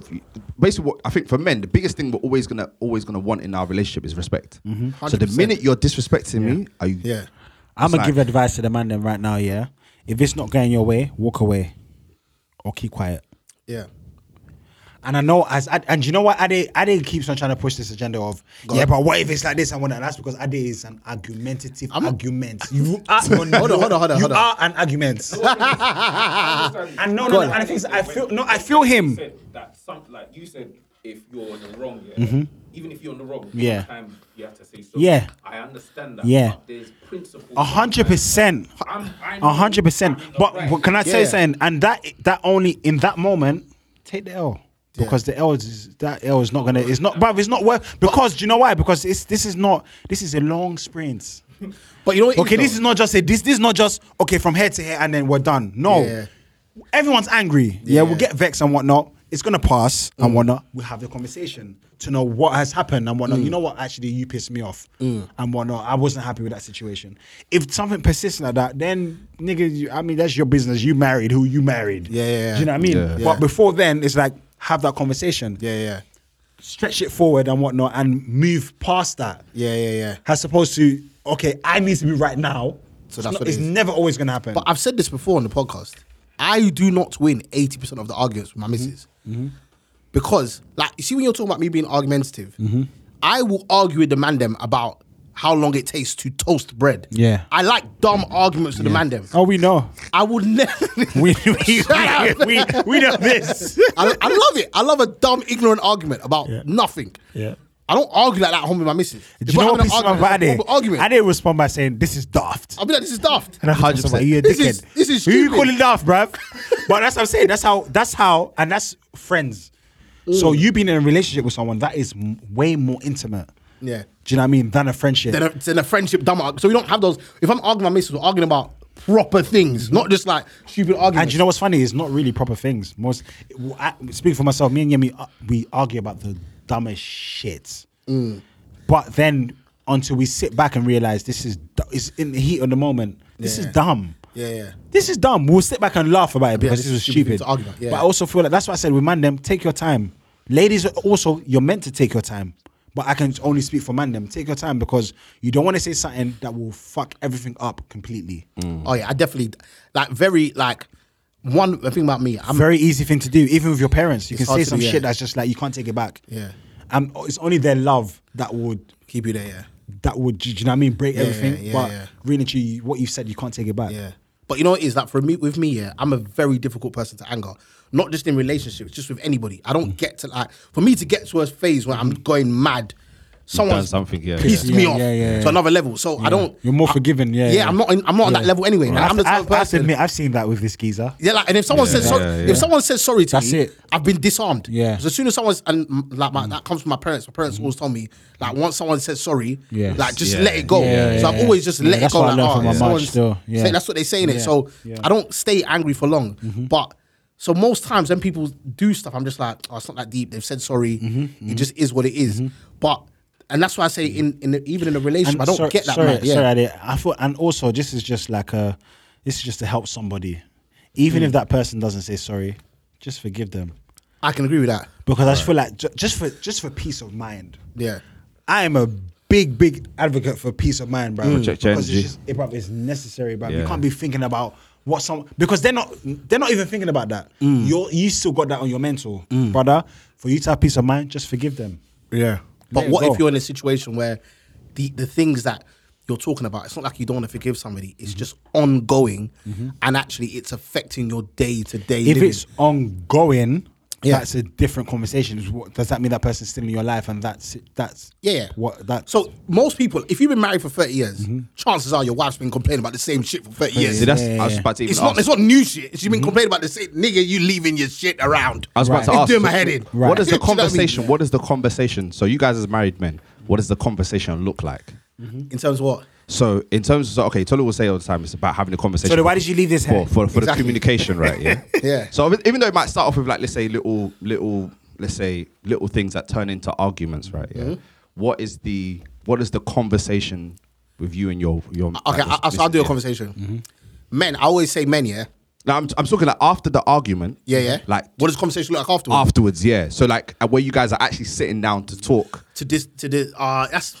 [SPEAKER 5] basically what I think for men, the biggest thing we're always gonna always gonna want in our relationship is respect. So the
[SPEAKER 4] 100%.
[SPEAKER 5] minute you're disrespecting me, are you?
[SPEAKER 4] Mm-hmm. Yeah.
[SPEAKER 3] I'm gonna
[SPEAKER 5] like-
[SPEAKER 3] give advice to the man then right now. Yeah, if it's not going your way, walk away, or keep quiet.
[SPEAKER 4] Yeah.
[SPEAKER 3] And I know as Ad- and you know what Ade Ade keeps on trying to push this agenda of yeah, but what if it's like this and what and that's because Ade is an argumentative argument. You are hold
[SPEAKER 4] on, hold on, hold on,
[SPEAKER 3] you
[SPEAKER 4] hold on.
[SPEAKER 3] are an argument. and no, no, no, and I think I feel no, I feel him.
[SPEAKER 6] said that some like you said if you're on the wrong, yeah, even if you're on the wrong,
[SPEAKER 3] Mm-hmm. Yeah.
[SPEAKER 6] sometimes you have to say so.
[SPEAKER 3] Yeah.
[SPEAKER 6] I understand that.
[SPEAKER 3] Yeah.
[SPEAKER 6] but there's principles.
[SPEAKER 3] A hundred percent,
[SPEAKER 6] I'm- I know
[SPEAKER 3] a hundred percent.
[SPEAKER 6] I'm in the
[SPEAKER 3] But,
[SPEAKER 6] right.
[SPEAKER 3] but can I say
[SPEAKER 4] Yeah.
[SPEAKER 3] something? And that that only in that moment, take the L because the L is that L is not gonna. It's not, bruv. It's not worth because do you know why? Because it's this is not. This is a long sprint.
[SPEAKER 4] But you know what?
[SPEAKER 3] Okay, this is not just a this. This is not just okay from here to here and then we're done. No,
[SPEAKER 4] Yeah.
[SPEAKER 3] everyone's angry. Yeah, we'll
[SPEAKER 4] Yeah. Mm.
[SPEAKER 3] get vexed and whatnot. It's gonna pass and whatnot. We have the conversation to know what has happened and
[SPEAKER 4] Mm.
[SPEAKER 3] whatnot. You know what? Actually, you pissed me off and whatnot. I wasn't happy with that situation. If something persists like that, then nigga, you, I mean that's your business. You married who you married.
[SPEAKER 4] Yeah, yeah, yeah.
[SPEAKER 3] Do you know what I mean?
[SPEAKER 5] Yeah.
[SPEAKER 3] But before then, it's like have that conversation.
[SPEAKER 4] Yeah, yeah,
[SPEAKER 3] Stretch it forward and whatnot, and move past that
[SPEAKER 4] yeah, yeah, yeah.
[SPEAKER 3] as opposed to okay, I need to be right now.
[SPEAKER 4] So
[SPEAKER 3] It's
[SPEAKER 4] that's
[SPEAKER 3] not-
[SPEAKER 4] what it
[SPEAKER 3] it's
[SPEAKER 4] is.
[SPEAKER 3] never always gonna happen.
[SPEAKER 4] But I've said this before on the podcast. I do not win eighty percent of the arguments
[SPEAKER 3] Mm-hmm.
[SPEAKER 4] with my missus because, like, you see, when you're talking about me being argumentative,
[SPEAKER 3] Mm-hmm.
[SPEAKER 4] I will argue with the man them about how long it takes to toast bread.
[SPEAKER 3] Yeah.
[SPEAKER 4] I like dumb arguments with the man them.
[SPEAKER 3] Oh, we know.
[SPEAKER 4] I would never.
[SPEAKER 3] We we, we, we know this.
[SPEAKER 4] I, I love it. I love a dumb, ignorant argument about nothing.
[SPEAKER 3] Yeah.
[SPEAKER 4] I don't argue like that at home with my missus.
[SPEAKER 3] Do you know what
[SPEAKER 4] I'm
[SPEAKER 3] pissed me off about Ade?
[SPEAKER 4] argument.
[SPEAKER 3] Ade respond by saying, "This is daft."
[SPEAKER 4] I'll be like, this is daft.
[SPEAKER 3] And I thought to myself,
[SPEAKER 5] 100%.
[SPEAKER 3] "You a
[SPEAKER 4] This
[SPEAKER 3] dickhead.
[SPEAKER 4] is- this is
[SPEAKER 3] Who you
[SPEAKER 4] stupid.
[SPEAKER 3] calling daft, bruv?" but that's what I'm saying. That's how. That's how. And that's friends.
[SPEAKER 4] Mm.
[SPEAKER 3] So you being in a relationship with someone that is m- way more intimate.
[SPEAKER 4] Yeah.
[SPEAKER 3] Do you know what I mean? Than a friendship.
[SPEAKER 4] than a, than a friendship dumb argument. So we don't have those. If I'm arguing with my missus, we're arguing about proper things, not just like stupid arguments.
[SPEAKER 3] And you know what's funny? It's not really proper things. Most I, speaking for myself, me and Yemi, uh, we argue about the dumbest shit.
[SPEAKER 4] Mm.
[SPEAKER 3] But then until we sit back and realize this is du- it's in the heat of the moment. This
[SPEAKER 4] Yeah.
[SPEAKER 3] is dumb.
[SPEAKER 4] Yeah, yeah.
[SPEAKER 3] This is dumb. We'll sit back and laugh about it because
[SPEAKER 4] this
[SPEAKER 3] this
[SPEAKER 4] is
[SPEAKER 3] was
[SPEAKER 4] stupid
[SPEAKER 3] stupid.
[SPEAKER 4] to argue about, yeah.
[SPEAKER 3] But I also feel like that's why I said with man them, take your time. Ladies are also, you're meant to take your time. But I can only speak for man them. Take your time because you don't want to say something that will fuck everything up completely.
[SPEAKER 4] oh yeah, I definitely like very like one thing about me. I'm
[SPEAKER 3] very easy thing to do, even with your parents. You can
[SPEAKER 4] It's hard
[SPEAKER 3] say
[SPEAKER 4] to
[SPEAKER 3] some
[SPEAKER 4] do, yeah.
[SPEAKER 3] shit that's just like you can't take it back.
[SPEAKER 4] Yeah.
[SPEAKER 3] Um, it's only their love that would
[SPEAKER 4] keep you there. Yeah,
[SPEAKER 3] that would do you know what I mean break
[SPEAKER 4] Yeah,
[SPEAKER 3] everything.
[SPEAKER 4] yeah,
[SPEAKER 3] but
[SPEAKER 4] yeah.
[SPEAKER 3] really, to you, what you said, you can't take it back.
[SPEAKER 4] yeah. But you know what it is like for me with me, yeah, I'm a very difficult person to anger. Not just in relationships, just with anybody. I don't get to like for me to get to a phase where I'm going mad. Someone's
[SPEAKER 5] something, yeah.
[SPEAKER 4] pissed
[SPEAKER 3] Yeah,
[SPEAKER 4] me
[SPEAKER 3] yeah,
[SPEAKER 4] off
[SPEAKER 3] yeah, yeah, yeah.
[SPEAKER 4] to another level. So I don't.
[SPEAKER 3] You're more
[SPEAKER 4] I-
[SPEAKER 3] forgiving, yeah,
[SPEAKER 4] Yeah,
[SPEAKER 3] yeah.
[SPEAKER 4] I'm not. In, I'm not on that
[SPEAKER 3] Yeah.
[SPEAKER 4] level anyway. Like, I'm the
[SPEAKER 3] I've,
[SPEAKER 4] type of
[SPEAKER 3] I've, I have to
[SPEAKER 4] person.
[SPEAKER 3] admit, I've seen that with this geezer.
[SPEAKER 4] Yeah, like, and if someone says sorry,
[SPEAKER 5] Yeah, yeah.
[SPEAKER 4] if someone says sorry to
[SPEAKER 3] That's
[SPEAKER 4] me,
[SPEAKER 3] it.
[SPEAKER 4] I've been disarmed.
[SPEAKER 3] Yeah.
[SPEAKER 4] 'Cause as soon as someone's and mm, like my, that comes from my parents. My parents always tell me like once someone says sorry,
[SPEAKER 3] Yes.
[SPEAKER 4] like just
[SPEAKER 5] Mm. Yeah.
[SPEAKER 4] let it go.
[SPEAKER 3] Yeah,
[SPEAKER 4] so
[SPEAKER 3] yeah,
[SPEAKER 4] I've always just
[SPEAKER 3] yeah.
[SPEAKER 4] let
[SPEAKER 3] That's
[SPEAKER 4] it go.
[SPEAKER 3] what I
[SPEAKER 4] Like,
[SPEAKER 3] learned from
[SPEAKER 4] oh,
[SPEAKER 3] my
[SPEAKER 4] if
[SPEAKER 3] mum
[SPEAKER 4] someone's
[SPEAKER 3] still, yeah.
[SPEAKER 4] saying- that's what they say in it.
[SPEAKER 3] Yeah,
[SPEAKER 4] So
[SPEAKER 3] yeah. Mm-hmm.
[SPEAKER 4] I don't stay angry for long, but. So most times when people do stuff, I'm just like, oh, it's not that deep. They've said sorry.
[SPEAKER 3] Mm-hmm.
[SPEAKER 4] It just is what it is. But and that's why I say in, in the, even in a relationship, I don't
[SPEAKER 3] sorry,
[SPEAKER 4] get that.
[SPEAKER 3] Sorry,
[SPEAKER 4] mad. Yeah.
[SPEAKER 3] sorry, I, did- I thought, and also this is just like a, this is just to help somebody, even
[SPEAKER 4] Mm.
[SPEAKER 3] if that person doesn't say sorry, just forgive them
[SPEAKER 4] I can agree with that.
[SPEAKER 3] because I just feel like ju- just for just for peace of mind.
[SPEAKER 4] Yeah.
[SPEAKER 3] I am a big, big advocate for peace of mind, bro.
[SPEAKER 5] Mm. Protect your
[SPEAKER 3] Because it's
[SPEAKER 5] energy.
[SPEAKER 3] just, it, bruv, it's necessary, bro. You
[SPEAKER 5] Yeah.
[SPEAKER 3] can't be thinking about what some because they're not they're not even thinking about that.
[SPEAKER 5] Mm.
[SPEAKER 3] You're you still got that on your mental, brother. For you to have peace of mind, just forgive them.
[SPEAKER 4] Yeah. But
[SPEAKER 3] it
[SPEAKER 4] what
[SPEAKER 3] go.
[SPEAKER 4] if you're in a situation where the the things that you're talking about, it's not like you don't want to forgive somebody.
[SPEAKER 3] Mm-hmm.
[SPEAKER 4] It's just ongoing, and actually, it's affecting your day to day.
[SPEAKER 3] If it's ongoing,
[SPEAKER 4] Yeah.
[SPEAKER 3] that's a different conversation. Is what- Does that mean that person's still in your life and that's it- that's
[SPEAKER 4] yeah, yeah.
[SPEAKER 3] what that Mm-hmm.
[SPEAKER 4] So most people, if you've been married for thirty years, chances are your wife's been complaining about the same shit for thirty years.
[SPEAKER 5] See, that's I was about to even
[SPEAKER 4] it's not.
[SPEAKER 5] ask-
[SPEAKER 4] It's not new shit. She's been
[SPEAKER 3] Mm-hmm.
[SPEAKER 4] complaining about the same nigga. You leaving your shit around.
[SPEAKER 5] I was about to
[SPEAKER 4] It's
[SPEAKER 5] ask.
[SPEAKER 4] doing my head in.
[SPEAKER 5] What is
[SPEAKER 4] Do you know what
[SPEAKER 5] the
[SPEAKER 4] I mean?
[SPEAKER 5] conversation? What is the conversation? So you guys as married men, what does the conversation look like?
[SPEAKER 4] In terms of what?
[SPEAKER 5] So in terms of so, okay, Tolu will say all the time it's about having a conversation.
[SPEAKER 3] So then why did you leave this
[SPEAKER 5] for
[SPEAKER 3] here?
[SPEAKER 5] for, for the
[SPEAKER 4] Exactly.
[SPEAKER 5] communication, right? Yeah.
[SPEAKER 4] Yeah.
[SPEAKER 5] So even though it might start off with like let's say little little let's say little things that turn into arguments, right? Yeah.
[SPEAKER 4] Mm-hmm.
[SPEAKER 5] What is the what is the conversation with you and your your
[SPEAKER 4] Okay,
[SPEAKER 5] like,
[SPEAKER 4] I, I,
[SPEAKER 5] this-
[SPEAKER 4] so I'll do a
[SPEAKER 5] yeah.
[SPEAKER 4] conversation.
[SPEAKER 3] Mm-hmm.
[SPEAKER 4] Men, I always say men, yeah?
[SPEAKER 5] No, I'm I'm talking like after the argument.
[SPEAKER 4] Yeah, yeah.
[SPEAKER 5] Like
[SPEAKER 4] what does conversation look like afterwards?
[SPEAKER 5] afterwards, yeah. So like uh, where you guys are actually sitting down to talk.
[SPEAKER 4] to this, to this, uh, that's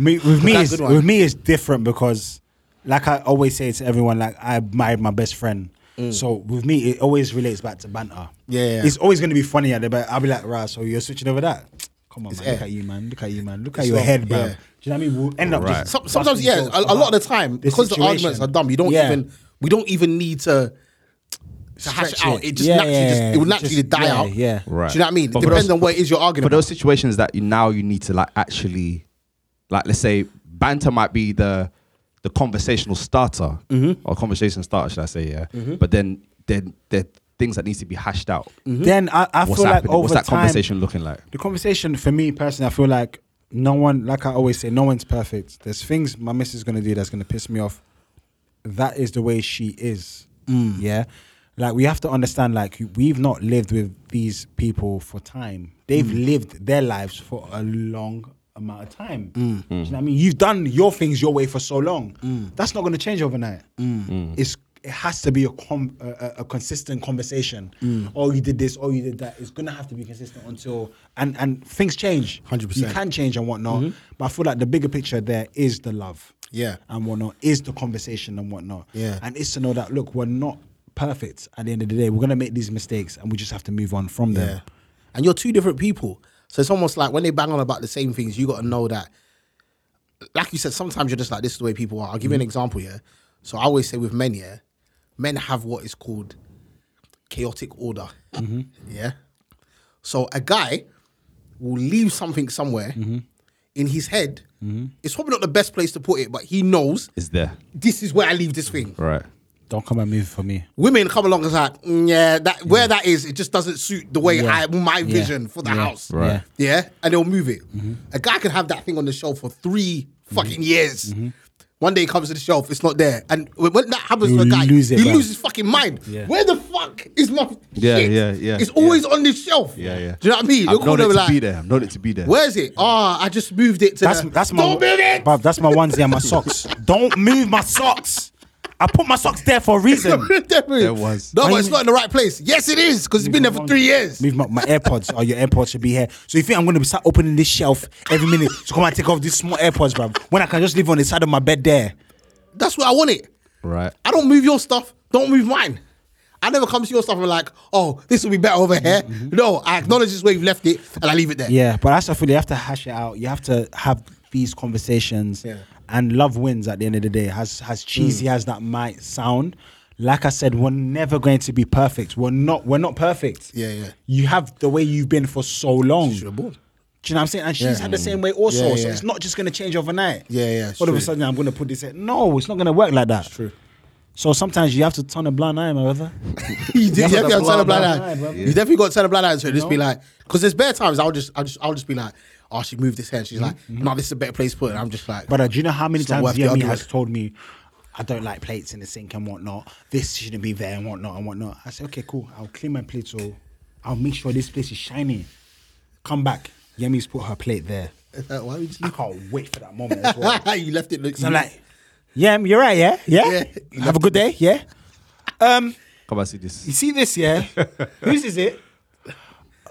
[SPEAKER 3] Me, with me,
[SPEAKER 4] That's a
[SPEAKER 3] is,
[SPEAKER 4] good one.
[SPEAKER 3] with me is different because, like I always say to everyone, like I married my best friend. So with me, it always relates back to banter.
[SPEAKER 4] Mm. Yeah, yeah.
[SPEAKER 3] it's always going to be funny at the back. I'll be like, right, so you're switching over that. Come on, man.
[SPEAKER 4] air.
[SPEAKER 3] Look at you, man. Look at you, man. Look at
[SPEAKER 4] It's
[SPEAKER 3] your
[SPEAKER 4] long,
[SPEAKER 3] head, bro.
[SPEAKER 4] yeah.
[SPEAKER 3] Do you know what I mean? We'll end up
[SPEAKER 5] Right.
[SPEAKER 3] just
[SPEAKER 4] Some- sometimes, yeah,
[SPEAKER 3] busting
[SPEAKER 4] a,
[SPEAKER 3] jokes
[SPEAKER 4] a lot of the time
[SPEAKER 3] about
[SPEAKER 4] because the arguments
[SPEAKER 3] situation.
[SPEAKER 4] are dumb. You don't
[SPEAKER 3] Yeah.
[SPEAKER 4] even we don't even need to to hash
[SPEAKER 3] Stretch
[SPEAKER 4] it out.
[SPEAKER 3] it.
[SPEAKER 4] It just
[SPEAKER 3] Yeah,
[SPEAKER 4] naturally
[SPEAKER 3] yeah,
[SPEAKER 4] just,
[SPEAKER 3] yeah.
[SPEAKER 4] it will
[SPEAKER 3] Just-
[SPEAKER 4] naturally die
[SPEAKER 3] yeah,
[SPEAKER 4] out.
[SPEAKER 3] yeah.
[SPEAKER 5] Right.
[SPEAKER 4] Do you know what I mean? It
[SPEAKER 5] But for
[SPEAKER 4] depends
[SPEAKER 5] those-
[SPEAKER 4] on what it is you're arguing.
[SPEAKER 5] for
[SPEAKER 4] about.
[SPEAKER 5] those situations that you now you need to like actually like let's say banter might be the the conversational starter
[SPEAKER 3] Mm-hmm.
[SPEAKER 5] or conversation starter should i say yeah but then then there are things that needs to be hashed out
[SPEAKER 4] Mm-hmm.
[SPEAKER 3] Then Mm. I, I
[SPEAKER 5] what's
[SPEAKER 3] feel like
[SPEAKER 5] happening
[SPEAKER 3] over
[SPEAKER 5] what's that
[SPEAKER 3] time,
[SPEAKER 5] conversation looking like
[SPEAKER 3] the conversation for me personally, I feel like no one, like I always say, no one's perfect. There's things my missus is gonna do that's gonna piss me off. That is the way she is. Yeah, like we have to understand, like we've not lived with these people for time. They've lived their lives for a long amount of time. Do you know what I mean? You've done your things your way for so long. That's not gonna change overnight. It's it has to be a com- a, a- a consistent conversation. Oh, you did this. Oh, you did that. It's gonna have to be consistent until and and things change.
[SPEAKER 4] 100%.
[SPEAKER 3] You can change and whatnot, but I feel like the bigger picture there is the love.
[SPEAKER 4] Yeah.
[SPEAKER 3] and whatnot is the conversation and whatnot.
[SPEAKER 4] Yeah.
[SPEAKER 3] and it's to know that look, we're not perfect at the end of the day. We're gonna make these mistakes, and we just have to move on from
[SPEAKER 4] yeah,
[SPEAKER 3] them.
[SPEAKER 4] and you're two different people, so it's almost like when they bang on about the same things, you got to know that. Like you said, sometimes you're just like this is the way people are. I'll give you an
[SPEAKER 3] Mm-hmm.
[SPEAKER 4] example, yeah. So I always say with men, yeah, men have what is called chaotic order.
[SPEAKER 3] Mm-hmm.
[SPEAKER 4] Yeah. So a guy will leave something somewhere
[SPEAKER 3] Mm-hmm.
[SPEAKER 4] in his head. It's probably not the best place to put it, but he knows
[SPEAKER 5] is there
[SPEAKER 4] this is where I leave this thing.
[SPEAKER 5] right
[SPEAKER 3] Don't come and move for me.
[SPEAKER 4] Women come along and say, like, "Mm, yeah, that where that is, it just doesn't suit the way
[SPEAKER 3] Yeah.
[SPEAKER 4] I my
[SPEAKER 3] Yeah.
[SPEAKER 4] vision for the
[SPEAKER 3] Yeah.
[SPEAKER 4] house.
[SPEAKER 5] Right.
[SPEAKER 4] Yeah. And they'll move it. A guy can have that thing on the shelf for 3 fucking years. One day it comes to the shelf, it's not there. And when when that happens to a
[SPEAKER 3] You
[SPEAKER 4] guy,
[SPEAKER 3] lose it,
[SPEAKER 4] he
[SPEAKER 3] bro.
[SPEAKER 4] loses his fucking mind.
[SPEAKER 3] Yeah.
[SPEAKER 4] Where the fuck is my
[SPEAKER 5] Yeah,
[SPEAKER 4] shit?
[SPEAKER 5] yeah, yeah,
[SPEAKER 4] It's
[SPEAKER 5] yeah.
[SPEAKER 4] always on this shelf.
[SPEAKER 5] yeah yeah
[SPEAKER 4] Do you know what I mean?
[SPEAKER 5] i've
[SPEAKER 4] You're
[SPEAKER 5] known
[SPEAKER 4] calling
[SPEAKER 5] it to
[SPEAKER 4] them like,
[SPEAKER 5] be there i've known it to be there
[SPEAKER 4] Where's it? Ah, I just moved it to.
[SPEAKER 3] That's
[SPEAKER 4] the,
[SPEAKER 3] that's my
[SPEAKER 4] Don't move it.
[SPEAKER 3] bruv, that's my onesie and my socks. Don't move my socks. I put my socks there for a reason.
[SPEAKER 4] there
[SPEAKER 5] was.
[SPEAKER 4] No,
[SPEAKER 3] Why
[SPEAKER 4] but
[SPEAKER 3] you
[SPEAKER 4] it's not in the right place. Yes, it is because it's been there for three years.
[SPEAKER 3] Move my, my AirPods or your AirPods should be here. So you think I'm gonna be start opening this shelf every minute to come and take off these small AirPods, bruv? When I can just leave on the side of my bed there.
[SPEAKER 4] That's where I want it.
[SPEAKER 5] right
[SPEAKER 4] I don't move your stuff. Don't move mine. I never come to your stuff and like, oh, this will be better over here. No, I acknowledge this where you've left it and I leave it there.
[SPEAKER 3] Mm-hmm. Yeah, but that's I feel you have to hash it out. You have to have these conversations.
[SPEAKER 4] Yeah. Mm.
[SPEAKER 3] And love wins at the end of the day. As as cheesy as that might sound, like I said, we're never going to be perfect. We're not we're not perfect.
[SPEAKER 4] Yeah, yeah.
[SPEAKER 3] You have the way you've been for so long.
[SPEAKER 4] Should have bought.
[SPEAKER 3] Do you know what I'm saying? And she's
[SPEAKER 4] Yeah.
[SPEAKER 3] had the same way also.
[SPEAKER 4] Yeah,
[SPEAKER 3] So
[SPEAKER 4] yeah.
[SPEAKER 3] it's not just gonna change overnight.
[SPEAKER 4] Yeah, yeah, it's
[SPEAKER 3] All of a
[SPEAKER 4] true.
[SPEAKER 3] sudden I'm gonna put this. In. No, it's not gonna work like that.
[SPEAKER 4] True.
[SPEAKER 3] So sometimes you have to turn a blind eye, my brother.
[SPEAKER 4] You, did, you
[SPEAKER 3] Yeah,
[SPEAKER 4] definitely got to turn a blind
[SPEAKER 3] blind eye,
[SPEAKER 4] eye.
[SPEAKER 3] bruv.
[SPEAKER 4] You definitely got to turn a blind eye to it. Just be like, because there's bare times I'll just, I'll just, I'll just be like, oh, she moved this hair. She's like, no, this is a better place to put it. I'm just like,
[SPEAKER 3] Mm-hmm. Brother, uh, do you know how many
[SPEAKER 4] It's not worth
[SPEAKER 3] times
[SPEAKER 4] the
[SPEAKER 3] Yemi
[SPEAKER 4] argument.
[SPEAKER 3] has told me I don't like plates in the sink and whatnot. This shouldn't be there and whatnot and whatnot. I say, okay, cool. I'll clean my plate so I'll make sure this place is shiny. Come back. Yemi's put her plate there.
[SPEAKER 4] why would
[SPEAKER 3] I
[SPEAKER 4] you?
[SPEAKER 3] can't wait for that moment as well.
[SPEAKER 4] you left it. Look,
[SPEAKER 3] So I'm like, yeah, you're right, yeah? Yeah?
[SPEAKER 4] Yeah.
[SPEAKER 3] Have a good day, yeah? Um,
[SPEAKER 5] come and see
[SPEAKER 3] you
[SPEAKER 5] this
[SPEAKER 3] see this, yeah? Whose is it?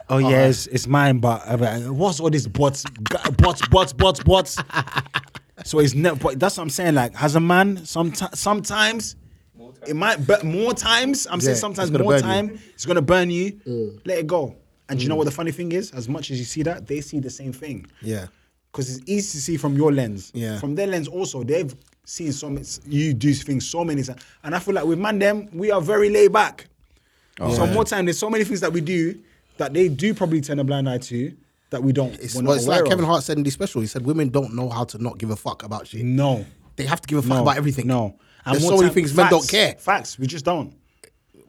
[SPEAKER 3] Oh yeah, it's, it's mine. But uh, but what's all this bots, g- bots, bots, bots, bots? so it's never. But that's what I'm saying. Like, as a man, sometimes, sometimes it might, but more times, I'm saying
[SPEAKER 4] Yeah,
[SPEAKER 3] sometimes
[SPEAKER 4] it's gonna
[SPEAKER 3] more
[SPEAKER 4] burn you. Mm.
[SPEAKER 3] time, it's gonna burn you. Let it go. And do you know what the funny thing is? As much as you see that, they see the same thing.
[SPEAKER 4] yeah,
[SPEAKER 3] Because it's easy to see from your lens.
[SPEAKER 4] Yeah.
[SPEAKER 3] From their lens also, they've seen so many, you do things so many times. And I feel like with man them, we are very laid back.
[SPEAKER 4] Oh,
[SPEAKER 3] so more time, there's so many things that we do that they do probably turn a blind eye to that we don't.
[SPEAKER 4] it's,
[SPEAKER 3] we're
[SPEAKER 4] well,
[SPEAKER 3] not
[SPEAKER 4] it's like
[SPEAKER 3] aware
[SPEAKER 4] Kevin
[SPEAKER 3] of.
[SPEAKER 4] Hart said in the special. He said women don't know how to not give a fuck about shit.
[SPEAKER 3] No.
[SPEAKER 4] They have to give a fuck
[SPEAKER 3] No.
[SPEAKER 4] about everything.
[SPEAKER 3] No.
[SPEAKER 4] there's
[SPEAKER 3] more
[SPEAKER 4] so many
[SPEAKER 3] time-
[SPEAKER 4] things men don't
[SPEAKER 3] facts,
[SPEAKER 4] care.
[SPEAKER 3] Facts. We just don't.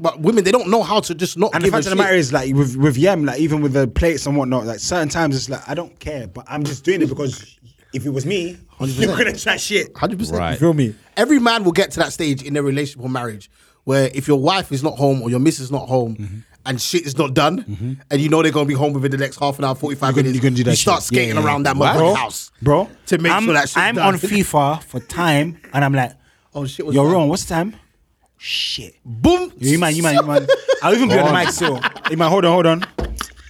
[SPEAKER 4] But women, they don't know how to just not
[SPEAKER 3] And the
[SPEAKER 4] give
[SPEAKER 3] fact
[SPEAKER 4] a
[SPEAKER 3] of the
[SPEAKER 4] shit.
[SPEAKER 3] matter is, like with with Yem, like even with the plates and whatnot, like certain times it's like I don't care, but I'm just doing it because
[SPEAKER 1] If it was me, you
[SPEAKER 4] 100%.
[SPEAKER 1] couldn't chat shit.
[SPEAKER 4] Hundred percent.
[SPEAKER 5] Right.
[SPEAKER 4] You feel me? Every man will get to that stage in their relationship or marriage where if your wife is not home or your missus is not home
[SPEAKER 3] Mm-hmm.
[SPEAKER 4] and shit is not done, and you know they're gonna be home within the next half an hour, forty five
[SPEAKER 3] You're gonna-
[SPEAKER 4] minutes,
[SPEAKER 3] you're gonna do that
[SPEAKER 4] you start
[SPEAKER 3] shit. Yeah,
[SPEAKER 4] skating
[SPEAKER 3] yeah,
[SPEAKER 4] around that
[SPEAKER 3] yeah. Bro,
[SPEAKER 4] motherfucking house,
[SPEAKER 3] bro.
[SPEAKER 4] to make
[SPEAKER 3] I'm,
[SPEAKER 4] sure that shit's
[SPEAKER 3] I'm on
[SPEAKER 4] done.
[SPEAKER 3] FIFA for time, and I'm like,
[SPEAKER 4] Oh, shit was
[SPEAKER 3] You're
[SPEAKER 4] done."
[SPEAKER 3] wrong. What's the time? Shit.
[SPEAKER 4] Boom.
[SPEAKER 3] You man, you man, you man. I'll even be on the mic still. You man, hold on, hold on.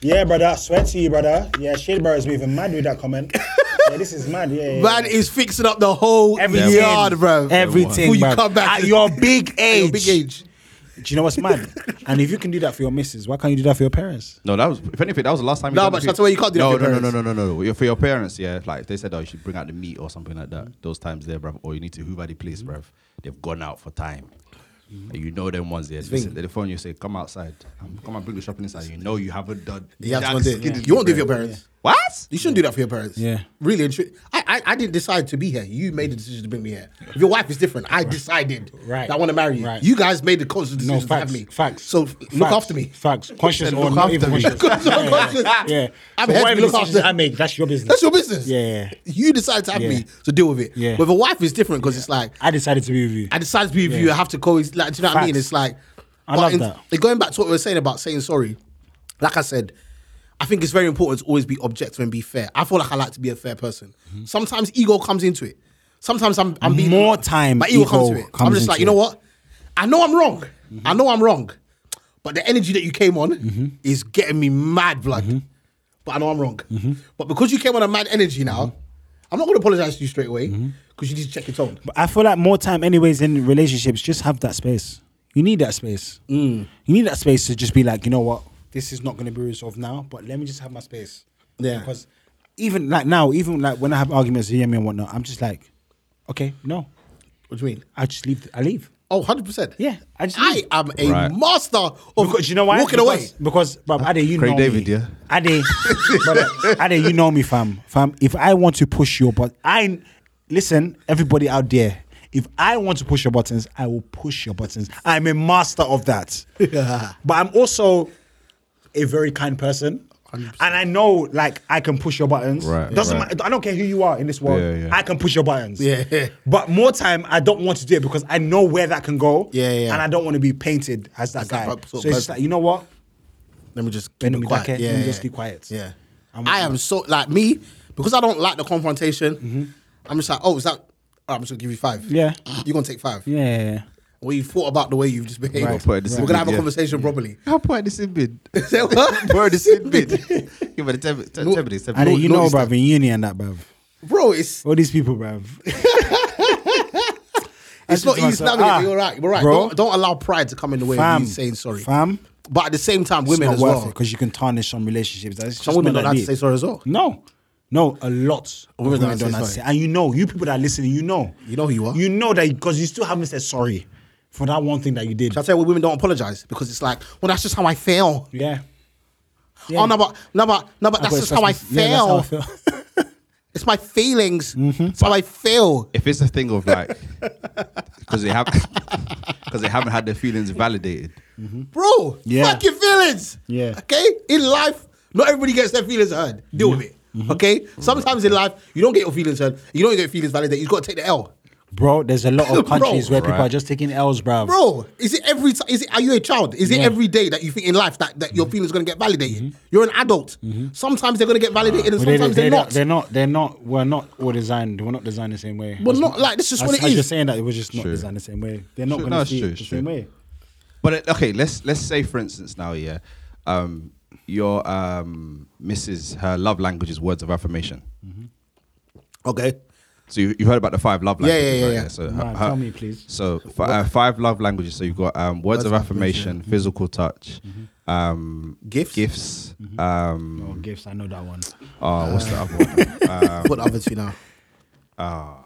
[SPEAKER 3] Yeah, brother. Swear to you, brother. Yeah, Shade Bar is moving mad with that comment. yeah, this is mad. Yeah, yeah.
[SPEAKER 4] Man is fixing up the whole
[SPEAKER 3] Everything,
[SPEAKER 4] yard, bro.
[SPEAKER 3] Everything,
[SPEAKER 4] Before you
[SPEAKER 3] bruv.
[SPEAKER 4] come back
[SPEAKER 3] At your big
[SPEAKER 4] At your big
[SPEAKER 3] age.
[SPEAKER 4] age.
[SPEAKER 3] Do you know what's mad? and if you can do that for your missus, why can't you do that for your parents?
[SPEAKER 5] No, that was if anything, that was the last time. you
[SPEAKER 4] No,
[SPEAKER 5] done
[SPEAKER 4] but
[SPEAKER 5] it for-
[SPEAKER 4] that's why you can't do that
[SPEAKER 5] no,
[SPEAKER 4] for your
[SPEAKER 5] no, no, no,
[SPEAKER 4] parents.
[SPEAKER 5] no, no, no, no. For your parents, yeah, like they said, oh, you should bring out the meat or something like that. Those times there, bruv, or you need to hoover the place, bruv. They've gone out for time. And you know them ones there. Listen, they phone you say, come outside, um, come and bring the shopping inside. You know you haven't done.
[SPEAKER 4] You have to
[SPEAKER 5] jack
[SPEAKER 4] go and do it.
[SPEAKER 5] skiddly,
[SPEAKER 4] You won't do it for
[SPEAKER 5] bruv.
[SPEAKER 4] your parents.
[SPEAKER 5] What?
[SPEAKER 4] You shouldn't do that for your parents.
[SPEAKER 3] Yeah.
[SPEAKER 4] Really and truly. I, I, I didn't decide to be here. You made the decision to bring me here. If your wife is different, I decided
[SPEAKER 3] Right.
[SPEAKER 4] that I want to marry you.
[SPEAKER 3] Right.
[SPEAKER 4] You guys made the conscious decision
[SPEAKER 3] No,
[SPEAKER 4] to
[SPEAKER 3] facts.
[SPEAKER 4] have me.
[SPEAKER 3] Facts.
[SPEAKER 4] So f-
[SPEAKER 3] Facts,
[SPEAKER 4] look after me.
[SPEAKER 3] Facts. Conscious or
[SPEAKER 5] Look
[SPEAKER 3] not even
[SPEAKER 5] after me.
[SPEAKER 3] conscious.
[SPEAKER 4] Conscious or conscious.
[SPEAKER 3] Yeah.
[SPEAKER 4] I'm
[SPEAKER 3] So whatever
[SPEAKER 4] happy to look
[SPEAKER 3] decisions
[SPEAKER 4] after-
[SPEAKER 3] I make, that's your business.
[SPEAKER 4] That's your business.
[SPEAKER 3] Yeah.
[SPEAKER 4] You decided to have
[SPEAKER 3] Yeah.
[SPEAKER 4] me, so deal with it.
[SPEAKER 3] Yeah.
[SPEAKER 4] But if a wife is different because it's like
[SPEAKER 3] I decided to be with you.
[SPEAKER 4] I decided to be with
[SPEAKER 3] Yeah.
[SPEAKER 4] you. I have to coexist. Like, do you know what I mean?
[SPEAKER 3] Facts.
[SPEAKER 4] It's like
[SPEAKER 3] I
[SPEAKER 4] but
[SPEAKER 3] love
[SPEAKER 4] in-
[SPEAKER 3] that.
[SPEAKER 4] like, Going back to what we were saying about saying sorry, like I said, I think it's very important to always be objective and be fair. I feel like I like to be a fair person. Sometimes ego comes into it. Sometimes I'm, I'm being
[SPEAKER 3] Mm-hmm. More time
[SPEAKER 4] My ego, comes
[SPEAKER 3] ego
[SPEAKER 4] to it.
[SPEAKER 3] comes
[SPEAKER 4] I'm just like,
[SPEAKER 3] into
[SPEAKER 4] you know
[SPEAKER 3] it. Mm-hmm.
[SPEAKER 4] what? I know I'm wrong. I know I'm wrong. But the energy that you came on is getting me mad blood.
[SPEAKER 3] Mm-hmm.
[SPEAKER 4] But I know I'm wrong. But because you came on a mad energy now,
[SPEAKER 3] Mm-hmm.
[SPEAKER 4] I'm not going to apologize to you straight away because you need to check your tone.
[SPEAKER 3] But I feel like more time, anyways, in relationships, just have that space. You need that space. You need that space to just be like, you know what, this is not going to be resolved now, but let me just have my space.
[SPEAKER 4] Yeah.
[SPEAKER 3] Because even like now, even like when I have arguments, with Yemi and whatnot, I'm just like, okay, no,
[SPEAKER 4] What do you mean?
[SPEAKER 3] I just leave. I leave.
[SPEAKER 4] Oh, 100%.
[SPEAKER 3] Yeah, I just
[SPEAKER 4] I
[SPEAKER 3] leave.
[SPEAKER 4] am a
[SPEAKER 5] Right.
[SPEAKER 4] master of
[SPEAKER 3] Because you know why?
[SPEAKER 4] walking
[SPEAKER 3] because,
[SPEAKER 4] away.
[SPEAKER 3] Because, bruv, Ade, you
[SPEAKER 5] Craig
[SPEAKER 3] know
[SPEAKER 5] David,
[SPEAKER 3] me.
[SPEAKER 5] yeah.
[SPEAKER 3] Ade, brother, Ade, you know me, fam. Fam, if I want to push your but I listen, everybody out there. If I want to push your buttons, I will push your buttons. I'm a master of that. but I'm also a very kind person. And I know, like, I can push your buttons.
[SPEAKER 5] Right,
[SPEAKER 3] Doesn't
[SPEAKER 5] right.
[SPEAKER 3] matter. I don't care who you are in this world.
[SPEAKER 5] Yeah, yeah.
[SPEAKER 3] I can push your buttons.
[SPEAKER 4] Yeah.
[SPEAKER 3] But more time, I don't want to do it because I know where that can go.
[SPEAKER 4] Yeah, yeah.
[SPEAKER 3] And I don't want to be painted as that
[SPEAKER 4] As
[SPEAKER 3] guy.
[SPEAKER 4] that sort of
[SPEAKER 3] so it's just
[SPEAKER 4] person.
[SPEAKER 3] like, you know what?
[SPEAKER 4] Let me just keep
[SPEAKER 3] Bend
[SPEAKER 4] it
[SPEAKER 3] me
[SPEAKER 4] quiet.
[SPEAKER 3] back, eh?
[SPEAKER 4] yeah,
[SPEAKER 3] Let me
[SPEAKER 4] yeah.
[SPEAKER 3] just be quiet.
[SPEAKER 4] Yeah.
[SPEAKER 3] I'm-
[SPEAKER 4] I am so like me because I don't like the confrontation. I'm just like, oh, is that? all right, I'm just gonna give you five.
[SPEAKER 3] Mm-hmm. Yeah.
[SPEAKER 4] you're gonna take five.
[SPEAKER 3] Yeah.
[SPEAKER 4] Well, you thought about the way you've just behaved.
[SPEAKER 5] Right. Put it this
[SPEAKER 4] We're
[SPEAKER 5] way,
[SPEAKER 4] gonna have a
[SPEAKER 5] yeah.
[SPEAKER 4] conversation properly.
[SPEAKER 5] How put this in bid?
[SPEAKER 4] Say what?
[SPEAKER 5] Put this in bid. Give me the ten ten- ten minutes. ten
[SPEAKER 3] And
[SPEAKER 5] minutes.
[SPEAKER 3] you
[SPEAKER 4] no,
[SPEAKER 3] know,
[SPEAKER 4] it's
[SPEAKER 3] bruv, in uni and that, bruv.
[SPEAKER 4] bro, it's
[SPEAKER 3] All these people, bruv.
[SPEAKER 4] it's not easy. Now
[SPEAKER 3] Ah,
[SPEAKER 4] you're right. You're right.
[SPEAKER 3] bro.
[SPEAKER 4] Don't, don't allow pride to come in the way
[SPEAKER 3] Fam,
[SPEAKER 4] of you saying sorry.
[SPEAKER 3] fam.
[SPEAKER 4] But at the same time, women
[SPEAKER 3] it's not
[SPEAKER 4] as
[SPEAKER 3] worth
[SPEAKER 4] well.
[SPEAKER 3] it because you can tarnish some relationships. That's
[SPEAKER 4] Some
[SPEAKER 3] just
[SPEAKER 4] women
[SPEAKER 3] not
[SPEAKER 4] don't have
[SPEAKER 3] that
[SPEAKER 4] to say
[SPEAKER 3] deep.
[SPEAKER 4] sorry as well.
[SPEAKER 3] No, no, a lot. of
[SPEAKER 4] Women
[SPEAKER 3] Women don't,
[SPEAKER 4] don't say
[SPEAKER 3] have to say,
[SPEAKER 4] sorry.
[SPEAKER 3] and you know, you people that are listening, you know,
[SPEAKER 4] You know who you are.
[SPEAKER 3] You know that because you still haven't said sorry for that one thing that you did.
[SPEAKER 4] Should I tell you why women don't apologize? Because it's like, well, that's just how I feel.
[SPEAKER 3] yeah.
[SPEAKER 4] Oh no, but no, but no, but
[SPEAKER 3] I've got
[SPEAKER 4] that's just how I
[SPEAKER 3] assessments. Yeah, that's
[SPEAKER 4] feel.
[SPEAKER 3] how I feel. Mm-hmm.
[SPEAKER 4] It's my feelings. It's how I feel.
[SPEAKER 5] if it's a thing of like, because they have, because they haven't had their feelings validated.
[SPEAKER 4] Bro,
[SPEAKER 3] Yeah.
[SPEAKER 4] fuck your feelings.
[SPEAKER 3] Yeah.
[SPEAKER 4] Okay? In life, not everybody gets their feelings heard. Deal with it.
[SPEAKER 3] Mm-hmm.
[SPEAKER 4] Okay? Sometimes in life, you don't get your feelings heard. You don't get your feelings validated. You've got to take the L.
[SPEAKER 3] Bro, there's a lot of
[SPEAKER 4] Bro.
[SPEAKER 3] countries where people
[SPEAKER 5] Right.
[SPEAKER 3] are just taking L's, bruv.
[SPEAKER 4] Bro, is it every time? Is it are you a child? Is it
[SPEAKER 3] Yeah.
[SPEAKER 4] every day that you think in life that, that your feelings gonna get validated? You're an adult. Sometimes they're gonna get validated, and
[SPEAKER 3] But Mm-hmm. they,
[SPEAKER 4] sometimes
[SPEAKER 3] they,
[SPEAKER 4] are
[SPEAKER 3] are
[SPEAKER 4] not.
[SPEAKER 3] not. They're not. They're not. We're not all designed. We're not designed the same way.
[SPEAKER 4] We're
[SPEAKER 3] That's
[SPEAKER 4] not,
[SPEAKER 3] what-
[SPEAKER 4] like, this is
[SPEAKER 3] as,
[SPEAKER 4] what it
[SPEAKER 3] as You're
[SPEAKER 4] is.
[SPEAKER 3] saying that it was just not
[SPEAKER 5] True.
[SPEAKER 3] designed the same way. They're not going
[SPEAKER 5] True,
[SPEAKER 3] to
[SPEAKER 5] no, it's
[SPEAKER 3] see
[SPEAKER 5] true,
[SPEAKER 3] it the
[SPEAKER 5] it's
[SPEAKER 3] same
[SPEAKER 5] true.
[SPEAKER 3] way.
[SPEAKER 5] But it- okay, let's let's say for instance now, yeah, um, your um, Mrs. Her love language is words of affirmation.
[SPEAKER 4] Okay.
[SPEAKER 5] So you, you heard about the five love
[SPEAKER 4] Yeah, yeah,
[SPEAKER 5] languages?
[SPEAKER 4] yeah,
[SPEAKER 5] right?
[SPEAKER 4] yeah.
[SPEAKER 5] So
[SPEAKER 3] Man, tell me, please.
[SPEAKER 5] So f- uh, five love languages. So you've got um, words of affirmation, physical touch,
[SPEAKER 4] Mm-hmm.
[SPEAKER 5] um,
[SPEAKER 4] Gifts?
[SPEAKER 5] gifts.
[SPEAKER 4] Mm-hmm.
[SPEAKER 5] Um,
[SPEAKER 4] Mm.
[SPEAKER 3] Oh, gifts. I know that one.
[SPEAKER 5] oh, what's the other one?
[SPEAKER 4] Put the other two now.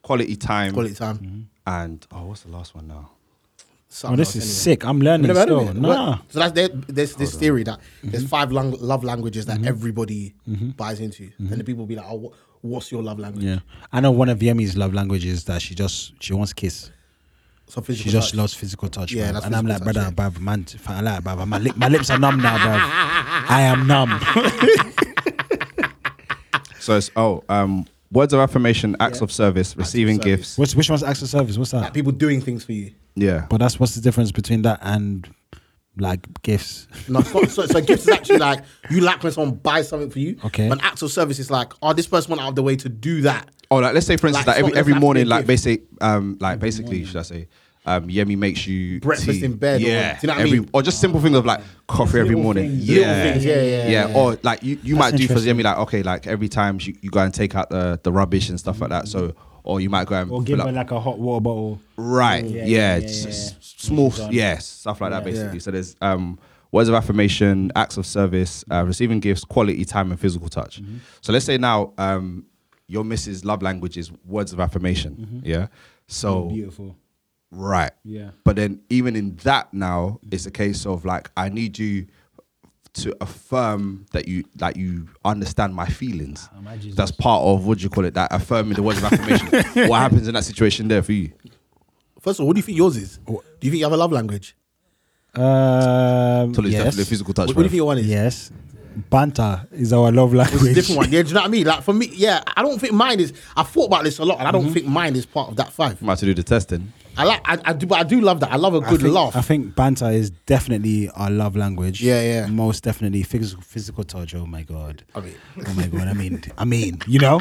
[SPEAKER 5] Quality time.
[SPEAKER 4] Quality time.
[SPEAKER 5] And oh, what's the last one now?
[SPEAKER 3] Mm-hmm. Oh,
[SPEAKER 4] Something
[SPEAKER 3] this
[SPEAKER 4] else
[SPEAKER 3] is
[SPEAKER 4] anyway.
[SPEAKER 3] sick. I'm learning
[SPEAKER 4] Never heard of
[SPEAKER 3] still.
[SPEAKER 4] it.
[SPEAKER 3] Nah. Mm-hmm.
[SPEAKER 4] What- So that's there, there's this theory that there's five lang- love languages that everybody buys into, and the people be like, "Oh, wha- what's your love language?"
[SPEAKER 3] Mm-hmm. Yeah. I know one of Yemi's love languages that she just she wants kiss.
[SPEAKER 4] So
[SPEAKER 3] She
[SPEAKER 4] physical
[SPEAKER 3] just
[SPEAKER 4] touch.
[SPEAKER 3] loves physical touch.
[SPEAKER 4] Yeah,
[SPEAKER 3] Yeah,
[SPEAKER 4] that's
[SPEAKER 3] and I'm like,
[SPEAKER 4] physical
[SPEAKER 3] brother,
[SPEAKER 4] touch,
[SPEAKER 3] bruv, man, if I like, bruv, my, lip, my lips are numb now, bruv. I am numb.
[SPEAKER 5] So it's oh, um, Words of affirmation, acts of service, receiving
[SPEAKER 4] service.
[SPEAKER 5] gifts.
[SPEAKER 3] Which which one's acts of service? What's that?
[SPEAKER 4] Like people doing things for you.
[SPEAKER 5] Yeah.
[SPEAKER 3] But that's what's the difference between that and like gifts.
[SPEAKER 4] No, it's not- so, so gifts is actually like you like when someone buys something for you.
[SPEAKER 3] Okay.
[SPEAKER 4] But an act of service is like, oh, this person went out of the way to do that.
[SPEAKER 5] Oh, like let's say for instance,
[SPEAKER 4] Like,
[SPEAKER 5] like,
[SPEAKER 4] it's
[SPEAKER 5] every,
[SPEAKER 4] not- it doesn't have to be a
[SPEAKER 5] every morning, like
[SPEAKER 4] gift.
[SPEAKER 5] basic, um, like basically, should I say, um, Yemi makes you
[SPEAKER 4] Breakfast
[SPEAKER 5] tea.
[SPEAKER 4] in bed or-
[SPEAKER 5] Yeah,
[SPEAKER 4] do you know what I
[SPEAKER 5] every,
[SPEAKER 4] mean?
[SPEAKER 5] or just simple things of like coffee every
[SPEAKER 4] Little
[SPEAKER 5] morning.
[SPEAKER 4] things, little
[SPEAKER 5] yeah.
[SPEAKER 4] things, yeah, yeah, yeah.
[SPEAKER 5] Or like you, you might do for
[SPEAKER 3] interesting.
[SPEAKER 5] Yemi like okay, like every time you, you go and take out the, the rubbish and stuff like that. So or you might go and
[SPEAKER 3] Or
[SPEAKER 5] fill
[SPEAKER 3] give
[SPEAKER 5] up-
[SPEAKER 3] her like a hot water bottle.
[SPEAKER 5] Right.
[SPEAKER 3] Yeah, yeah,
[SPEAKER 5] Yeah.
[SPEAKER 3] yeah,
[SPEAKER 5] s-
[SPEAKER 3] yeah,
[SPEAKER 5] s-
[SPEAKER 3] yeah.
[SPEAKER 5] Small.
[SPEAKER 3] Done.
[SPEAKER 5] Yeah. Stuff like that,
[SPEAKER 4] Yeah.
[SPEAKER 5] basically. So there's um, words of affirmation, acts of service, uh, receiving gifts, quality time, and physical touch.
[SPEAKER 3] Mm-hmm.
[SPEAKER 5] So let's say now um, your missus' love language is words of affirmation. Yeah. So
[SPEAKER 3] Beautiful.
[SPEAKER 5] right.
[SPEAKER 3] Mm-hmm. Yeah.
[SPEAKER 5] But then even in that now, it's a case of like I need you to affirm that you that you understand my feelings.
[SPEAKER 3] Imagine
[SPEAKER 5] That's part of what do you call it? That affirming the words of affirmation. what happens in that situation there for you?
[SPEAKER 4] First of all, what do you think yours is? Do you think you have a love language?
[SPEAKER 3] Um,
[SPEAKER 5] Totally,
[SPEAKER 3] yes.
[SPEAKER 5] definitely physical touch.
[SPEAKER 4] What, what do you
[SPEAKER 5] bruv.
[SPEAKER 4] think your one is?
[SPEAKER 3] Yes. Banter is our love language.
[SPEAKER 4] It's a different one. Yeah, do you know what I mean? Like for me, yeah, I don't think mine is. I thought about this a lot, and I don't
[SPEAKER 3] Mm-hmm.
[SPEAKER 4] think mine is part of that five.
[SPEAKER 5] I'm about to do the testing.
[SPEAKER 4] I like, I, I do, but I do love that. I love a
[SPEAKER 3] I
[SPEAKER 4] good
[SPEAKER 3] think-
[SPEAKER 4] laugh.
[SPEAKER 3] I think banter is definitely our love language.
[SPEAKER 4] Yeah, yeah.
[SPEAKER 3] Most definitely physical physical touch. Oh my god.
[SPEAKER 4] I mean-
[SPEAKER 3] oh my god. I mean, I mean, you know,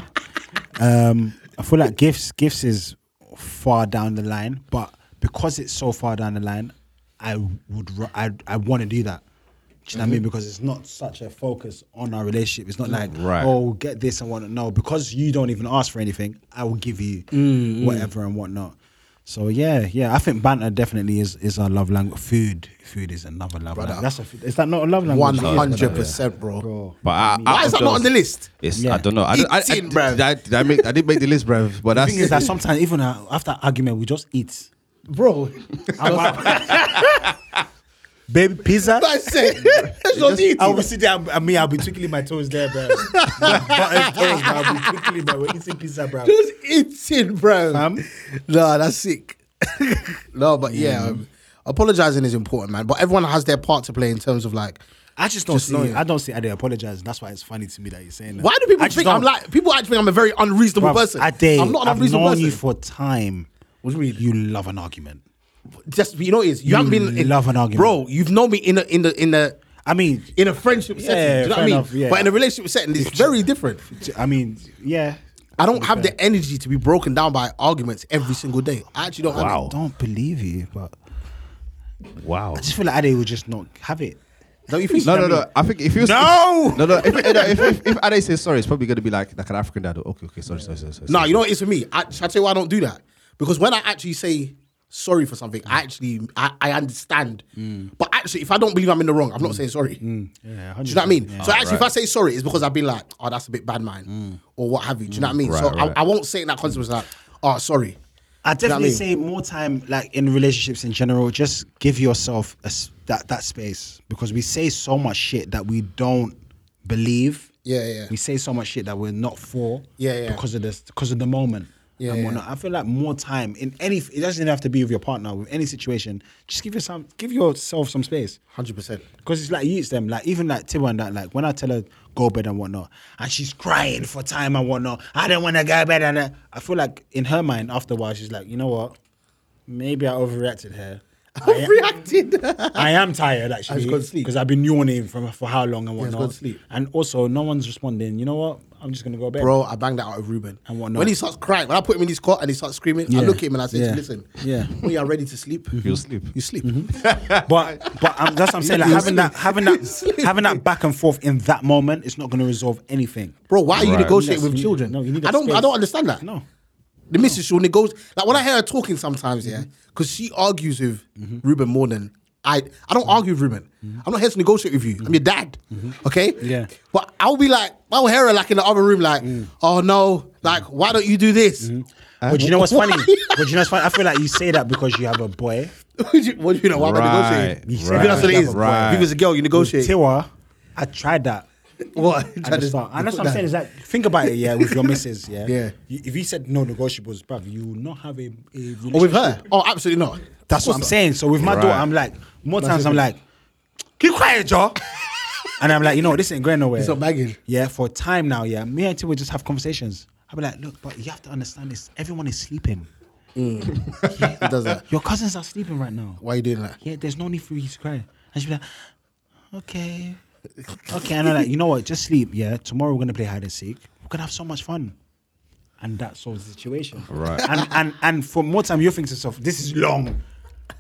[SPEAKER 3] um, I feel like gifts gifts is far down the line, but because it's so far down the line, I would ru- I I want to do that. Do you know what I mean? Because it's not such a focus on our relationship. It's not like,
[SPEAKER 5] Right.
[SPEAKER 3] oh, we'll get this and whatnot. No, because you don't even ask for anything, I will give you whatever and whatnot. So yeah, yeah, I think banter definitely is is our love language. Food, food is another love language. That's a, is that not a love
[SPEAKER 4] One
[SPEAKER 3] language?
[SPEAKER 4] hundred percent, bro.
[SPEAKER 3] Bro.
[SPEAKER 5] But I,
[SPEAKER 4] Why is that not on the list?
[SPEAKER 5] It's,
[SPEAKER 3] Yeah.
[SPEAKER 5] I don't know. I, don't- I, I,
[SPEAKER 4] It's in,
[SPEAKER 5] did-
[SPEAKER 4] bruv.
[SPEAKER 5] did I, did I make, I did make the list, bro.
[SPEAKER 3] The
[SPEAKER 5] But that's
[SPEAKER 3] thing is that sometimes even uh, after argument, we just eat, bro. Baby pizza.
[SPEAKER 4] That's it. That's not eating.
[SPEAKER 3] I will sit there and, and me, I'll be twinkling my toes there, bro. my buttered toes, bro. I'll be twinkling, bro. We're eating pizza, bro.
[SPEAKER 4] Just eating, bro.
[SPEAKER 3] Fam.
[SPEAKER 4] No, that's sick. no, but yeah,
[SPEAKER 3] Mm.
[SPEAKER 4] um, apologizing is important, man. But everyone has their part to play in terms of like.
[SPEAKER 3] I just don't
[SPEAKER 4] Just
[SPEAKER 3] see.
[SPEAKER 4] knowing.
[SPEAKER 3] I don't see. I did apologize. That's why it's funny to me that you're saying that.
[SPEAKER 4] Why do people
[SPEAKER 3] I just
[SPEAKER 4] think
[SPEAKER 3] don't-
[SPEAKER 4] I'm like? People actually think I'm a very unreasonable
[SPEAKER 3] Bruv,
[SPEAKER 4] person.
[SPEAKER 3] I did.
[SPEAKER 4] I'm not an
[SPEAKER 3] I've
[SPEAKER 4] unreasonable
[SPEAKER 3] known
[SPEAKER 4] person.
[SPEAKER 3] you for time.
[SPEAKER 4] What do you mean?
[SPEAKER 3] love an argument.
[SPEAKER 4] Just you know, it is you,
[SPEAKER 3] You
[SPEAKER 4] haven't been in
[SPEAKER 3] love an argument.
[SPEAKER 4] bro. You've known me in a in the in the
[SPEAKER 3] I mean,
[SPEAKER 4] in a friendship
[SPEAKER 3] Yeah,
[SPEAKER 4] setting. do you know what
[SPEAKER 3] fair
[SPEAKER 4] I mean?
[SPEAKER 3] enough, yeah.
[SPEAKER 4] But in a relationship setting, it's very different.
[SPEAKER 3] I mean, yeah.
[SPEAKER 4] I don't have the energy to be broken down by arguments every single day. I actually don't.
[SPEAKER 3] I
[SPEAKER 4] Wow.
[SPEAKER 3] don't believe you, but
[SPEAKER 5] wow.
[SPEAKER 3] I just feel like Ade would just not have it.
[SPEAKER 4] Don't you think?
[SPEAKER 5] No, no, no. I think if you
[SPEAKER 3] No!
[SPEAKER 5] no, no. If if, if, if Ade says sorry, it's probably gonna be like like an African dad. Okay, okay, sorry, sorry, sorry. sorry
[SPEAKER 4] No, you know what it is for me. I, shall I tell you why I don't do that? Because when I actually say sorry for something, I actually I, I understand. But actually, if I don't believe I'm in the wrong, I'm not saying sorry.
[SPEAKER 3] Yeah,
[SPEAKER 4] Do you know what I mean? So actually, if I say sorry, it's because I've been like, oh, that's a bit bad, man, or what have you. Do you know what I mean?
[SPEAKER 5] Right,
[SPEAKER 4] so
[SPEAKER 5] right.
[SPEAKER 4] I, I won't say it in that concept like, oh, sorry.
[SPEAKER 3] I definitely
[SPEAKER 4] mean?
[SPEAKER 3] say more time, like in relationships in general, just give yourself a s that that space because we say so much shit that we don't believe.
[SPEAKER 4] Yeah, yeah.
[SPEAKER 3] We say so much shit that we're not for.
[SPEAKER 4] Yeah, yeah.
[SPEAKER 3] Because of this, because of the moment.
[SPEAKER 4] Yeah,
[SPEAKER 3] and
[SPEAKER 4] yeah.
[SPEAKER 3] whatnot. I feel like more time in any. It doesn't even have to be with your partner. With any situation, just give yourself give yourself some space.
[SPEAKER 4] Hundred percent.
[SPEAKER 3] Because it's like you, it's them. Like even like Tiwa and that. Like when I tell her go bed and whatnot, and she's crying for time and whatnot. I don't want to go bed and that. I feel like in her mind after a while she's like, you know what? Maybe I overreacted here. I
[SPEAKER 4] Overreacted.
[SPEAKER 3] I am tired actually
[SPEAKER 4] gone to sleep.
[SPEAKER 3] because I've been yawning from for how long and
[SPEAKER 4] Yeah, it's
[SPEAKER 3] whatnot.
[SPEAKER 4] gone to sleep.
[SPEAKER 3] And also, no one's responding. You know what? I'm just gonna go bed.
[SPEAKER 4] Bro, I banged that out of Ruben.
[SPEAKER 3] And whatnot.
[SPEAKER 4] When he starts crying, when I put him in his cot and he starts screaming, I
[SPEAKER 3] Yeah.
[SPEAKER 4] look at him and I say, to
[SPEAKER 3] Yeah.
[SPEAKER 4] him, listen,
[SPEAKER 3] Yeah.
[SPEAKER 4] when you're ready to sleep,
[SPEAKER 5] You'll sleep.
[SPEAKER 4] You sleep.
[SPEAKER 3] But but um, that's what I'm saying. Like having that having that
[SPEAKER 4] Sleep.
[SPEAKER 3] having that back and forth in that moment, it's not gonna resolve anything.
[SPEAKER 4] Bro, why are you
[SPEAKER 5] Right.
[SPEAKER 4] negotiating
[SPEAKER 3] Yes, you
[SPEAKER 4] with
[SPEAKER 3] need-
[SPEAKER 4] children?
[SPEAKER 3] no, you need that
[SPEAKER 4] I don't. I
[SPEAKER 3] space.
[SPEAKER 4] don't understand that.
[SPEAKER 3] No. Mm-hmm.
[SPEAKER 4] the missus she'll negotiate. Like when I hear her talking sometimes, yeah, because she argues with Ruben more than I. I don't argue with Ruben. I'm not here to negotiate with you. I'm your dad. Okay.
[SPEAKER 3] Mm-hmm. Yeah. Mm.
[SPEAKER 4] But I'll be like, I'll hear her like in the other room, like, oh no, like why don't you do this?
[SPEAKER 3] Mm-hmm. But you know what's
[SPEAKER 4] Why?
[SPEAKER 3] funny? But you know what's funny? I feel like you say that because you have a boy.
[SPEAKER 4] what do you what do you know? Why am I
[SPEAKER 5] Right,
[SPEAKER 4] negotiating?
[SPEAKER 3] right,
[SPEAKER 4] Maybe that's what it is.
[SPEAKER 5] right.
[SPEAKER 4] If it was a girl, you negotiate.
[SPEAKER 3] Tiwa, I tried that.
[SPEAKER 4] what?
[SPEAKER 3] At the start. And that's what I'm saying is that think about it, yeah, with your missus, yeah.
[SPEAKER 4] Yeah.
[SPEAKER 3] You- If you said no negotiables, bruv, you will not have a, a relationship.
[SPEAKER 4] Or with her? Oh, absolutely not.
[SPEAKER 3] That's what I'm saying. So with my daughter, I'm like, more times I'm like, keep quiet, Joe. and I'm like, you know, what, this ain't going nowhere.
[SPEAKER 4] It's not bagging.
[SPEAKER 3] Yeah, for time now, yeah. Me and Tiwa just have conversations. I'll be like, look, but you have to understand this. Everyone is sleeping.
[SPEAKER 4] He does that.
[SPEAKER 3] Your cousins are sleeping right now.
[SPEAKER 4] Why are you doing that?
[SPEAKER 3] Yeah, there's no need for you to cry. And she'd be like, okay. Okay. And I'm like, you know what? Just sleep. Yeah. Tomorrow we're going to play hide and seek. We're going to have so much fun. And that solves the situation.
[SPEAKER 5] Right.
[SPEAKER 3] And, and, and for more time, you think to yourself, this is long.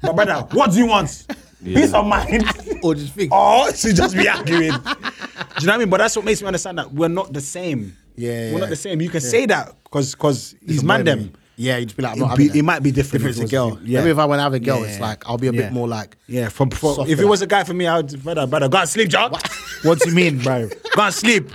[SPEAKER 3] But brother, what do you want? Peace of mind.
[SPEAKER 4] Or just think.
[SPEAKER 3] or to just be arguing. Do you know what I mean? But that's what makes me understand that we're not the same.
[SPEAKER 4] Yeah,
[SPEAKER 3] We're not
[SPEAKER 4] yeah.
[SPEAKER 3] the same. You can say that because because he's man them.
[SPEAKER 4] Yeah, you just be like, I'm
[SPEAKER 3] It'd
[SPEAKER 4] not
[SPEAKER 3] be-
[SPEAKER 4] having
[SPEAKER 3] it might be different
[SPEAKER 4] If it's
[SPEAKER 3] if
[SPEAKER 4] a
[SPEAKER 3] it was-
[SPEAKER 4] girl.
[SPEAKER 3] yeah.
[SPEAKER 4] Maybe if I went to have a girl,
[SPEAKER 3] Yeah.
[SPEAKER 4] it's like I'll be a
[SPEAKER 3] Yeah.
[SPEAKER 4] bit more like.
[SPEAKER 3] Yeah, from, from
[SPEAKER 4] Soft
[SPEAKER 3] if it
[SPEAKER 4] guy.
[SPEAKER 3] was a guy for me, I would brother, brother, go and sleep, John. What do you mean, bro? Go and sleep.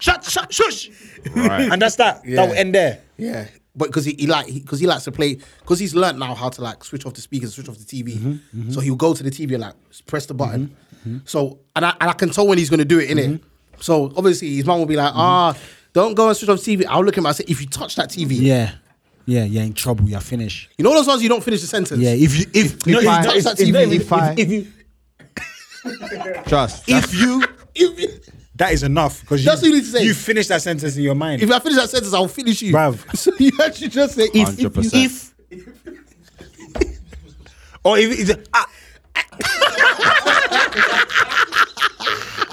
[SPEAKER 3] Shut, shut, shush.
[SPEAKER 5] Right.
[SPEAKER 3] And that's that.
[SPEAKER 4] Yeah.
[SPEAKER 3] That will end there.
[SPEAKER 4] Yeah, but because he, he like because he, likes to play because he's learned now how to like switch off the speakers, switch off the TV.
[SPEAKER 3] Mm-hmm,
[SPEAKER 4] So he'll go to the TV and like s- press the button. So and I and I can tell when he's gonna do it in it.
[SPEAKER 3] Mm-hmm.
[SPEAKER 4] So obviously his mom will be like, ah, don't go and switch off TV. I'll look at him. I say, if you touch that TV,
[SPEAKER 3] Yeah. Yeah, you're in trouble. You're finished.
[SPEAKER 4] you know those ones you don't finish the sentence.
[SPEAKER 3] Yeah, if you if if,
[SPEAKER 5] I-
[SPEAKER 3] it's not-
[SPEAKER 5] if
[SPEAKER 3] it's- it's
[SPEAKER 5] I-
[SPEAKER 3] not even-
[SPEAKER 5] if I-
[SPEAKER 3] if- if you
[SPEAKER 5] Trust.
[SPEAKER 3] if you
[SPEAKER 4] If, you-
[SPEAKER 3] that is enough because you,
[SPEAKER 4] That's what you need to say.
[SPEAKER 3] you finish that sentence in your mind.
[SPEAKER 4] if I finish that sentence, I'll finish you.
[SPEAKER 3] Bruv.
[SPEAKER 4] So you actually just say if.
[SPEAKER 5] Hundred percent.
[SPEAKER 3] if or if it's ah.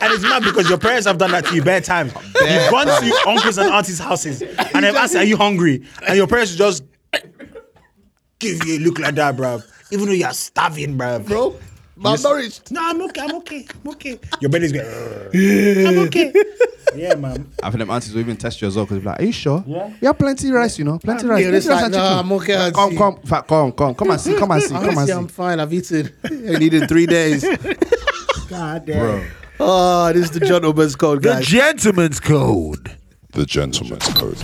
[SPEAKER 3] And it's mad because your parents have done that to you bare times. You've gone to your uncles and aunties' houses and they've asked, Are you hungry? And your parents just give you a look like that, bruv. Even though you're starving, bruv.
[SPEAKER 4] Bro, malnourished.
[SPEAKER 3] No, I'm okay, I'm okay, I'm okay. Your belly's going, "Ugh, I'm okay. Yeah, man.
[SPEAKER 5] I think them aunties will even test you as well because be like, "Are you sure? Yeah, yeah, plenty rice, you know, plenty rice,
[SPEAKER 4] yeah,
[SPEAKER 5] plenty
[SPEAKER 4] it's
[SPEAKER 5] rice
[SPEAKER 4] like,
[SPEAKER 5] and
[SPEAKER 4] nah,
[SPEAKER 5] chicken.
[SPEAKER 4] I'm okay, auntie.
[SPEAKER 5] come, come, fa- come, come, come and see, come and see, come and
[SPEAKER 4] Honestly, I'm
[SPEAKER 5] see,
[SPEAKER 4] fine. I've eaten. I needed three days.
[SPEAKER 5] bro.
[SPEAKER 4] Oh, this is the gentleman's code, guys.
[SPEAKER 3] gentleman's code.
[SPEAKER 2] The gentleman's code.